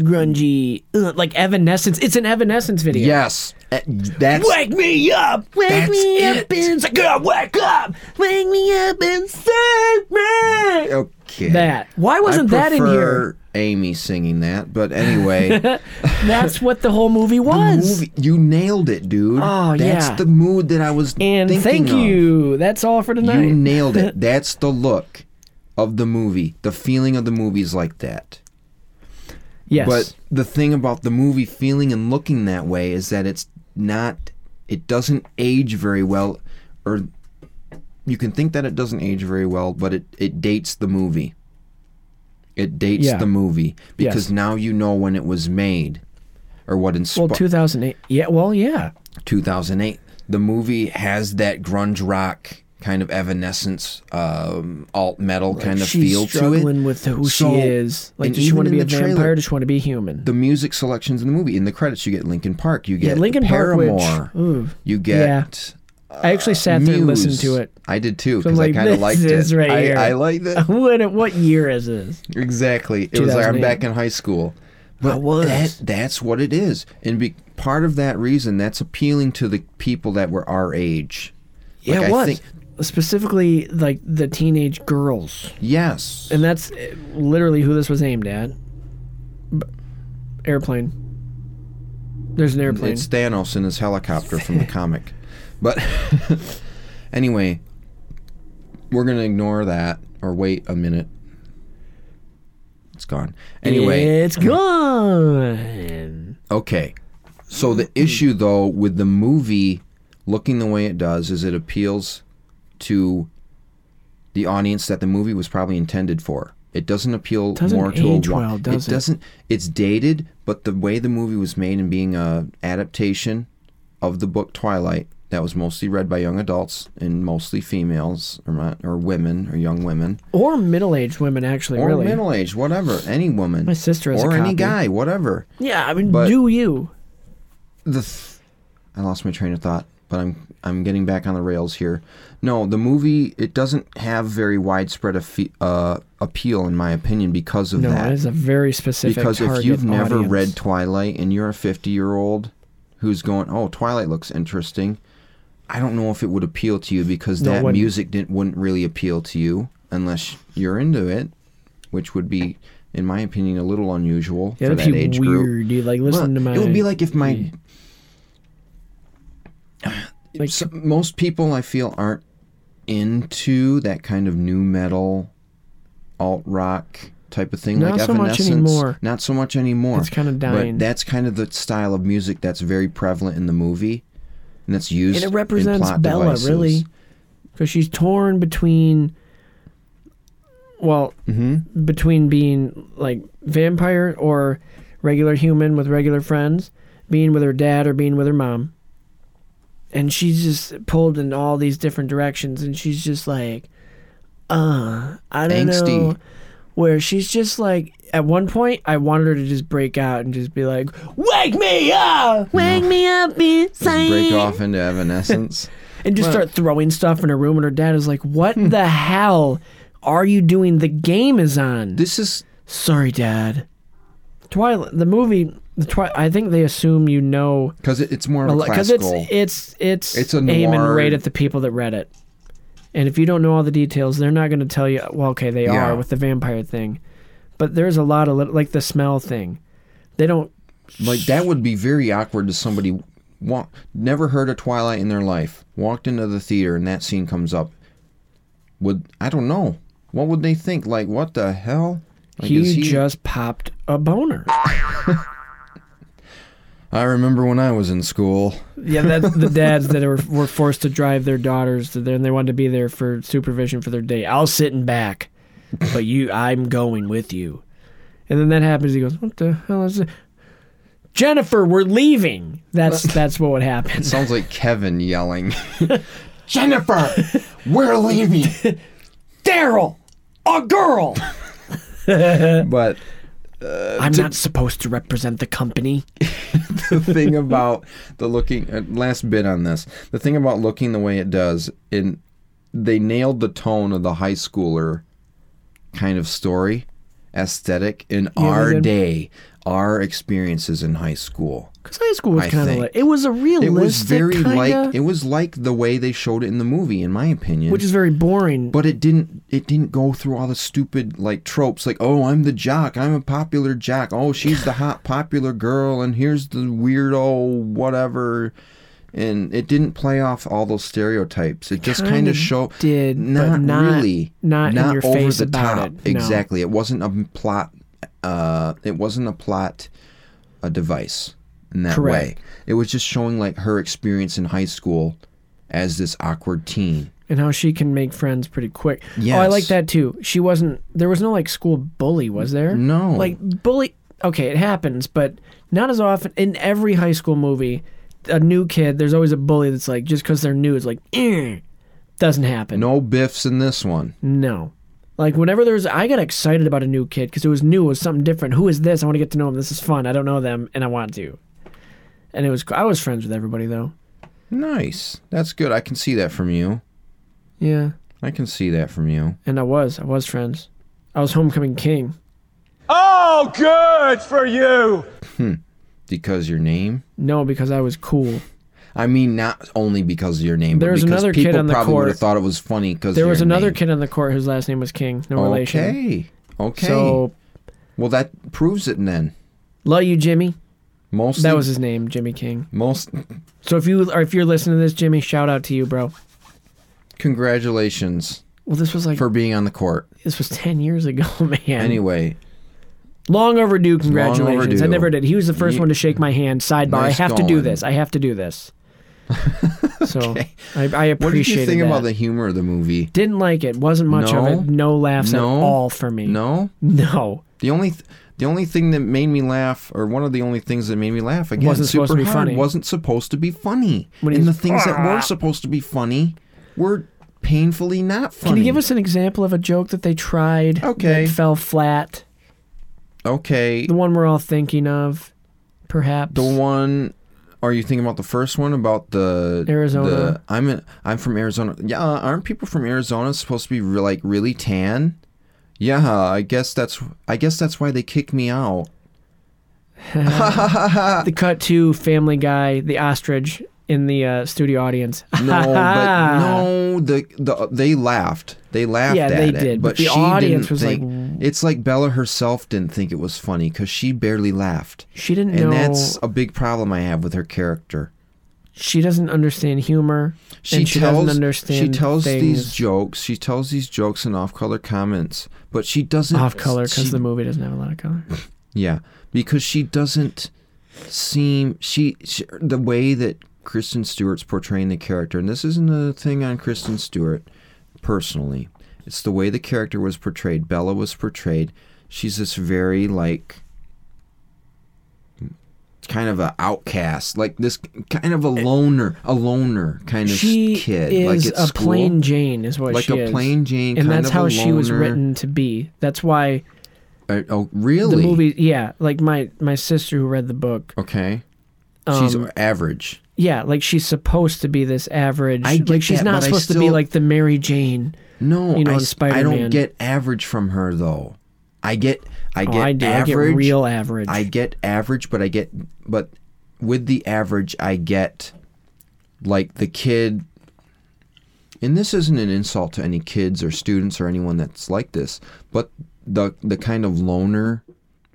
grungy, ugh, like Evanescence. It's an Evanescence video. yes, eh, that's Wake me up, wake That's me up it. inside. Girl, wake up, wake me up inside me. okay. That. Why wasn't I that in here? prefer Amy singing that, but [LAUGHS] anyway, the That's what the whole movie was. movie- you nailed it, dude. Oh, That's yeah. the mood that I was And thinking thank of. you. That's all for tonight. You nailed [LAUGHS] it. That's the look of the movie. The feeling of the movie is like that. yes. But the thing about the movie feeling and looking that way is that it's not it doesn't age very well or you can think that it doesn't age very well, but it, it dates the movie. It dates Yeah. the movie because Yes. now you know when it was made or what well, inspired 2008. Yeah. Well, yeah. 2008. The movie has that grunge rock kind of evanescence, um, alt metal kind of She's feel to it. struggling with who So- she is. Like, and does she want to even be a in the trailer, vampire? Does she want to be human? the music selections in the movie. In the credits, you get Linkin Park, you yeah, get Lincoln Park. Paramore, Which, ooh, you Yeah. get I actually sat there and listened to Muse. it. I did too So I'm because like, I kind this of liked is it. right I, here. I liked [LAUGHS] it what? What year is this? exactly. It was like I'm 2008. back in high school. But was. That, that's what it is, and be, part of that reason that's appealing to the people that were our age. Yeah, Like, it I was. think- Specifically, like the teenage girls, Yes, and that's eh, literally who this was aimed at. B- Airplane. There's an airplane. It's Thanos in his helicopter from the comic. But [LAUGHS] anyway, we're going to ignore that or wait a minute. It's gone. Anyway, it's gone. okay. So the issue though with the movie looking the way it does is it appeals to the audience that the movie was probably intended for. It doesn't appeal Doesn't more to a age wi- well, does it? doesn't. It's dated, but the way the movie was made and being a adaptation of the book Twilight that was mostly read by young adults and mostly females or mi- or women or young women Or middle-aged women, actually, or really. middle aged, whatever, any woman. My sister has a or any copy. guy, whatever. yeah, I mean, but- do you? the th- I lost my train of thought, but I'm I'm getting back on the rails here. No, the movie it doesn't have very widespread affe- uh, appeal in my opinion because of No, that. it is a very specific because if target you've never audience. read Twilight and you're a 50 year old who's going, oh, Twilight looks interesting, I don't know if it would appeal to you because No, it that wouldn't. music didn't wouldn't really appeal to you unless you're into it, which would be, in my opinion, a little unusual yeah, for that'd that be age weird. group. Dude. Like, listen Well, to my. It would be like if [SIGHS] my like, so- most people I feel aren't into that kind of new metal, alt rock type of thing. Not like so much Evanescence. anymore. Not so much anymore. It's kinda dying. But that's kind of the style of music that's very prevalent in the movie, and that's used. And it represents in plot Bella, devices. really. because she's torn between well Mm-hmm. between being like vampire or regular human with regular friends being with her dad or being with her mom and she's just pulled in all these different directions and she's just like uh i don't Angsty. know where she's just like at one point i wanted her to just break out and just be like wake me up wake me up Just inside break off into [LAUGHS] Evanescence. and just start throwing stuff in her room. And her dad is like, "What Hmm. the hell are you doing? The game is on." this is Sorry, Dad. Twilight, the movie, the twi- I think they assume you know because it, it's more of a because it's classical. it's it's It's a aim and noir- rate at the people that read it. And if you don't know all the details, they're not going to tell you. Well, okay, they Yeah. are with the vampire thing, but there's a lot of lit- like the smell thing. They don't. Like that would be very awkward to somebody wa- never heard of Twilight in their life. Walked into the theater and that scene comes up. Would I don't know. What would they think? Like what the hell? Like, he, is uh, just popped a boner. I remember when I was in school. yeah, that's the dads that were were forced to drive their daughters to there, and they wanted to be there for supervision for their day. I'll sit in back, but you, I'm going with you. And then that happens. He goes, "What the hell is this? Jennifer, we're leaving. [LAUGHS] That's that's what would happen. Sounds like Kevin yelling. [LAUGHS] Jennifer, we're leaving. Daryl, a girl. But I'm not supposed to represent the company. the thing about the looking uh, last bit on this the thing about looking the way it does in they nailed the tone of the high schooler kind of story aesthetic in they our did. day our experiences in high school Because high school was I kind of think. like it was a it realistic was very kinda, like it was like the way they showed it in the movie in my opinion which is very boring. but it didn't it didn't go through all the stupid like tropes like oh i'm the jock i'm a popular jock oh she's the hot popular girl and here's the weirdo whatever and it didn't play off all those stereotypes it just kind Kinda of showed did, but not- really not in your over face the about top it, no. exactly it wasn't a plot uh it wasn't a plot a device in that Correct. way it was just showing like her experience in high school as this awkward teen and how she can make friends pretty quick. Oh, I like Yes. that too. She wasn't. There was no like school bully, was there? No. Like bully. Okay, it happens, but not as often. In every high school movie, a new kid, there's always a bully that's like just because they're new, it's like "Eh." doesn't happen. no biffs in this one No. Like whenever there's, I got excited about a new kid because it was new, it was something different. Who is this? I want to get to know him. This is fun. I don't know them, and I want to. And it was, I was friends with everybody though. Nice. That's good. I can see that from you. Yeah, I can see that from you. and I was, I was friends. I was homecoming king. Oh, good for you! Because your name? No, because I was cool. I mean, not only because of your name, There but was because another kid people on the probably would court. have thought it was funny because There was another kid on the court whose last name was King. No relation. Okay. Okay. So, well, that proves it then. love you, Jimmy. Most That was his name, Jimmy King. most. So if you or if you're listening to this, Jimmy, shout out to you, bro. Congratulations Well, this was like for being on the court. this was ten years ago, [LAUGHS] man. Anyway, long overdue. Congratulations. I overdue. never did. He was the first Ye- one to shake my hand. Sidebar. I Nice have to do going. this. I have to [LAUGHS] do this. So I, I appreciate what did you think that. about the humor of the movie? Didn't like it. Wasn't much No? of it. No laughs at No? all for me. No. No. The only th- the only thing that made me laugh, or one of the only things that made me laugh again, Wasn't supposed to super be hard, funny. wasn't supposed to be funny. When he and the was- things that were supposed to be funny were painfully not funny. Oh. Can you give us an example of a joke that they tried? Okay. That fell flat. okay The one we're all thinking of, perhaps. the one? Are you thinking about the first one about the Arizona. the- I'm in, I'm from Arizona. Yeah, uh, aren't people from Arizona supposed to be re- like really tan? Yeah, I guess that's I guess that's why they kicked me out. the cut to Family Guy, the ostrich in the uh, studio audience. No, [LAUGHS] but no, the, the they laughed. They laughed Yeah, at they it. did, But, but the she audience didn't was like, think, it's like Bella herself didn't think it was funny because she barely laughed, she didn't and know. that's a big problem I have with her character. she doesn't understand humor. She and she tells doesn't understand. she tells things these jokes. She tells these jokes in off-color comments, but she doesn't off color she- because the movie doesn't have a lot of color. Yeah, because she doesn't seem she, she the way that Kristen Stewart's portraying the character, and this isn't a thing on Kristen Stewart personally. It's the way the character was portrayed. Bella was portrayed. She's this very like kind of a outcast, like this kind of a loner, a loner kind of Eh, She kid. is like at a school. plain Jane, is what Like she a is. plain Jane, and kind that's of a how she was loner. written to be. That's why Uh, oh, really? the movie. Yeah, like my my sister who read the book. Okay. She's Um, average. Yeah, like she's supposed to be this average. I get like she's that, not but I supposed to be still- like the Mary Jane. No, you know, I, in s- I Spider-Man. don't get average from her though. I get I Oh, get I do. average. I get real average. I get average, but I get but with the average I get like the kid and this isn't an insult to any kids or students or anyone that's like this, but the the kind of loner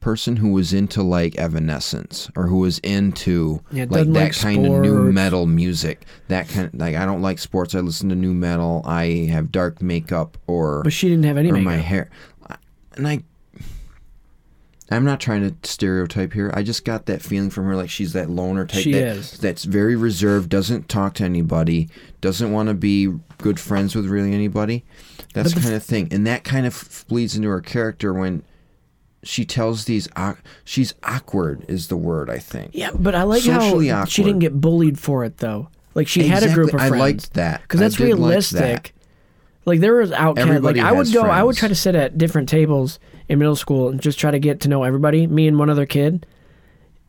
person who was into like Evanescence or who was into Yeah, like doesn't that like kind of new sports. metal music. That kind like I don't like sports. I listen to new metal. I have dark makeup or But she didn't have any or makeup. my hair. And I, I'm not trying to stereotype here. I just got that feeling from her, like she's that loner type. She that, is. That's very reserved. Doesn't talk to anybody. Doesn't want to be good friends with really anybody. That's the kind of thing, and that kind of bleeds into her character when she tells these. awk- She's awkward is the word I think. Yeah, but I like Socially how awkward. she didn't get bullied for it though. Like she had a group of Exactly. I friends. liked that. because I that's did like realistic. that. Like there was outcast. Like Everybody I would has go. I would friends. try to sit at different tables in middle school and just try to get to know everybody. Me and one other kid.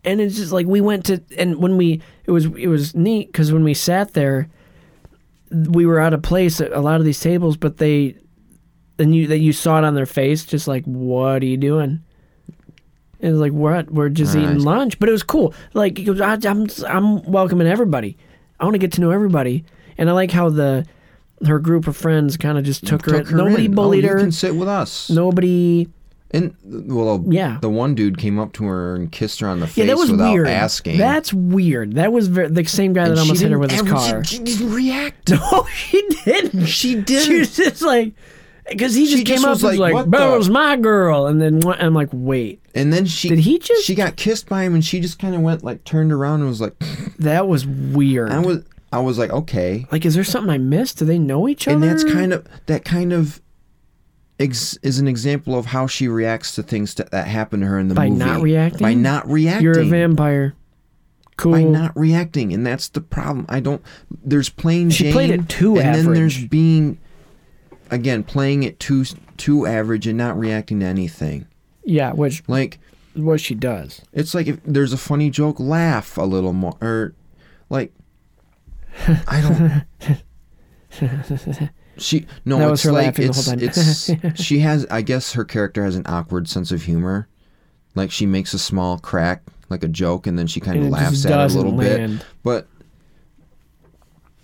And it's just like we went to and when we it was it was neat because when we sat there, we were out of place at a lot of these tables, but they. And you that you saw it on their face, just like, what are you doing? It was like what we're just Right. eating lunch, but it was cool. Like it was- I, I'm I'm welcoming everybody. I want to get to know everybody, and I like how the her group of friends kind of just took her. Took in. Nobody in. bullied oh, her. You can sit with us. Nobody. And well, uh, Yeah. the one dude came up to her and kissed her on the face Yeah, that was without weird. asking. That's weird. That was ver- the same guy that And she almost hit her didn't with his ever- [LAUGHS] car. [LAUGHS] She, she didn't react. no, she She didn't. She didn't. was just like, because he just came just up was and was like, like, "What the-" "Bella's my girl," and then wha- I'm like, "Wait, And then she Did he just- She got kissed by him, and she just kind of went like turned around and was like, that was weird." I was, I was like, okay. like, is there something I missed? Do they know each other? And that's kind of that kind of ex, is an example of how she reacts to things that, that happen to her in the By movie. not reacting? By not reacting. You're a vampire. Cool. by not reacting, and that's the problem. I don't. There's plain She Jane, played it too and then there's average. being, again, playing it too too average and not reacting to anything. Yeah, which Like is what she does. it's like if there's a funny joke, laugh a little more, or like I don't. [LAUGHS] She no, That it's was her like laughing the it's whole [LAUGHS] it's she has. I guess her character has an awkward sense of humor. Like she makes a small crack, like a joke, and then she kind And of it laughs just at it a doesn't little land. bit. But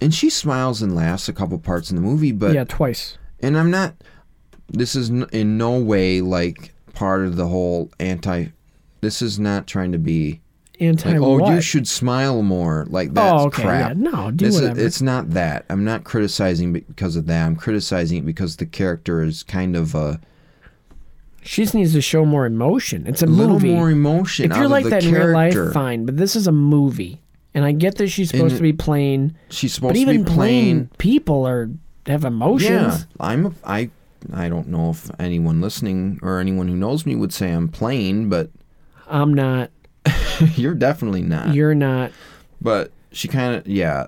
and she smiles and laughs a couple parts in the movie, but yeah, twice. and I'm not. This is n- in no way like part of the whole anti. This is not trying to be Anti like, oh, what? Oh, you should smile more. Like that's okay, crap. yeah, no, do This is- whatever. it's not that. I'm not criticizing because of that. I'm criticizing it because the character is kind of a She just needs to show more emotion. It's a little movie. more emotion. if out you're of like the that character. in real life, fine. But this is a movie, and I get that she's supposed And- to be plain. She's supposed But even to be plain. plain people are have emotions. Yeah, I'm. A, I I don't know if anyone listening or anyone who knows me would say I'm plain, but [LAUGHS] I'm not. you're definitely not. You're not. but she kind of yeah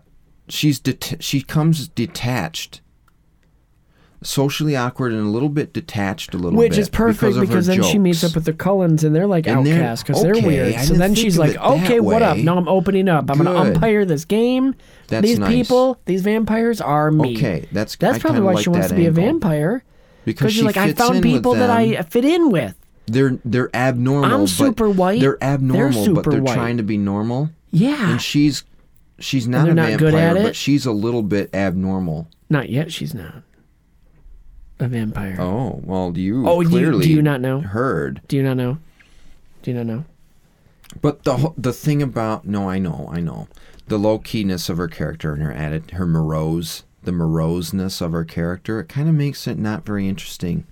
she's det- she comes detached socially awkward and a little bit detached a little Which bit is perfect because, because, of her then she meets up jokes. with the Cullens and they're like And they're- outcasts because they're okay, weird. I So didn't then think she's of like, it that okay, what up? way." Now I'm opening up. I'm going to Good. umpire this game. That's These nice. people, these vampires are me. Okay, that's- I that's probably kinda why like she wants that to be angle. a vampire because because she she's like, I fits found in with people that them. I fit in with. they're they're abnormal I'm but super white, they're abnormal but super they're white. trying to be normal Yeah, and she's she's not they're a not vampire good at but it? she's a little bit abnormal not yet. She's not a vampire. oh well you Oh, do you- do clearly you not know? heard Do you not know? Do you not know? But the whole- the thing about no, I know, I know, the low keyness of her character and her added her morose, the moroseness of her character, it kind of makes it not very interesting.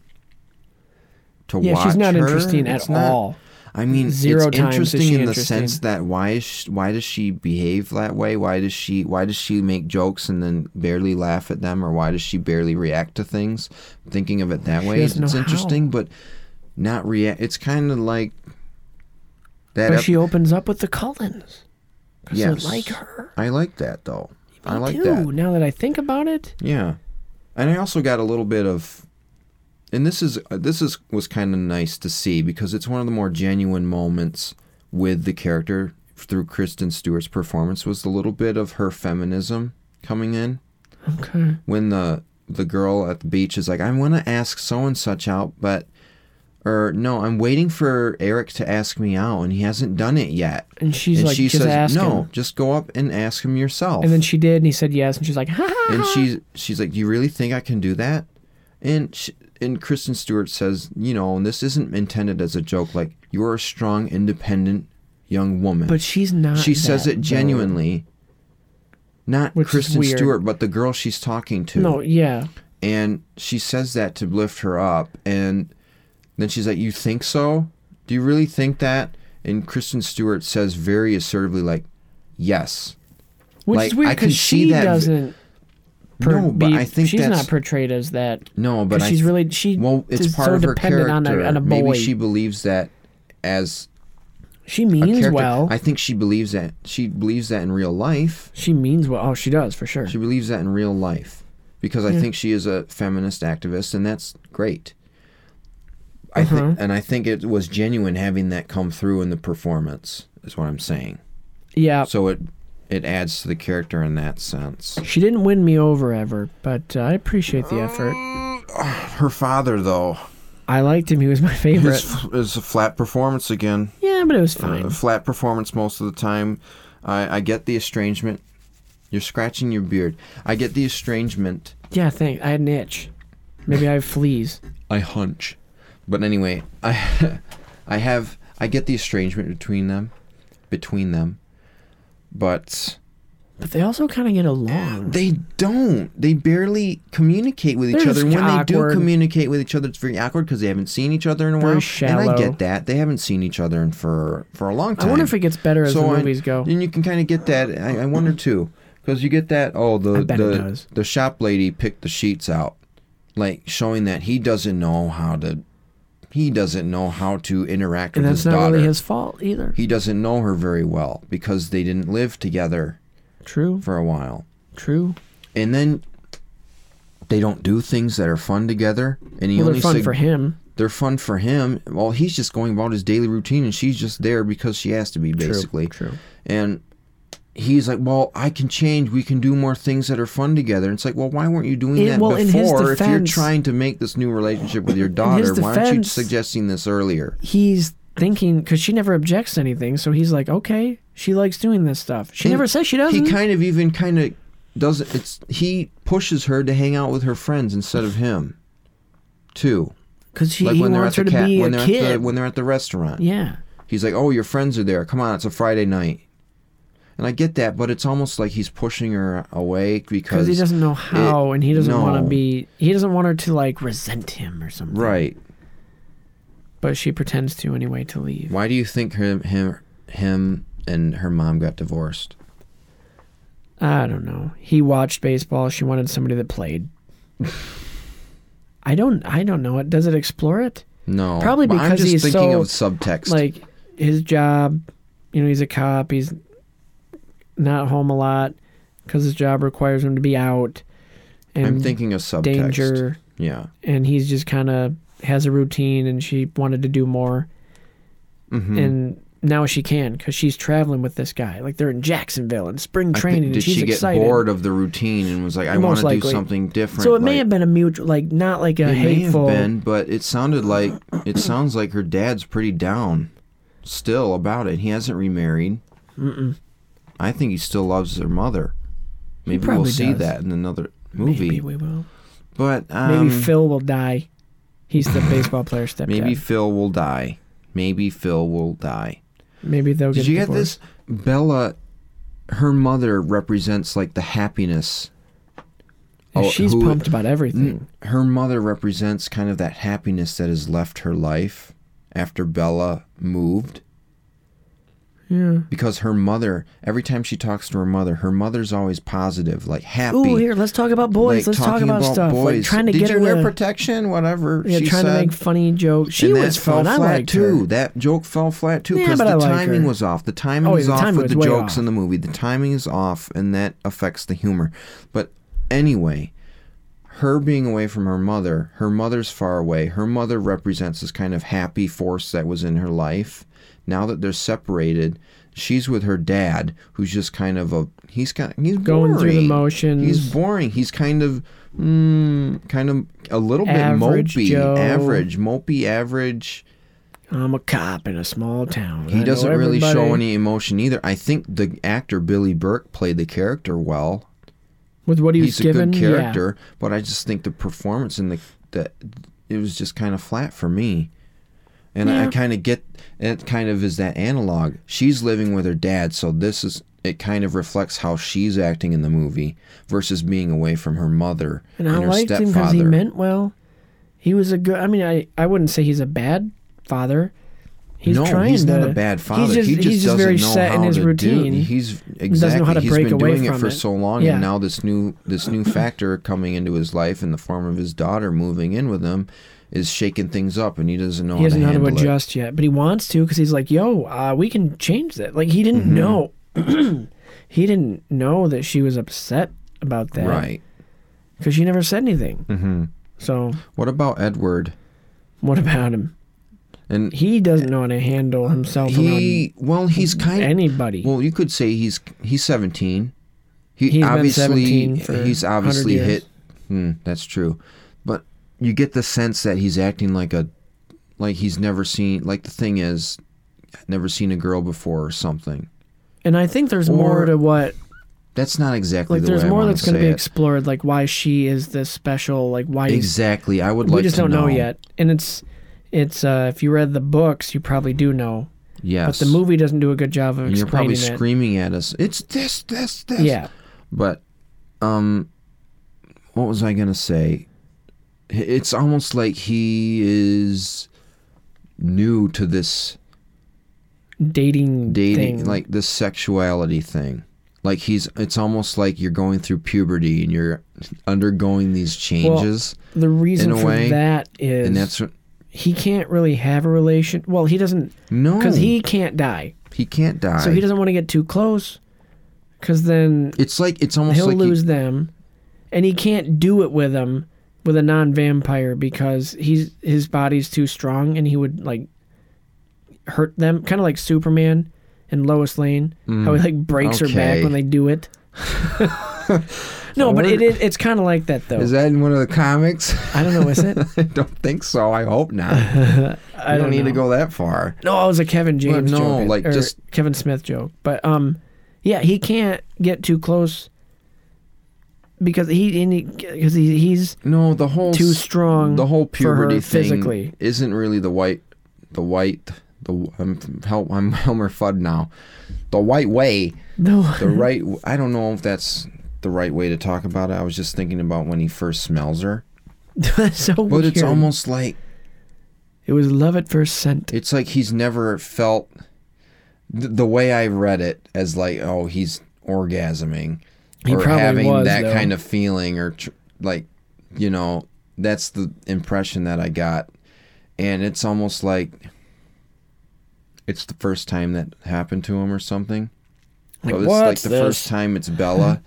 To Yeah, watch she's not her. interesting at It's not- all. I mean, Zero it's times is interesting she in the interesting. sense that why is she, why does she behave that way? Why does she why does she make jokes and then barely laugh at them, or why does she barely react to things? Thinking of it that way, it's doesn't know how. interesting, but not react. It's kind of like that. But ep- she opens up with the Cullens because Yes. they like her. I like that though. I Me like too, that. Now that I think about it, Yeah, and I also got a little bit of, and this is uh, this is was kind of nice to see because it's one of the more genuine moments with the character through Kristen Stewart's performance was the little bit of her feminism coming in okay. when the the girl at the beach is like, I want to ask so and such out, but or no, I'm waiting for Eric to ask me out, and he hasn't done it yet. And she's like, just ask "No, him." just go up and ask him yourself." And then she did, and he said yes, and she's like, ha ha. and she's she's like, "Do you really think I can do that?" And sh and Kristen Stewart says, "You know, and this isn't intended as a joke. Like you are a strong, independent young woman." But she's not. she says that, it though. genuinely. Not Which is Kristen weird. Stewart, but the girl she's talking to. No, yeah. And she says that to lift her up. And then she's like, You think so? Do you really think that? And Kristen Stewart says very assertively, like, Yes. Which Like, is weird I can because see she that v- doesn't. per- No, but be- I think she's that's- not portrayed as that. No, but 'Cause I she's th- really- she Well, is it's part so of her dependent character. on a- on a boy. Maybe she believes that as She a means character. well. I think she believes that. She believes that in real life. she means well. Oh, she does for sure. She believes that in real life because Hmm. I think she is a feminist activist, and that's great. I Uh-huh. think, and I think it was genuine having that come through in the performance. Is what I'm saying. yeah. So it it adds to the character in that sense. she didn't win me over ever, but uh, I appreciate the effort. Her father, though, I liked him. He was my favorite. is a flat performance again. yeah, but it was fine. Uh, flat performance most of the time. I, I get the estrangement. You're scratching your beard. I get the estrangement. yeah, thanks. I had an itch. Maybe I have fleas. I hunch. But anyway, I [LAUGHS] I have I get the estrangement between them, between them. But But they also kind of get along. they don't. They barely communicate with each They're other. just When they awkward. do communicate with each other, it's very awkward because they haven't seen each other in a Very while. And shallow. I get that. They haven't seen each other in for for a long time. I wonder if it gets better as the movies I, go. Mm. And you can kind of get that. I, I wonder too, because you get that. Oh, the I bet it the does. the shop lady picked the sheets out, like showing that he doesn't know how to. He doesn't know how to interact and with that's his not daughter. really his fault either. He doesn't know her very well because they didn't live together true. for a while True. and then they don't do things that are fun together. And he Well, only they're fun sig- for him. They're fun for him. Well, he's just going about his daily routine, and she's just there because she has to be, basically. true. And he's like, "Well, I can change. We can do more things that are fun together." And it's like, "Well, why weren't you doing In- that well, in his before? if you're defense- trying to make this new relationship with [CLEARS THROAT] your daughter, why aren't you defense- suggesting this earlier?" He's thinking because she never objects to anything, so he's like, okay, she likes doing this stuff. She never And says she doesn't. He kind of even kind of doesn't. It's he pushes her to hang out with her friends instead of him, too. Because he, like he when they're at wants her the to cat, be when a they're kid. at the when they're at the restaurant. yeah. He's like, "Oh, your friends are there. Come on, it's a Friday night." And I get that, but it's almost like he's pushing her away because Because he doesn't know it- how, and he doesn't want no. to be. He doesn't want her to like resent him or something. right. But she pretends to anyway to leave. Why do you think him him him and her mom got divorced? I don't know. He watched baseball. She wanted somebody that played. [LAUGHS] I don't. I don't know. It does it explore it? No, Probably but I'm because just he's thinking so, of subtext. Like his job. You know, he's a cop. He's not home a lot because his job requires him to be out. And I'm thinking of subtext. danger. Yeah. and he's just kind of has a routine and she wanted to do more Mm-hmm. and now she can because she's traveling with this guy like they're in jacksonville and spring I thi- training did and she's she get excited bored of the routine and was like, "I want to Most do likely. something different"? so it may like- have been a mutual like not like a It may have hateful been, but it sounded like it sounds like her dad's pretty down still about it. He hasn't remarried. Mm-mm. I think he still loves her mother. Maybe we'll probably see does. that in another movie. maybe we will But maybe um, maybe Phil, phil will die he's [LAUGHS] the baseball player stepdad maybe, will die. Maybe Phil will die. maybe they'll get Did you get divorced. this? Bella, her mother represents like the happiness. And Oh, she's who- pumped about everything her mother represents kind of that happiness that has left her life after Bella moved. Yeah. Because her mother, every time she talks to her mother, her mother's always positive, like happy. ooh here let's talk about Mm, boys like, let's talk talking about, stuff like trying to Did get you her wear to, protection? Whatever. yeah, she trying to said. make funny jokes she and was that fell fun i flat liked too. her That joke fell flat too Yeah, because but I the like timing her. was off. The timing Oh, was the off timing with was the way jokes off. in the movie. The timing is off, and that affects the humor. But anyway, her being away from her mother, her mother's far away. Her mother represents this kind of happy force that was in her life. Now that they're separated, she's with her dad, who's just kind of a he's kind he's Going through the boring. motions. He's boring. He's kind of mm, kind of a little Average bit mopey, Joe. average, mopey, average. I'm a cop in a small town. I He know doesn't really show everybody." any emotion either. I think the actor Billy Burke played the character well. with what he was He's a given. good yeah. character, but I just think the performance and the the it was just kind of flat for me. And I, Yeah. kind of get and it kind of is that analog. She's living with her dad, so this is it kind of reflects how she's acting in the movie versus being away from her mother And and, I her liked him because stepfather. he meant well. He was a good. I mean, I, I wouldn't say he's a bad father. He's no, trying he's not to- a bad he's father. just- he just, he's doesn't just very know set how in his to routine. Do. He's exactly. doesn't know how to he's break been away doing it from for it. so long, Yeah. and now this new this [COUGHS] new factor coming into his life in the form of his daughter moving in with him is shaking things up, and he doesn't know He how doesn't to know how to handle it. adjust yet, but he wants to because he's like, "Yo, uh, we can change that." Like he didn't Mm-hmm. know. [CLEARS THROAT] he didn't know that she was upset about that, Right. Because she never said anything. Mm-hmm. So What about Edward? what about him? And He doesn't know how to handle himself he well, he's around kind of anybody. Well, you could say he's he's 17. He He's been obviously 17 for he's obviously 100 years. hit. Hmm, that's true, but you get the sense that he's acting like a like he's never seen like the thing is never seen a girl before or something. and I think there's or- more to what That's not exactly like the there's way I more wanna that's going to say be it. explored like why she is this special like why he's- exactly. I would we like just to don't know. know yet and it's it's uh if you read the books you probably do know Yes, but the movie doesn't do a good job of And you're explaining probably it screaming at us. It's this, this, this. yeah But um what was I going to say? It's almost like he is new to this dating dating thing. like this sexuality thing. Like he's it's almost like you're going through puberty and you're undergoing these changes the reason in a for way, that is and that's what- he can't really have a relation well he doesn't no because he can't die he can't die. so he doesn't want to get too close because then it's like it's almost he'll like he- lose them, and he can't do it with them with a non-vampire because he's his body's too strong, and he would like hurt them, kind of like Superman and Lois Lane, how he like breaks her back Mm. okay. when they do [LAUGHS] it. no, but it, it it's kind of like that though. is that in one of the comics? [LAUGHS] I don't know, is it? I don't think so. I hope not. I [LAUGHS] I don't, need know. to go that far. No, it was a Kevin James no, joke. like, or just- Kevin Smith joke. But um, yeah, he can't get too close because he and he because he, he's [LAUGHS] No, the whole too s- strong The whole for her puberty thing physically. isn't really the white, the white, the I'm help I'm [LAUGHS] Helmer Fudd now. The white way, no. [LAUGHS] the right. I don't know if that's the right way to talk about it. I was just thinking about when he first smells her, That's so but weird. it's almost like It was love at first scent. it's like he's never felt th- the way I read it as like oh he's orgasming He or probably having was, that though. kind of feeling or tr- like you know that's the impression that I got and it's almost like it's the first time that happened to him or something like, it's like "What's the this?" first time it's Bella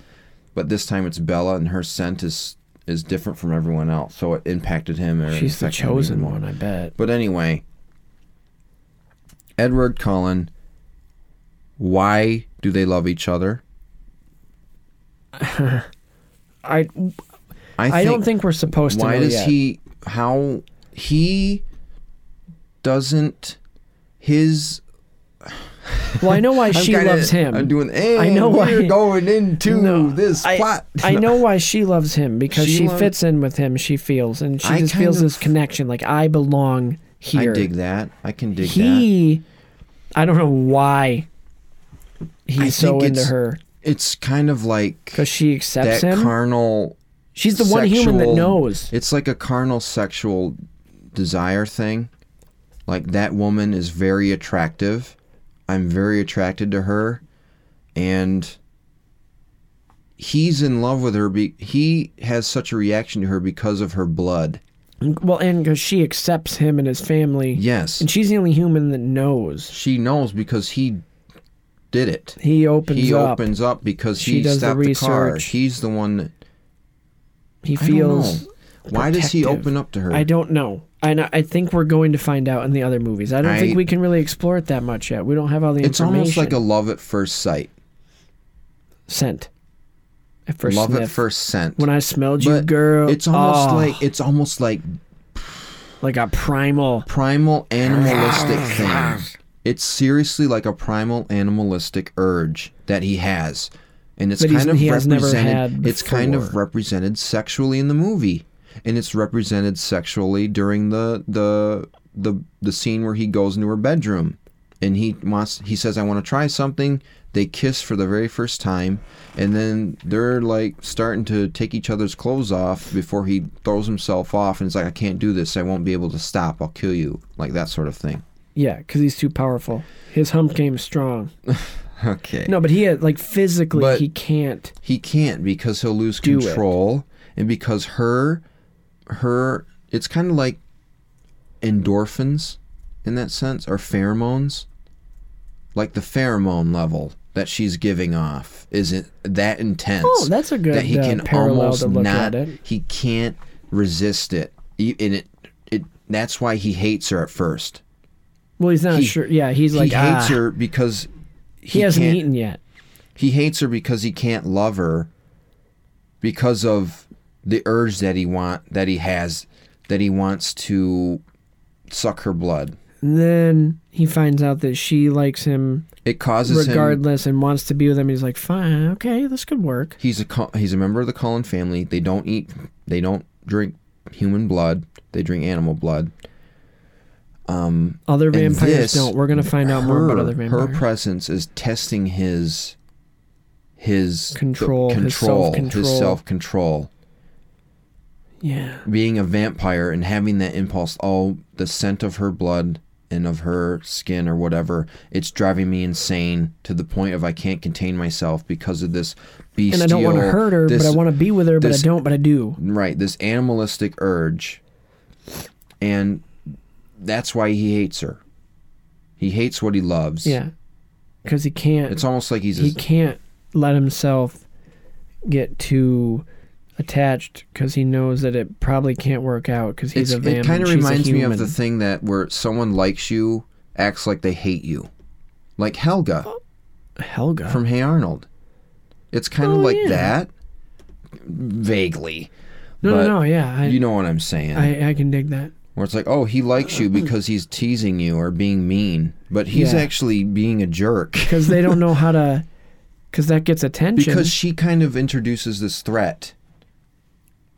but this time it's Bella and her scent is is different from everyone else so it impacted him or She's the affected him chosen even more. one, I bet. But anyway, Edward Cullen, why do they love each other? I I don't think we're supposed to. Why know does yet. he? How he doesn't his? Well, I know [LAUGHS] why I'm she kinda- loves him. I'm doing. And I know why- we're going into No, this I, plot. [LAUGHS] I know why she loves him because She she, loves- fits in with him. She feels and she I just kind feels this of- connection. Like I belong I here. dig that. I can dig that. he, I don't know why he's I so think into it's- her It's kind of like because she accepts that him. carnal. She's the one human that sexual- knows. It's like a carnal sexual desire thing. Like that woman is very attractive. I'm very attracted to her and he's in love with her be- he has such a reaction to her because of her blood. Well, and because she accepts him and his family. Yes. And she's the only human that knows. She knows because he did it. He opens he up. opens up because She he does the stopped the, car. research. He's the one that he I don't feels. know. Why does he protective. open up to her? I don't know. And I, I think we're going to find out in the other movies. I don't I- think we can really explore it that much yet. We don't have all the It's information. almost like a love at first sight. scent. at first Love sniff. at first scent. When I smelled you, But girl, It's almost oh, like it's almost like like a primal. primal animalistic thing. It's seriously like a primal animalistic urge that he has, and it's That he's- kind of he has never represented. had it's kind of before. represented sexually in the movie, and it's represented sexually during the the the the scene where he goes into her bedroom, and he wants. He says, "I want to try something." They kiss for the very first time, and then they're like starting to take each other's clothes off before he throws himself off, and it's like, "I can't do this. I won't be able to stop. I'll kill you." Like that sort of thing. Yeah, because he's too powerful. His hump came strong. Okay. No, but he had, like physically But- he can't. He can't because he'll lose Do it. control and because her her it's kind of like endorphins in that sense or pheromones like the pheromone level that she's giving off isn't that intense Oh, that's a good, that he uh, can parallel to almost look not at it. he can't resist it E- and it it that's why he hates her at first Well, he's not He- sure. Yeah, he's like he hates "Ah, her because He, hasn't can't- eaten yet. he hates her because he can't love her because of the urge that he want that he has that he wants to suck her blood And then he finds out that she likes him it causes him regardless and wants to be with him. He's like, fine, okay, this could work. he's a Cu- he's a member of the Cullen family they don't eat they don't drink human blood they drink animal blood Other And vampires this- don't. We're gonna find out more her, about other her vampires. presence is testing his his Control, his control his self-control. self-control yeah, being a vampire and having that impulse oh the scent of her blood and of her skin or whatever it's driving me insane to the point of i can't contain myself because of this and bestial I don't want to hurt her, this, but I want to be with her, but I this- don't, but I do. right this animalistic urge and that's why he hates her he hates what he loves Yeah, because he can't. it's almost like he's he a- can't let himself get too attached because he knows that it probably can't work out because he's it's, a vampire. it kind of reminds me of the thing that where someone likes you acts like they hate you like helga Helga. from Hey Arnold. It's kind of Oh, like yeah. that, vaguely. no, but no, no. Yeah, I, You know what I'm saying? I, I can dig that. Where it's like, oh, he likes you because he's teasing you or being mean, but he's Yeah. actually being a jerk because they don't know how to because that gets attention because she kind of introduces this threat.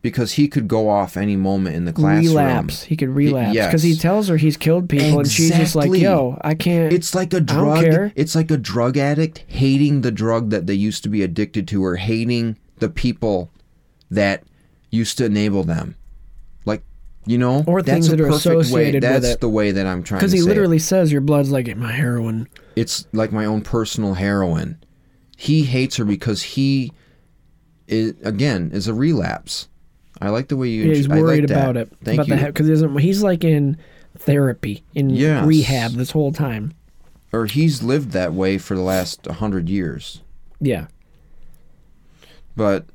Because he could go off any moment in the classroom. relapse he could relapse yes. because he tells her he's killed people and she's just like Exactly. yo i can't It's like a don't drug. care. It's like a drug addict hating the drug that they used to be addicted to, or hating the people that used to enable them. Like, you know, Or that's things a that are perfect way. associated with That's it. the way that I'm trying. because Because he literally says your blood's like my heroin it's like my own personal heroin. He hates her because he, is, again, is a relapse. I like the way you. yeah, he's I like worried that. about it Thank about you. because he doesn't he's like in therapy in Yes. rehab this whole time or he's lived that way for the last hundred years. yeah But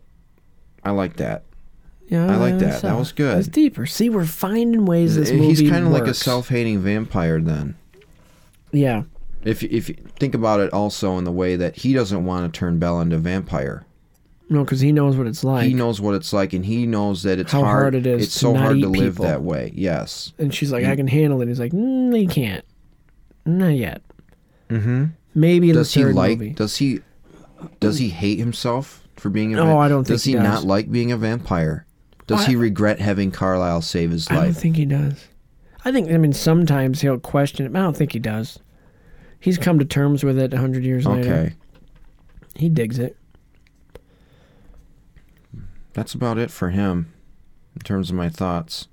I like that. yeah I like that. so That was good. it's deeper see we're finding ways this movie He's kind of like a works. self-hating vampire then. yeah If if you think about it also in the way that he doesn't want to turn Bella into a vampire. no because he knows what it's like He knows what it's like and he knows that it's How hard it is It's to so not hard to eat live people. that way. Yes. And she's like, I can handle it. He's like, mm, he can't. Not yet. Mm-hmm. Maybe in Does the he third like movie. does he does he hate himself for being a No, vampire? Oh, I don't Does think he he does. not like being a vampire? Does I- he regret having Carlisle save his I don't life? think he does. I think, I mean, sometimes he'll question it, but I don't think he does. He's come to terms with it a 100 years later. Okay. He digs it. That's about it for him in terms of my thoughts.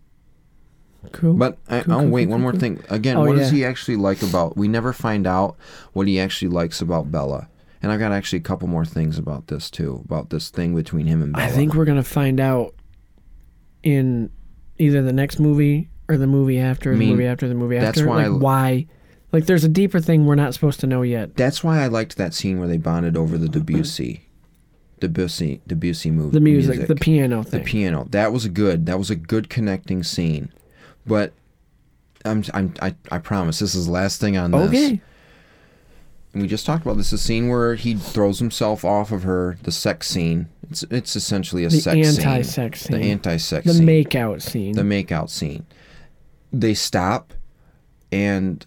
Cool. But I, Cool, oh cool, wait, cool, one more cool. thing. Again, Oh, what does yeah. he actually like about? We never find out what he actually likes about Bella. And I've got actually a couple more things about this too, about this thing between him and Bella. I think we're going to find out in either the next movie or the movie after, mean, the movie after, the movie that's after. why I- like, why? Like, there's a deeper thing we're not supposed to know yet. that's why I liked that scene where they bonded over the Debussy, Debussy, Debussy movie. The music, the piano the thing. piano. That was a good. That was a good connecting scene. But I'm, I'm I, I promise this is the last thing on this. okay. and we just talked about this, the scene where he throws himself off of her, the sex scene. It's it's essentially a The sex scene. anti-sex scene. The anti-sex The scene. makeout scene. the makeout scene. They stop and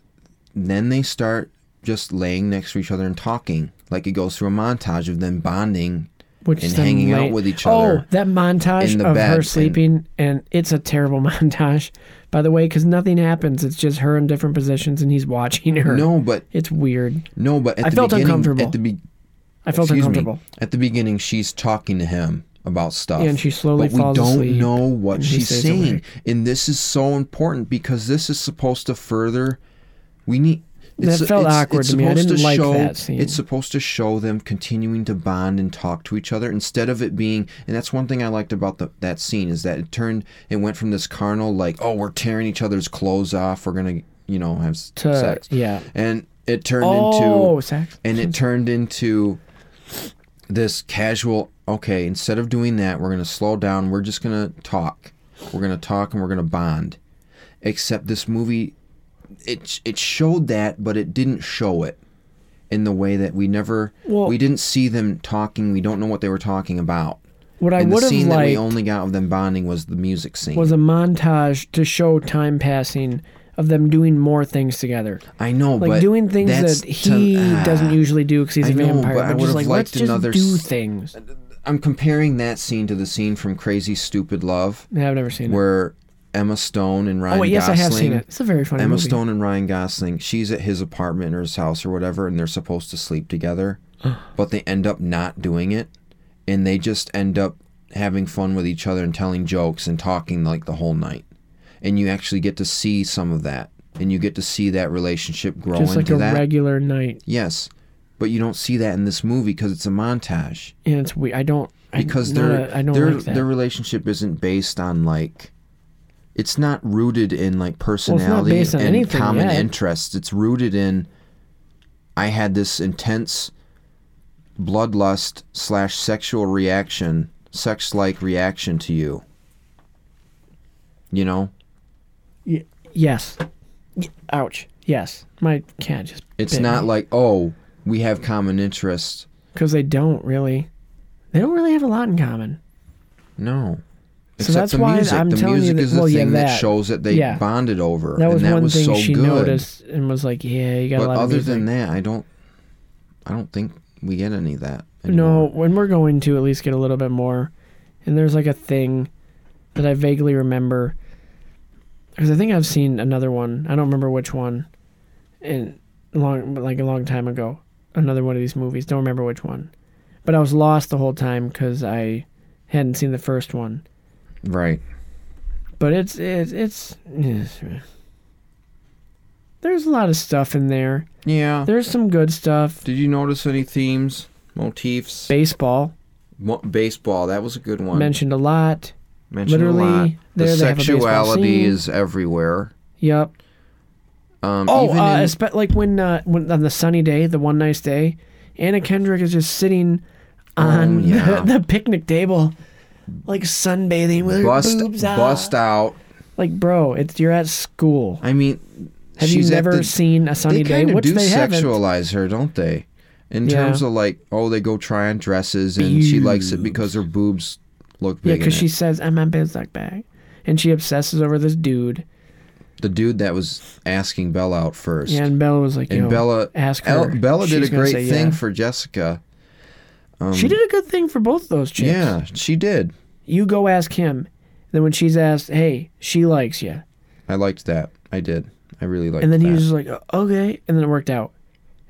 then they start just laying next to each other and talking. Like it goes through a montage of them bonding which and then hanging out late- with each Oh, other. that montage in the of bed her and- sleeping, and, it's a terrible [LAUGHS] montage, by the way, because nothing happens. It's just her in different positions, and he's watching her. No, but it's weird. no, but at I the felt beginning, uncomfortable. At the be- I felt excuse me, uncomfortable. at the beginning, she's talking to him about stuff, Yeah, and she slowly But we falls don't asleep, know what and he she's stays saying, awake. and this is so important because this is supposed to further. We need. It's, That felt awkward to me. I supposed didn't like show, that scene. It's supposed to show them continuing to bond and talk to each other instead of it being. And that's one thing I liked about the, that scene is that it turned. It went from this carnal, like, oh, we're tearing each other's clothes off. We're gonna, you know, have s- To- sex. yeah. And it turned Oh, into sex. and it turned into this casual okay instead of doing that we're going to slow down we're just going to talk we're going to talk and we're going to bond except this movie it it showed that but it didn't show it in the way that we never Well- we didn't see them talking we don't know what they were talking about What I and the would have scene that we liked only got of them bonding was the music scene was a montage to show time passing of them doing more things together, i know like but doing things that's that to- he ah. doesn't usually do because he's I a know, vampire. but I But, would've just like liked let's just another do s- uh, things. i'm comparing that scene to the scene from crazy stupid love Yeah, I've never seen it. where Emma Stone and Ryan Oh, wait, yes, I Gosling. have seen it. It's a very funny Emma movie. Stone and Ryan Gosling. She's at his apartment or his house or whatever, and they're supposed to sleep [GASPS] together, but they end up not doing it, and they just end up having fun with each other and telling jokes and talking like the whole night, and you actually get to see some of that, and you get to see that relationship grow Just like into a that. regular night, yes, but you don't see that in this movie because it's a montage and it's we. I don't I- because not their a- I don't their like that. their relationship isn't based on like it's not rooted in like not personality based on and anything common yet. interests. It's rooted in I had this intense bloodlust slash sexual reaction, sex like reaction to you. You know, yes. Y- Ouch. Yes, my cat just. it's not like oh we have common interests. because they don't really. They don't really have a lot in common. No. So that's why I'm the telling you music that- is the well, yeah, thing that, that. shows that they Yeah. bonded over, That was and that one was thing so she good. noticed and was like, "Yeah, you got a But lot of other music." than that, I don't, I don't think we get any of that. no, anymore. when we're going to at least get a little bit more. And there's like a thing that I vaguely remember because I think I've seen another one. I don't remember which one, and long like a long time ago. Another one of these movies. Don't remember which one, but I was lost the whole time because I hadn't seen the first one. right? But it's it's it's. There's a lot of stuff in there. Yeah. There's some good stuff. Did you notice any themes, motifs? Baseball Mo- baseball. That was a good one. mentioned a lot. Mentioned literally, a lot. there the they have a baseball sexuality scene. is everywhere. Yep. Um, Oh, even uh, in- espe- like when uh, when on the sunny day, the one nice day, Anna Kendrick is just sitting on Oh, [LAUGHS] yeah. the, the picnic table, like sunbathing with bust her boobs out. bust out. Like, bro, it's you're at school. I mean, Have she's you at never the- seen a sunny They day? kind of Which do they haven't. sexualize her, don't they? In Yeah. terms of like, oh, they go try on dresses, and she likes it because her boobs look Yeah, big. because in it. she says, "I'm a Bizak bag," and she obsesses over this dude. the dude that was asking Bella out first. Yeah, and Bella was like, and Yo, Bella ask El- her." Bella did She's a gonna great say thing yeah. for Jessica. she did a good thing for both those chicks. Yeah, she did. you go ask him. Then when she's asked, "Hey, she likes you," I liked that. I did. I really liked. and then that. he was just like, "Oh, "Okay," and then it worked out,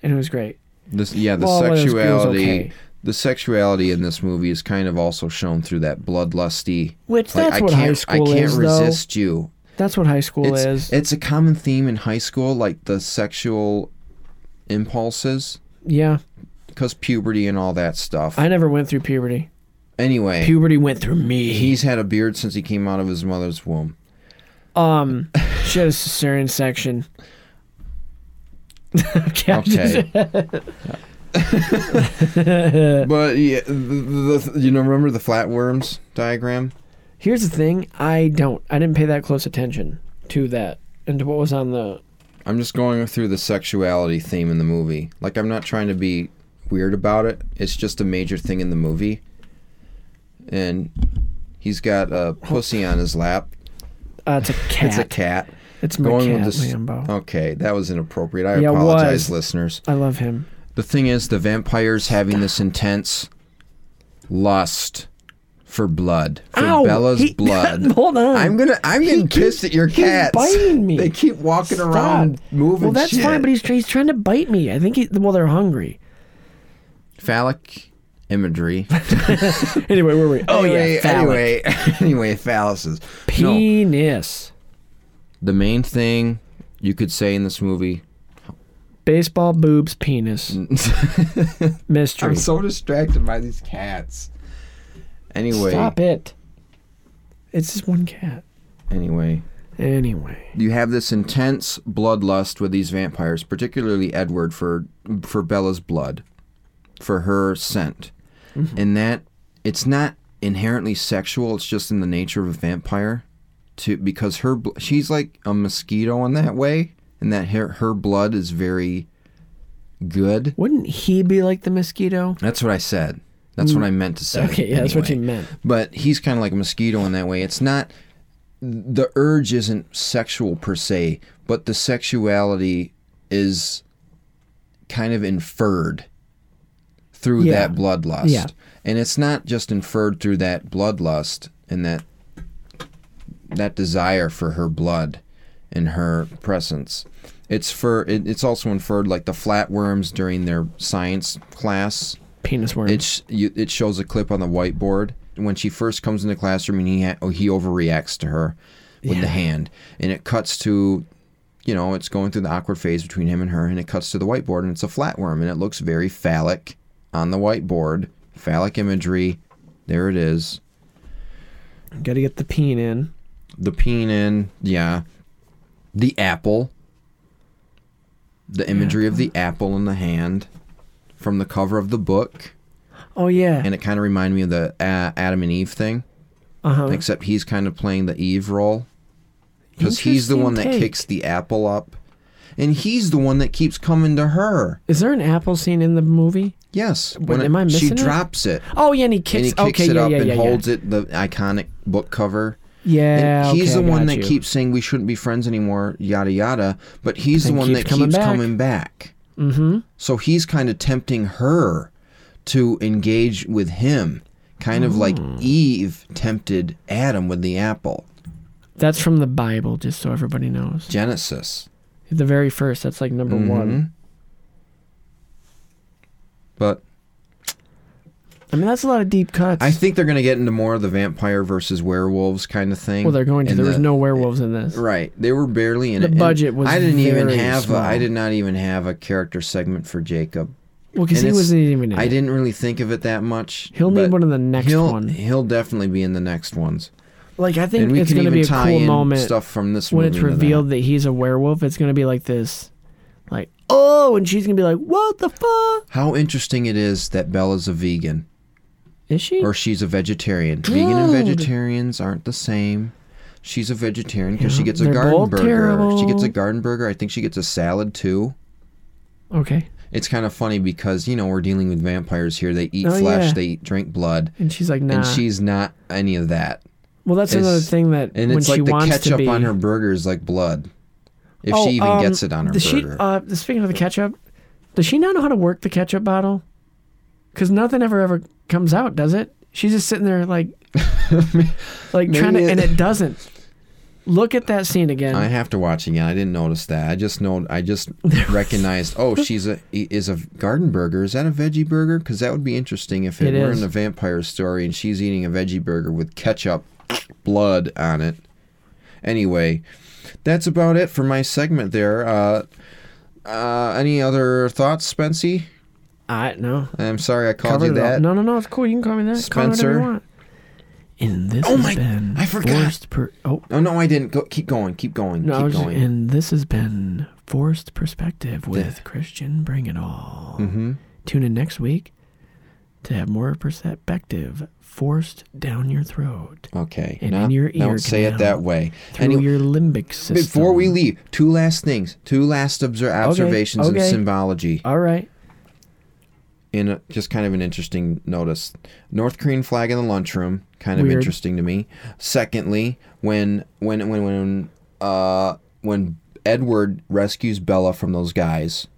and it was great. This, yeah, the Well, it was- it was sexuality. okay. The sexuality in this movie is kind of also shown through that bloodlusty. Which, like, that's I what can't, high school I can't is, though. resist you. That's what high school It's is. it's a common theme in high school, like the sexual impulses, yeah, because puberty and all that stuff. I never went through puberty. anyway, Puberty went through me. he's had a beard since he came out of his mother's womb. um, she had a cesarean section. [LAUGHS] okay. I'm just- [LAUGHS] Okay. but yeah, the, the, you know, remember the flatworms diagram? Here's the thing: I don't. I didn't pay that close attention to that and to what was on the I'm just going through the sexuality theme in the movie. Like I'm not trying to be weird about it. It's just a major thing in the movie. And he's got a pussy on his lap. Uh, it's a cat. It's a cat. It's my cat, s- oh. Lambo. Okay, that was inappropriate. I Yeah, it apologize, was. listeners. I love him. The thing is, the vampires having this intense lust for blood, for Ow! Bella's He- [LAUGHS] blood. Hold on. I'm gonna. I'm He getting keeps- pissed at your he's cats. biting me. They keep walking Stop. around moving. Well, that's shit. fine, but he's, he's trying to bite me. I think he. Well, they're hungry. phallic imagery. Anyway, where were we? [LAUGHS] Oh anyway, yeah, phallic. anyway, [LAUGHS] anyway, phalluses. No, penis, the main thing you could say in this movie. baseball [LAUGHS] boobs, penis, mystery. I'm so distracted by these cats. Anyway, Stop it. It's just one cat. anyway, Anyway, you have this intense bloodlust with these vampires, particularly Edward for for Bella's blood, for her scent, and that it's not inherently sexual. It's just in the nature of a vampire, to because her bl- she's like a mosquito in that way, and that her her blood is very good. wouldn't he be like the mosquito? That's what I said. That's what I meant to say. Mm. Okay, yeah, that's what you anyway. meant. But he's kind of like a mosquito in that way. It's not the urge isn't sexual per se, but the sexuality is kind of inferred through Yeah. that bloodlust. Yeah. And it's not just inferred through that bloodlust and that that desire for her blood and her presence. It's for it, it's also inferred like the flatworms during their science class Penis worm. it's you, it shows a clip on the whiteboard when she first comes in the classroom and he ha- oh, he overreacts to her with the hand, and it cuts to, you know, it's going through the awkward phase between him and her, and it cuts to the whiteboard and it's a flatworm and it looks very phallic on the whiteboard, phallic imagery. There it is. Gotta get the peen in. The peen in, yeah. The apple. The imagery of the apple in the hand from the cover of the book. Oh yeah. and it kind of reminded me of the uh, Adam and Eve thing, Uh-huh. except he's kind of playing the Eve role because he's the Interesting one that take. kicks the apple up, and he's the one that keeps coming to her. Is there an apple scene in the movie? Yes, Wait, am she I missing it? drops it Oh yeah, and he kicks. and he kicks okay, it yeah, up yeah, and yeah, holds it the iconic book cover. yeah. And Yeah. he's okay, the I one got that you. keeps saying we shouldn't be friends anymore, yada yada. But he's the And one keeps that coming keeps back. coming back. Mm-hmm. So he's kind of tempting her to engage with him, kind of like Mm. Eve tempted Adam with the apple. That's from the Bible, just so everybody knows. Genesis. The very first. That's like number Mm-hmm. one. But I mean, that's a lot of deep cuts. I think they're going to get into more of the vampire versus werewolves kind of thing. well, they're going to. And There was the- no werewolves in this. Right. They were barely in The it. And budget was I didn't even very have a, I small. did not even have a character segment for Jacob. Well, because And he it's- wasn't even in I it. didn't really think of it that much. He'll need but one in the next he'll, one. He'll definitely be in the next ones. Like, I And think we it's can going to even be a tie cool in moment stuff from this when movie it's into that. revealed that. he's a werewolf. It's going to be like this, like oh, and she's going to be like, what the fuck How interesting it is that Bella's a vegan is she? or she's a vegetarian. Vegan and Dude. vegetarians aren't the same. She's a vegetarian because she gets a they're garden both burger. She gets a terrible. garden burger. I think she gets a salad too. okay, It's kind of funny because you know we're dealing with vampires here. They eat Oh, flesh. yeah. They eat, drink blood, and she's like, nah. and she's not any of that. well, that's another is- thing that And when it's she like the wants to ketchup be on her burger is like blood. If Oh, she even um, gets it on her does she- burger. uh, speaking of the ketchup, does she not know how to work the ketchup bottle? Because nothing ever ever comes out, does it? She's just sitting [LAUGHS] there like, like trying to, maybe it- and it doesn't. Look at that scene again. I have to watch again. I didn't notice that. I just know. I [LAUGHS] just recognized. Oh, she's a is a garden burger. Is that a veggie burger? Because that would be interesting if it, It were is. in a vampire story and she's eating a veggie burger with ketchup, blood on it. Anyway, that's about it for my segment there. Uh, uh, any other thoughts, Spency? I no. I'm sorry I called Covered you it all. that. No, no, no. It's cool. You can call me that. Call me Spencer. whatever you want. And this Oh has my- been I forgot. forced per. Oh Oh no, I didn't. Go, keep going. Keep going. no, I keep was- going. and this has been forced perspective with Christian. Bring it all. Mm-hmm. Tune in next week to have more perspective. forced down your throat. Okay. And no, in your ear don't say it canal. that way. Through your limbic system. Before we leave, two last things, two last obser- observations okay. Uh, in symbology. All right. In a, just kind of an interesting notice, North Korean flag in the lunchroom, kind of Weird. interesting to me. Secondly, when when when when uh when Edward rescues Bella from those guys,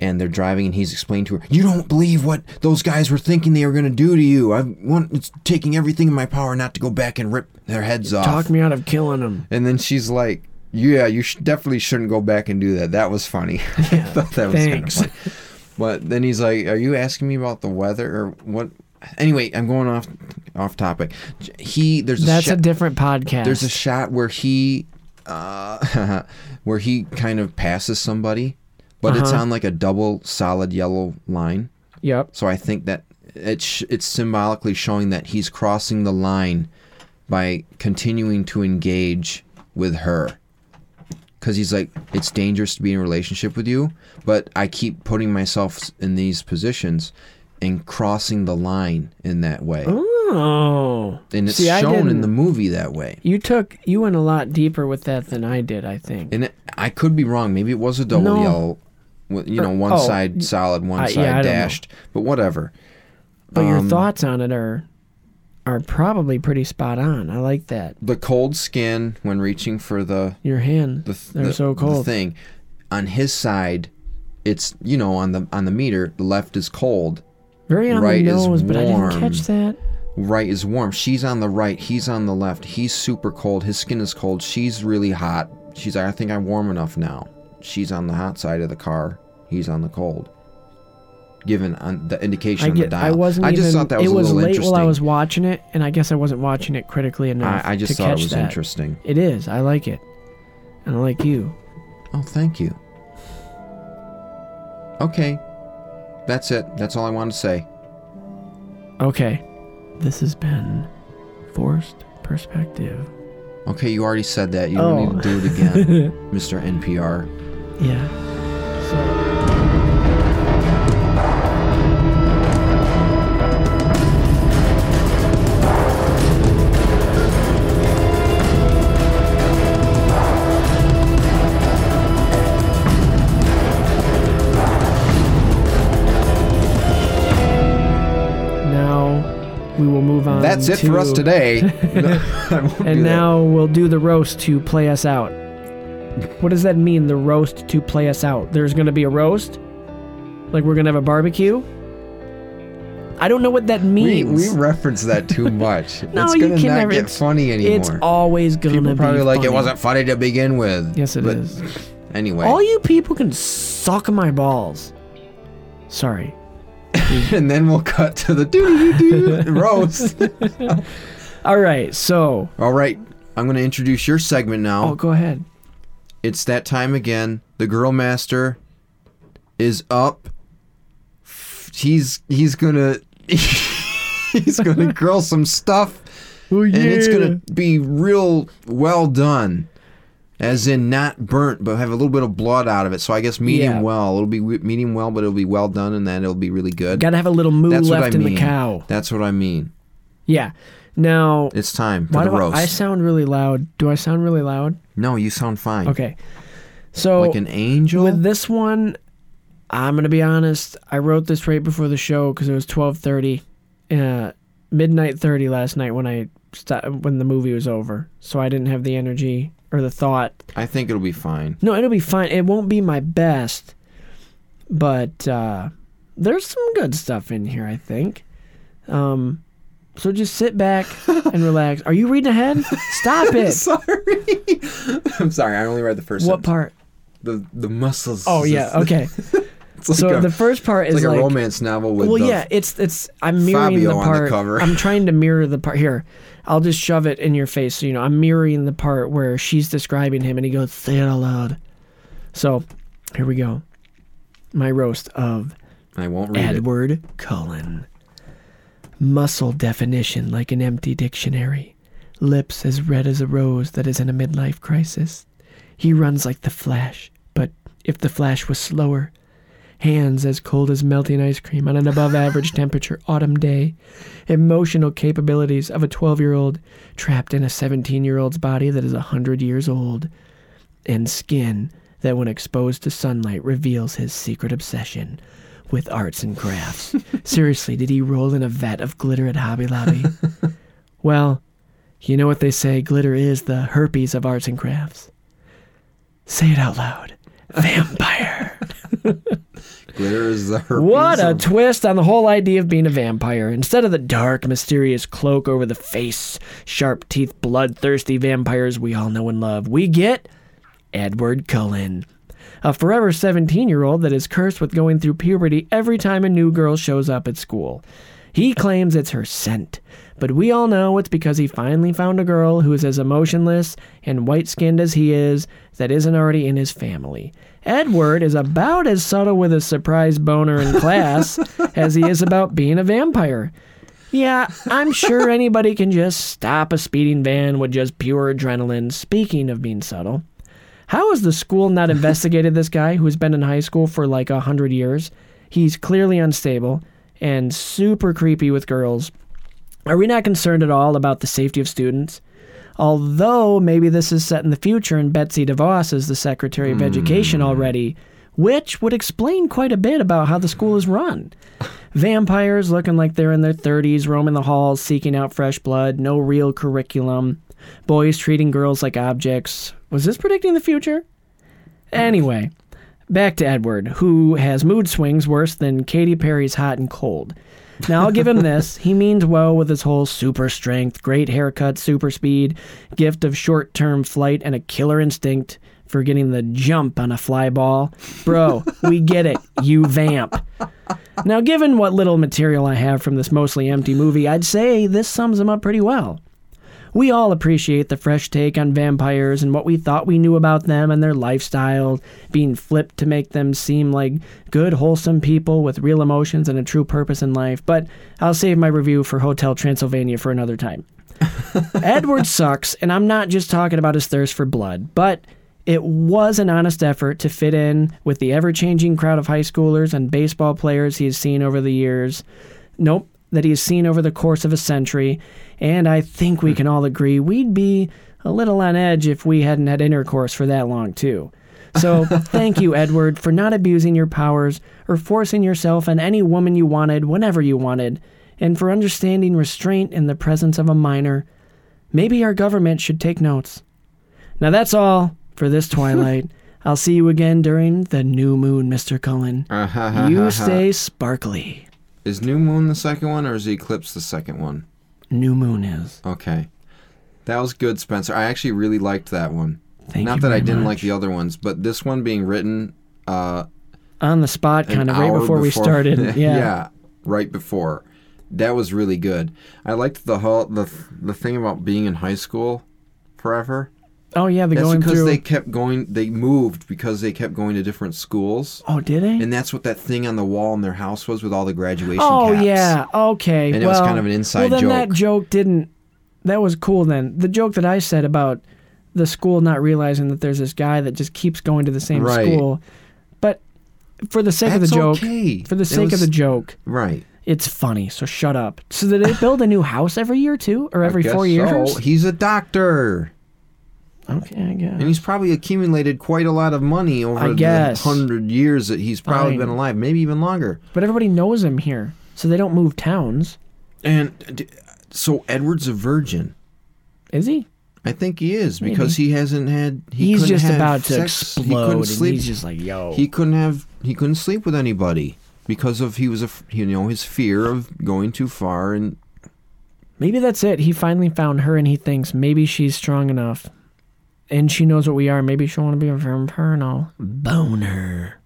and they're driving, and he's explaining to her, "You don't believe what those guys were thinking they were going to do to you. I want it's taking everything in my power not to go back and rip their heads off." Talk me out of killing him. And then she's like, "Yeah, you sh- definitely shouldn't go back and do that. That was funny. [LAUGHS] I thought that was kind of thanks. funny." But then he's like, "Are you asking me about the weather or what?" Anyway, I'm going off off topic. He there's a That's sho- a different podcast. there's a shot where he uh, [LAUGHS] where he kind of passes somebody, but it's Uh-huh. on like a double solid yellow line. yep. So I think that it's sh- it's symbolically showing that he's crossing the line by continuing to engage with her. Cuz he's like it's dangerous to be in a relationship with you, but I keep putting myself s- in these positions and crossing the line in that way. Oh. And it's See, I shown in the didn't- movie that way. You took you went a lot deeper with that than I did, I think. And it, I could be wrong. Maybe it was a double No. yellow. w- You know, one oh, side solid, one I- yeah, side I don't know. dashed. But whatever. But your um, thoughts on it are are probably pretty spot on. I like that. The cold skin when reaching for the Your hand the, th- they're the- so cold. The thing on his side, it's you know on the on the meter, the left is cold, Very on right the is nose, but I didn't warm. catch that. right is warm. She's on the right, he's on the left. He's super cold. His skin is cold. She's really hot. She's like, I think I'm warm enough now. She's on the hot side of the car. He's on the cold. Given on the indication I on the get. dial, I wasn't. I just even, thought that was it a was little late interesting. while I was watching it, and I guess I wasn't watching it critically enough. I, I just to thought it catch was that. interesting. It is. I like it, and I like you. Oh, thank you. Okay, that's it. That's all I wanted to say. Okay, this has been forced perspective. Okay, you already said that. You Oh. don't need to do it again, [LAUGHS] Mr. [LAUGHS] NPR. Yeah. So. Now we will move on. That's it for us to- [LAUGHS] today. [LAUGHS] No, I won't do and that. now we'll do the roast to play us out. What does that mean, the roast to play us out? There's going to be a roast? Like we're going to have a barbecue? I don't know what that we, means. we reference that [LAUGHS] too much. No, it's you gonna can not never- get it's- funny anymore. it's always going to be people probably like it funny." wasn't funny to begin with. Yes, it is. but Anyway, All you people can suck my balls. Sorry. [LAUGHS] and then we'll cut to the doo doo [LAUGHS] doo roast. All right, so. All right, I'm going to introduce your segment now. Oh, go ahead. It's that time again. The girl master is up. F- He's he's gonna [LAUGHS] he's [LAUGHS] gonna grill some stuff, Oh, yeah. and it's gonna be real well done, as in not burnt, but have a little bit of blood out of it. So I guess medium Yeah. well. It'll be w- medium well, but it'll be well done, and then it'll be really good. Gotta have a little moo That's what left I in mean. the cow. That's what I mean. Yeah. Now, It's time for why the do roast. I, I sound really loud? Do I sound really loud? no, you sound fine. Okay. So Like an angel. with this one, I'm gonna be honest. I wrote this right before the show because it was 12:30, uh, midnight 30 last night when I sto- when the movie was over. So I didn't have the energy or the thought. I think it'll be fine. No, it'll be fine. It won't be my best, but uh, there's some good stuff in here. I think. Um, so just sit back [LAUGHS] and relax. Are you reading ahead? Stop it. sorry. I'm sorry. I only read the first. What sentence. part? The the muscles. Oh yeah. Okay. [LAUGHS] It's like so a, the first part it's is like a like romance novel with. well the- yeah it's it's i'm mirroring Fabio the on the part cover. i'm trying to mirror the part here i'll just shove it in your face so you know i'm mirroring the part where she's describing him and he goes say it out loud so here we go my roast of I won't read it. Edward Cullen. Muscle definition like an empty dictionary. Lips as red as a rose that is in a midlife crisis. He runs like the Flash, but if the Flash was slower, hands as cold as melting ice cream on an above [LAUGHS] average temperature autumn day, emotional capabilities of a 12 year old trapped in a 17 year old's body that is 100 years old, and skin that, when exposed to sunlight, reveals his secret obsession with arts and crafts. Seriously, did he roll in a vat of glitter at Hobby Lobby? well, you know what they say glitter is the herpes of arts and crafts. Say it out loud. Vampire. Glitter is the herpes. [LAUGHS] What a of- twist on the whole idea of being a vampire. Instead of the dark, mysterious cloak over the face, sharp teeth, bloodthirsty vampires we all know and love, we get Edward Cullen. A forever 17 year old that is cursed with going through puberty every time a new girl shows up at school. He claims it's her scent, but we all know it's because he finally found a girl who is as emotionless and white skinned as he is that isn't already in his family. Edward is about as subtle with a surprise boner in class as he is about being a vampire. Yeah, I'm sure anybody can just stop a speeding van with just pure adrenaline. Speaking of being subtle, how has the school not investigated this guy who's been in high school for like a hundred years? He's clearly unstable and super creepy with girls. Are we not concerned at all about the safety of students? Although maybe this is set in the future and Betsy DeVos is the Secretary of Education already, which would explain quite a bit about how the school is run. Vampires looking like they're in their 30s, roaming the halls, seeking out fresh blood, no real curriculum, boys treating girls like objects. Was this predicting the future? Anyway, back to Edward, who has mood swings worse than Katy Perry's hot and cold. Now, I'll give him this. He means well with his whole super strength, great haircut, super speed, gift of short term flight, and a killer instinct for getting the jump on a fly ball. Bro, we get it. You vamp. Now, given what little material I have from this mostly empty movie, I'd say this sums him up pretty well. We all appreciate the fresh take on vampires and what we thought we knew about them and their lifestyle being flipped to make them seem like good, wholesome people with real emotions and a true purpose in life, but I'll save my review for Hotel Transylvania for another time. Edward sucks, and I'm not just talking about his thirst for blood, but it was an honest effort to fit in with the ever changing crowd of high schoolers and baseball players he has seen over the years. Nope, that he has seen over the course of a century. And I think we can all agree we'd be a little on edge if we hadn't had intercourse for that long, too. So thank you, Edward, for not abusing your powers or forcing yourself on any woman you wanted whenever you wanted, and for understanding restraint in the presence of a minor. Maybe our government should take notes. Now that's all [LAUGHS] for this Twilight. I'll see you again during the new moon, Mr. Cullen. Uh-huh. You stay sparkly. Is New Moon the second one or is Eclipse the second one? New moon is. Okay. That was good, Spencer. I actually really liked that one. Thank Not you that I very didn't much. like the other ones, but this one being written uh, on the spot, an kind of right hour before, [LAUGHS] we started. Yeah. yeah, right before. That was really good. I liked the whole the the thing about being in high school forever. Oh yeah, the That's going because through. they kept going. They moved because they kept going to different schools, oh, did they? and that's what that thing on the wall in their house was with all the graduation. oh caps. yeah. Okay. And it well, was kind of an inside Well, then joke. that joke didn't. That was cool. Then the joke that I said about the school not realizing that there's this guy that just keeps going to the same Right. school, but for the sake of That's the joke, okay. for the It sake of was- the joke, right. it's funny. So shut up. So did they build a new house every year too, or every Guess so. four years? He's a doctor, Okay, I guess. and he's probably accumulated quite a lot of money over I the guess. hundred years that he's probably I- been alive, maybe even longer. But everybody knows him here, so they don't move towns. And uh, d- so Edward's a virgin. Is he? I think he is because he hasn't had. He he's couldn't just have about to sex. He explode, couldn't and sleep. he's just like, "Yo, he couldn't have. He couldn't sleep with anybody because of he was a f- you know his fear of going too far and maybe that's it." He finally found her, and he thinks maybe she's strong enough, and she knows what we are. Maybe she'll want to be a vampire now. Boner.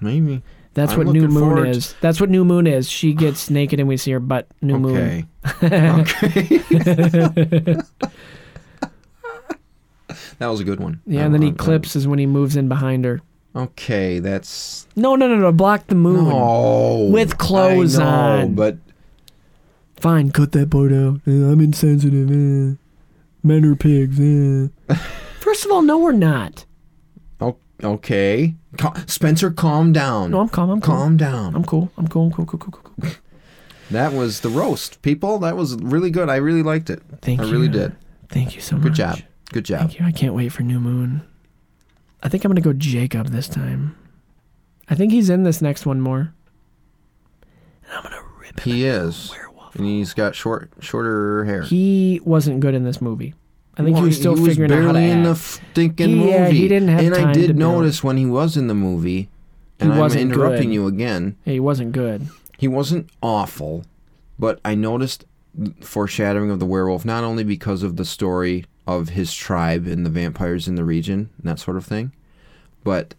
maybe. That's I'm what New looking Moon forward to- is. That's what New Moon is. She gets naked, and we see her butt. New Moon. Okay. okay. [LAUGHS] that was a good one. Yeah, I- and then I- he clips is when he moves in behind her. Okay, that's No, no, no, no. Block the moon. no With clothes I know, on. But Fine, cut that part out. Eh, I'm insensitive. [LAUGHS] eh. Men are pigs. eh. First of all, no, we're not. oh, Okay. Cal- Spencer, calm down. No, I'm calm. I'm calm. Calm down. I'm cool. I'm cool. I'm cool. Cool. Cool. Cool. Cool. That was the roast, people. That was really good. I really liked it. Thank I you. really did. Thank you so much. Good job. Good job. Thank you. I can't wait for New Moon. I think I'm gonna go Jacob this time. I think he's in this next one more. And I'm gonna rip him. He is, werewolf. and he's got short, shorter hair. He wasn't good in this movie. I think Well, he was still figuring out how to barely in the act. stinking He- movie. yeah, he didn't have And I time did to build. notice when he was in the movie, and I'm wasn't interrupting good. you again. Yeah, he wasn't good. He wasn't awful, but I noticed th- foreshadowing of the werewolf not only because of the story of his tribe and the vampires in the region and that sort of thing, but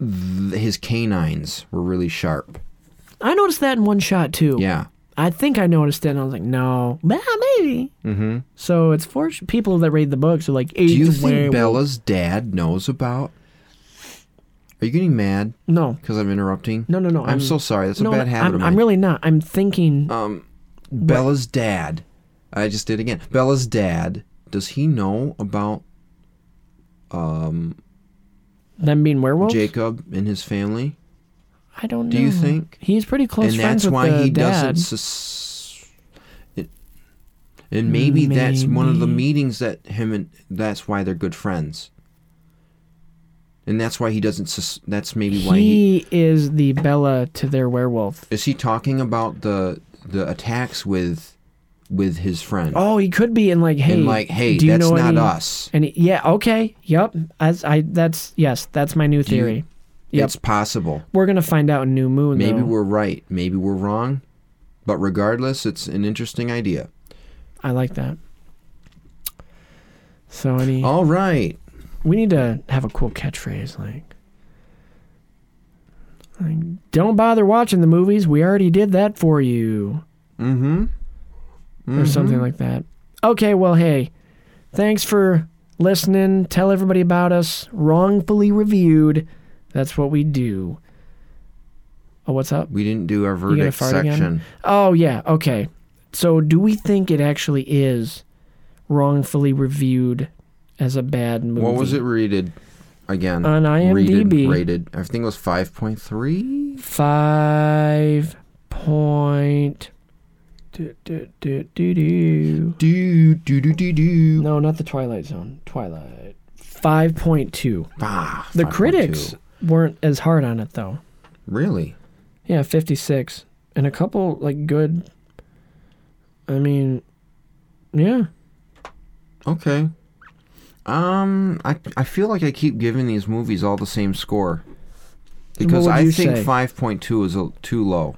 th- his canines were really sharp. I noticed that in one shot too. Yeah. I think I noticed it, and I was like, no, but maybe. Mm-hmm. So it's for people that read the books are like, Do you "It's think werewolf." Bella's dad knows about? Are you getting mad No, because I'm interrupting? no, no, no. I'm, so sorry. That's no, a bad no, habit I'm, of mine. I'm really not. I'm thinking. Um, Bella's dad. I just did again. Bella's dad. Does he know about them being werewolves. Jacob and his family? I don't know. Do you think? he's pretty close and friends that's with why the he dad? doesn't. Sus- it, and maybe, that's one of the Maybe. meetings that him and that's why they're good friends. And that's why he doesn't. Sus- that's maybe why he he is the Bella to their werewolf. is he talking about the the attacks with with his friend. Oh, he could be in like, hey, and like, hey, do you that's know not any- us. And he, yeah, okay, yep. As I, that's yes, that's my new you- theory. Yep. It's possible. we're gonna find out in New Moon. Maybe though. we're right. Maybe we're wrong. But regardless, it's an interesting idea. I like that. So any, All right. we need to have a cool catchphrase like, like, "Don't bother watching the movies. We already did that for you," Mm-hmm. or something like that. Okay, well, hey, thanks for listening. Tell everybody about us. Wrongfully reviewed. That's what we do. Oh, what's up? We didn't do our verdict fart section. again? Oh yeah, okay. So do we think it actually is wrongfully reviewed as a bad movie? What was it rated again? On Rated, IMDb. rated. I think it was 5.3. Five point. Do, do, do, do, do. Do, do, do, do, do. No, not the Twilight Zone. Twilight. Five point two. Ah, The 5.2. critics weren't as hard on it though. Really? Yeah, fifty six, and a couple like good. I mean, yeah. Okay. Um, I, I feel like I keep giving these movies all the same score. Because would I you think say? 5.2 is a, too low.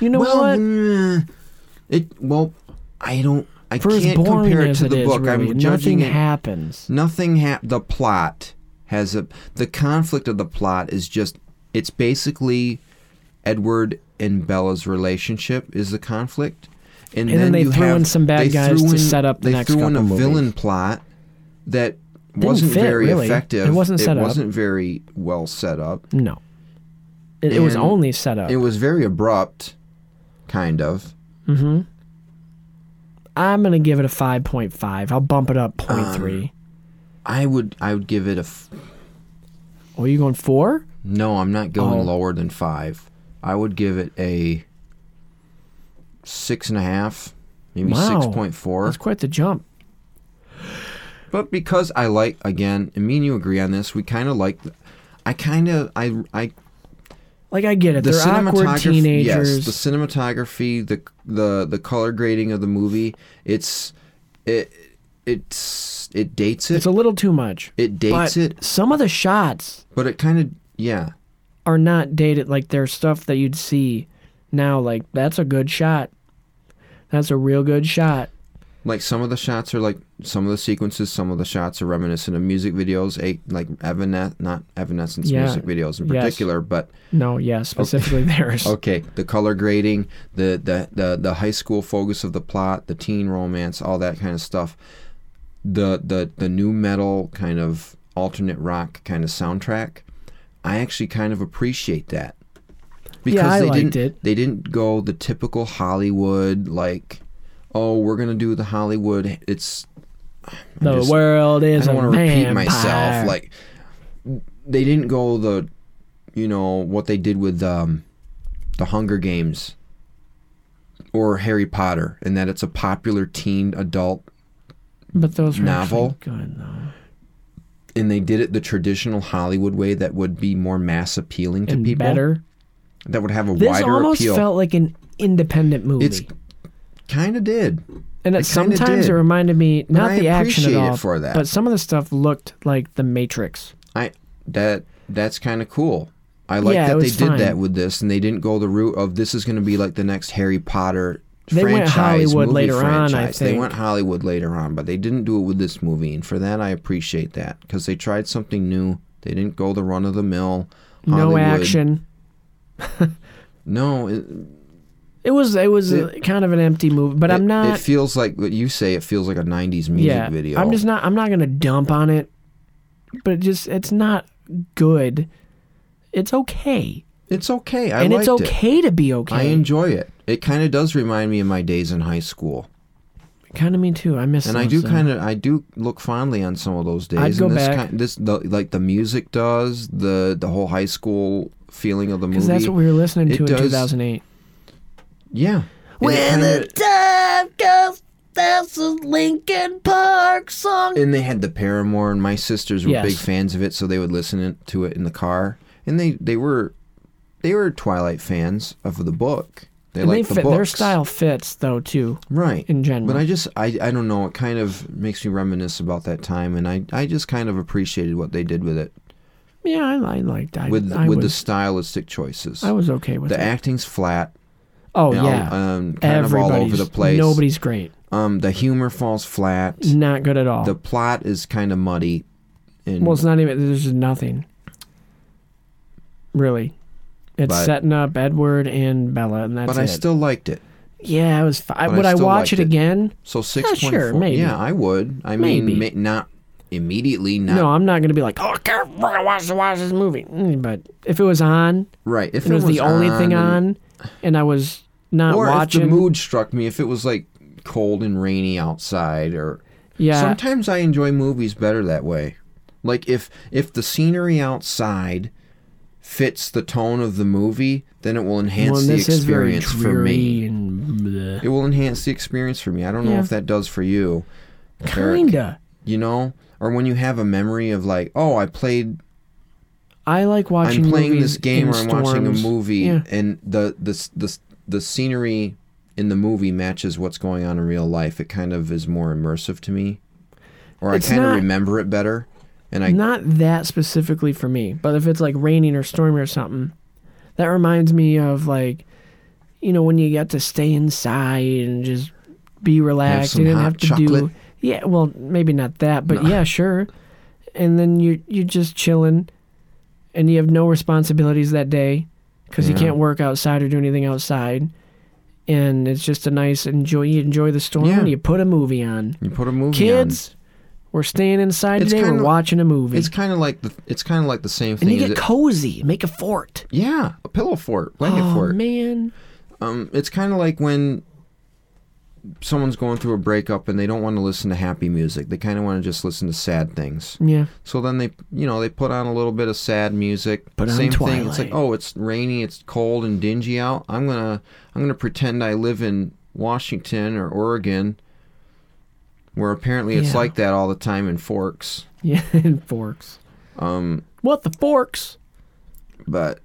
You know well, what? mm, It well, I don't. I For as can't boring compare it as to it the is, book. really, I'm judging nothing it. happens. nothing hap The plot has a. The conflict of the plot is just. It's basically Edward and Bella's relationship is the conflict, and, And then they you threw have, in some bad they guys threw to in- set up the they next threw in a couple movies. villain plot that wasn't fit, very really. effective. It wasn't set It up. wasn't very well set up. No. It, it was And only set up. It was very abrupt, kind of. I'm going to give it a 5.5. I'll bump it up 0.3. I would I would give it a f- Oh, you going 4? No, I'm not going Oh. lower than five. I would give it a six and a half, maybe Wow. six point four. That's quite the jump. But because I like again, and me and you agree on this, we kind of like. I kind of I I Like, I get it. the They're cinematography. awkward Yes, teenagers. the cinematography, the the the color grading of the movie. It's it it's it dates it. it's a little too much. it dates but it, some of the shots but it kind of yeah. are not dated. Like, there's stuff that you'd see now. Like, that's a good shot. That's a real good shot. like some of the shots are like some of the sequences, some of the shots are reminiscent of music videos, a, like Evanes- not Evanescence Yeah. music videos in Yes. particular, but No, [LAUGHS] yeah, specifically theirs. okay, the color grading, the, the the the high school focus of the plot, the teen romance, all that kind of stuff, the the the new metal kind of alternate rock kind of soundtrack, I actually kind of appreciate that because I they liked didn't it. they didn't go the typical Hollywood like. Oh, we're gonna do the Hollywood. It's the just- world I is don't a want to repeat myself. vampire. Like they didn't go the, you know, what they did with um, the Hunger Games or Harry Potter, and that it's a popular teen adult But those were Novel. actually good though. and they did it the traditional Hollywood way that would be more mass appealing to And people. better. That would have a This wider almost appeal. felt like an independent movie. it's kind of did. and it it kinda sometimes did. it reminded me not I the action at appreciate it all, for that. but some of the stuff looked like The Matrix. I that that's kind of cool. I like Yeah, it that they was did fine. that with this, and they didn't go the route of this is going to be like the next Harry Potter They went franchise. Hollywood movie later on, I franchise. They think. went Hollywood later on, but they didn't do it with this movie, and for that I appreciate that because they tried something new. They didn't go the run of the mill. No action. No, it, It was it was uh kind of an empty movie, but it- I'm not. It feels like what you say. It feels like a '90s music yeah, video. I'm just not. I'm not gonna dump on it, but it just it's not good. It's okay, It's okay. I and it's liked it. okay to be okay. I enjoy it. It kind of does remind me of my days in high school, kind of me too. I miss. uh, and I do kind of I do look fondly on some of those days. I'd go and this back. Kind, this the, like the music does the the whole high school feeling of the movie. because that's what we were listening It to in does- 2008. Yeah. And it kinda- time goes, that's a Lincoln Park song. and they had the Paramore, and my sisters were Yes. big fans of it, so they would listen in- to it in the car, and they they were they were Twilight fans of the book. They And they liked the fit, books. their style fits though too. right in general. but i just I, I don't know it kind of makes me reminisce about that time and i i just kind of appreciated what they did with it Yeah, I, I liked. I, with I with the was, stylistic choices I was okay with the it. acting's flat oh you know, yeah, um, kind of all over the Everybody's- place Nobody's great. um the humor falls flat Not good at all. the plot is kind of muddy and well, it's not even. There's just nothing. Really, it's But- setting up Edward and Bella, and that's but it. i still liked it yeah, it was. Fi- but I would I, still watch liked it it. again? so 6.4 sure, maybe. yeah i would i mean Maybe. ma- not immediately not No, I'm not going to be like, oh, I can't fucking watch, watch this movie. Mm, But if it was on, right if and it was, the only thing and- on, and I was not or watching, if the mood struck me if it was like cold and rainy outside or yeah, sometimes i enjoy movies better that way like if if the scenery outside fits the tone of the movie then it will enhance well, the this is very experience for dreary me and bleh. it will enhance the experience for me i don't know Yeah. if that does for you Eric, kinda. you know or when you have a memory of like oh i played I like watching. I'm playing movies this game in or I'm watching a storms. movie, Yeah. and the the, s- the s- the scenery in the movie matches what's going on in real life. It kind of is more immersive to me, or It's I kind of not- remember it better. And I not that specifically for me, but if it's like raining or stormy or something, that reminds me of like, you know, when you got to stay inside and just be relaxed. some you didn't hot have to chocolate. do. Yeah, well, maybe not that, but yeah, sure. And then you you're just chilling, and you have no responsibilities that day because Yeah. you can't work outside or do anything outside. And it's just a nice enjoy. You enjoy the storm. Yeah. And you put a movie on. you put a movie Kids, we're staying inside It's today. kinda- we're watching a on. movie. It's kind of like the it's kind of like the same thing. And you as get it- cozy, make a fort. yeah, a pillow fort, blanket oh fort. man, Um, it's kind of like when someone's going through a breakup and they don't want to listen to happy music. They kind of want to just listen to sad things. yeah. [LAUGHS] So then they, you know, they put on a little bit of sad music. Put on Same thing. It's like, Twilight. oh, it's rainy, it's cold and dingy out. I'm gonna, I'm gonna pretend I live in Washington or Oregon, where apparently it's Yeah. like that all the time in Forks. Yeah, and forks. Um, What the forks? but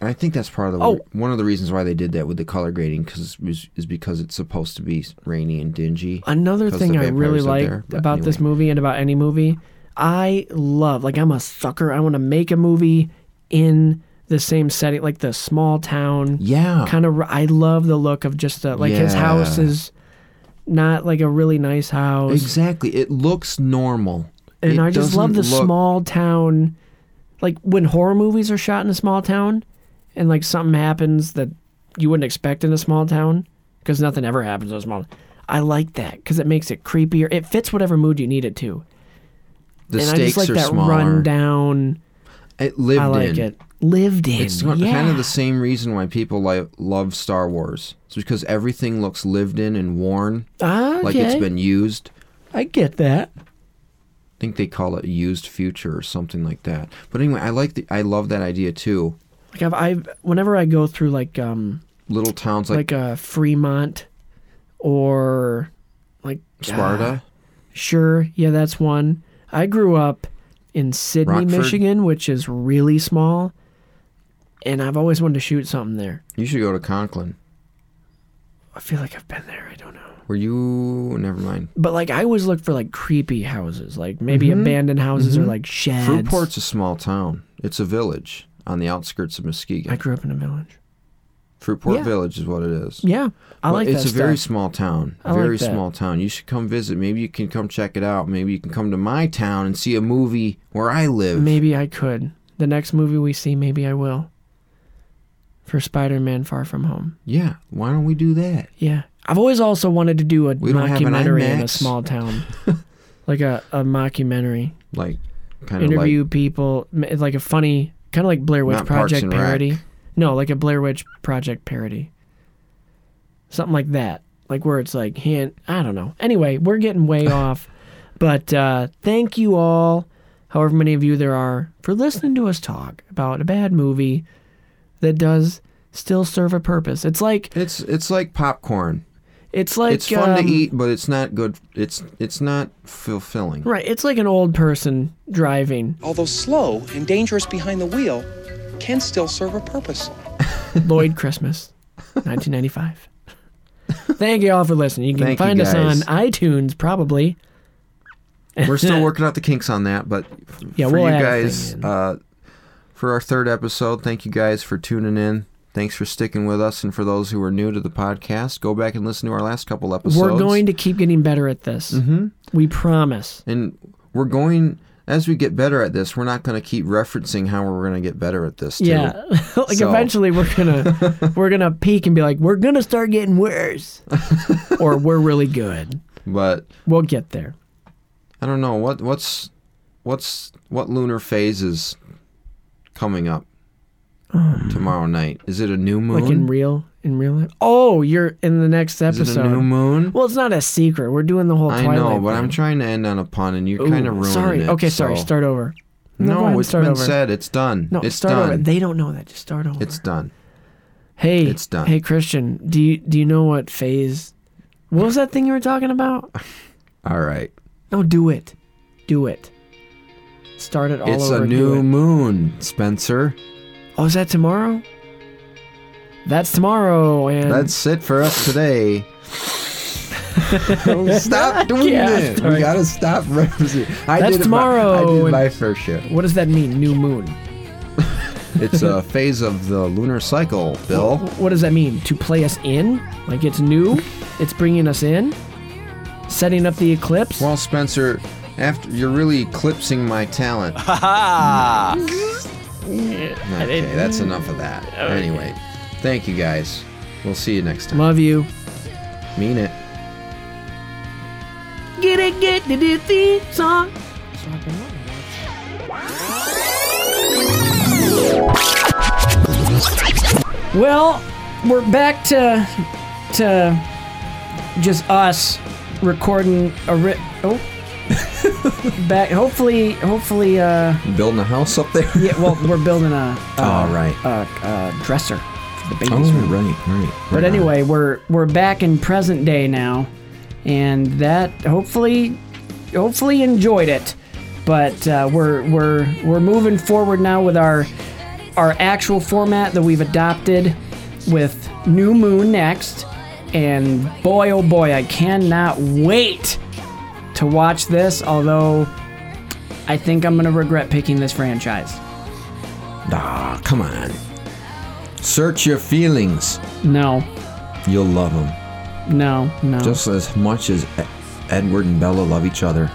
I think that's part of the Oh. one of the reasons why they did that with the color grading because is because it's supposed to be rainy and dingy. Another 'Cause thing the I really vampires live like there, but about this anyway. movie and about any movie, I love. Like I'm a sucker. I want to make a movie in the same setting, like the small town. Yeah. Kind of. I love the look of just the like his Yeah. house is not like a really nice house. Exactly. It looks normal. and It I just love the doesn't look- small town, like when horror movies are shot in a small town, and like something happens that you wouldn't expect in a small town because nothing ever happens in a small. I like that because it makes it creepier. It fits whatever mood you need it to, The and I stakes just like are that smaller. run down. It lived I like in. it. Lived in, It's yeah. kind of the same reason why people like love Star Wars. It's because everything looks lived in and worn, Ah, like it's okay. been used. I get that. think they call it used future or something like that. But anyway, I like the I love that idea too. Like I've, I've whenever I go through like um Little towns like, like uh Fremont or like Sparta, Sure, yeah, that's one. I grew up in Sydney, Rockford? Michigan, which is really small, and I've always wanted to shoot something there. you should go to Conklin. I feel like I've been there. I don't know. Were you never mind. But like I always look for like creepy houses, like maybe Mm-hmm. abandoned houses or like sheds. Fruitport's a small town. It's a village on the outskirts of Muskegon. I grew up in a village. Fruitport Yeah. Village is what it is. Yeah, I Well, like it's that a very stuff. small town. I like very that. small town. You should come visit. Maybe you can come check it out. Maybe you can come to my town and see a movie where I live. Maybe I could. The next movie we see, maybe I will. For Spider-Man: Far From Home. Yeah. Why don't we do that? Yeah, I've always also wanted to do a We don't have an mockumentary in a IMAX. [LAUGHS] small town, like a, a mockumentary. Like kind of interview like people, m- it's like a funny, kind of like Blair Witch Not Parks Project and Rec. parody. No, like a Blair Witch Project parody. Something like that. Like where it's like, hint, I don't know. Anyway, we're [LAUGHS] getting way off. But uh, thank you all, however many of you there are, for listening to us talk about a bad movie that does still serve a purpose. It's like it's it's like popcorn. it's like it's fun um, to eat, but it's not good. It's it's not fulfilling. Right, it's like an old person driving. although slow and dangerous behind the wheel, can still serve a purpose. Lloyd Christmas, [LAUGHS] 1995. Thank you all for listening. You can Thank you, find us on guys. iTunes, probably. We're [LAUGHS] still working out the kinks on that, but f- Yeah, for we'll you add a guys, thing in. uh, for our third episode, thank you guys for tuning in. Thanks for sticking with us, and for those who are new to the podcast, go back and listen to our last couple episodes. We're going to keep getting better at this. Mm-hmm. We promise. and we're going as we get better at this. We're not going to keep referencing how we're going to get better at this. Too. Yeah, [LAUGHS] like So- eventually we're [LAUGHS] gonna we're gonna peak and be like we're gonna start getting worse, or we're really good. but We'll get there. I don't know what what's what's what lunar phase is coming up tomorrow night. Is it a new moon? Um, Like in real in real life. Oh, you're in the next is episode. it a new moon? Well, it's not a secret. We're doing the whole I Twilight. know, but I'm thing. trying to end on a pun, and you're Ooh, kind of ruining sorry. it. okay, sorry. so- Start over. go ahead No, and it's start been over. said. It's done. No, it's start done. over. They don't know that. Just start over. it's done. Hey, It's done. Hey, Christian, do you do you know what phase? What was that thing you were talking about? All right. No, do it, do it. Start it all it's over. a do new it. moon, Spencer. Oh, is that tomorrow? That's tomorrow, and That's it for us [LAUGHS] today. [LAUGHS] stop doing Yeah, it. sorry. We gotta stop [LAUGHS] referencing. I That's did it tomorrow, My, I did and- my fair share. what does that mean? New moon. It's [LAUGHS] a phase of the lunar cycle, Bill. What does that mean? To play us in? Like it's new? it's bringing us in? Setting up the eclipse? Well, Spencer, after you're really eclipsing my talent. Mm-hmm. okay, that's enough of that. Anyway, thank you guys. We'll see you next time. Love you. Mean it. Get it, get the- the theme song. Well, we're back to to just us recording a ri- [LAUGHS] oh back. Hopefully, hopefully, uh, Building a house up there. yeah. Well, we're building a, [LAUGHS] a, All right. a, a dresser for the baby's Oh, room. right, right. But right on. anyway, we're we're back in present day now, and that hopefully hopefully you enjoyed it. But uh, we're we're we're moving forward now with our our actual format that we've adopted with New Moon next, and boy oh boy, I cannot wait to watch this. Although I think I'm gonna regret picking this franchise. Ah, come on. Search your feelings. No, You'll love them no, no. just as much as E- Edward and Bella love each other.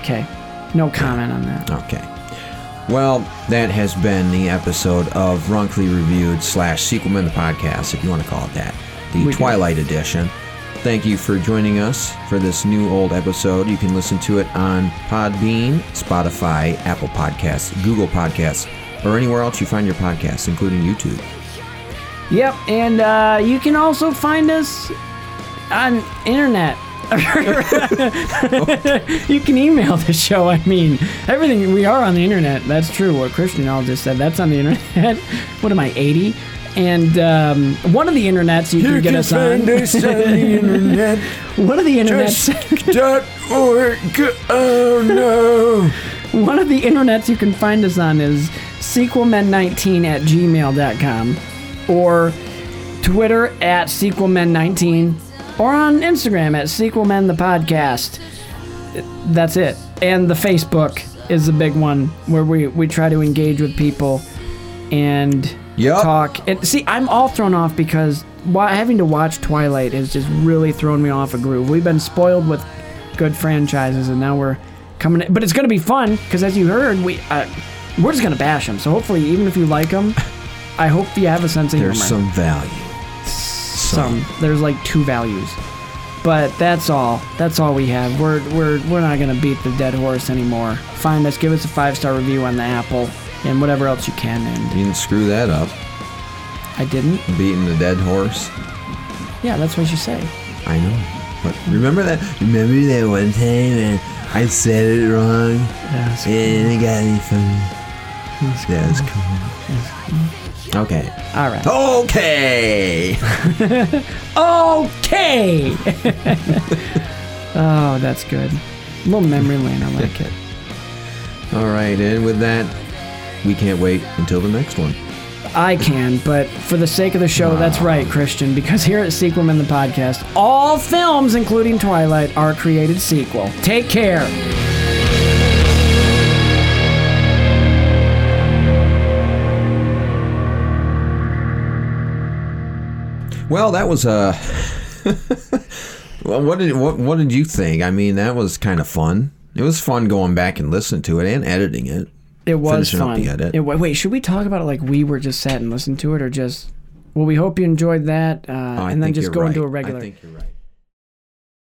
okay. No comment on that. Okay. Well, that has been the episode of Wrongfully Reviewed slash Sequelman the podcast, if you want to call it that, the We do. Twilight edition. Thank you for joining us for this new old episode. You can listen to it on Podbean, Spotify, Apple Podcasts, Google Podcasts, or anywhere else you find your podcasts, including YouTube. Yep, and uh, you can also find us on internet [LAUGHS] You can email the show. I mean, everything we are on the internet. That's true. What Christian all just said. That's on the internet. [LAUGHS] what am I, eighty? And um, one of the internets you can get us on. internet. [LAUGHS] One of the internets. dot org. Oh One of the internets you can find us on is sequelmen19 at gmail.com or Twitter at sequelmen19 or on Instagram at sequelmen the podcast. That's it. And the Facebook is the big one where we, we try to engage with people and Yep. talk. And see, I'm all thrown off because wa- having to watch Twilight has just really thrown me off a groove. We've been spoiled with good franchises, and now we're coming. But it's going to be fun because, as you heard, we uh, we're just going to bash them. So hopefully, even if you like them, I hope you have a sense of There's humor. some value. Some. There's like two values. But that's all. That's all we have. We're we're we're not gonna beat the dead horse anymore. Find us, give us a five star review on the Apple and whatever else you can. And You didn't screw that up. I didn't. Beating the dead horse. Yeah, that's what you say. I know. But remember that? Remember that one time and I said it wrong Yeah, that's- and I got it from Yeah, it's cool. Okay. All right. Okay. [LAUGHS] Okay. [LAUGHS] oh, that's good. little memory lane. I like it. All right, and with that, we can't wait until the next one. I can, but for the sake of the show, that's right, Christian, because here at Sequel in the Podcast, all films, including Twilight, are created sequel. Take care. Well, that was uh [LAUGHS] Well, what did what what did you think? I mean, that was kind of fun. It was fun going back and listening to it and editing it. It was Finishing up fun. the edit. It wa- wait, should we talk about it like we were just sat and listened to it, or just? Well, we hope you enjoyed that, uh, Oh, I and then think just you're go into right. a regular. I think you're right.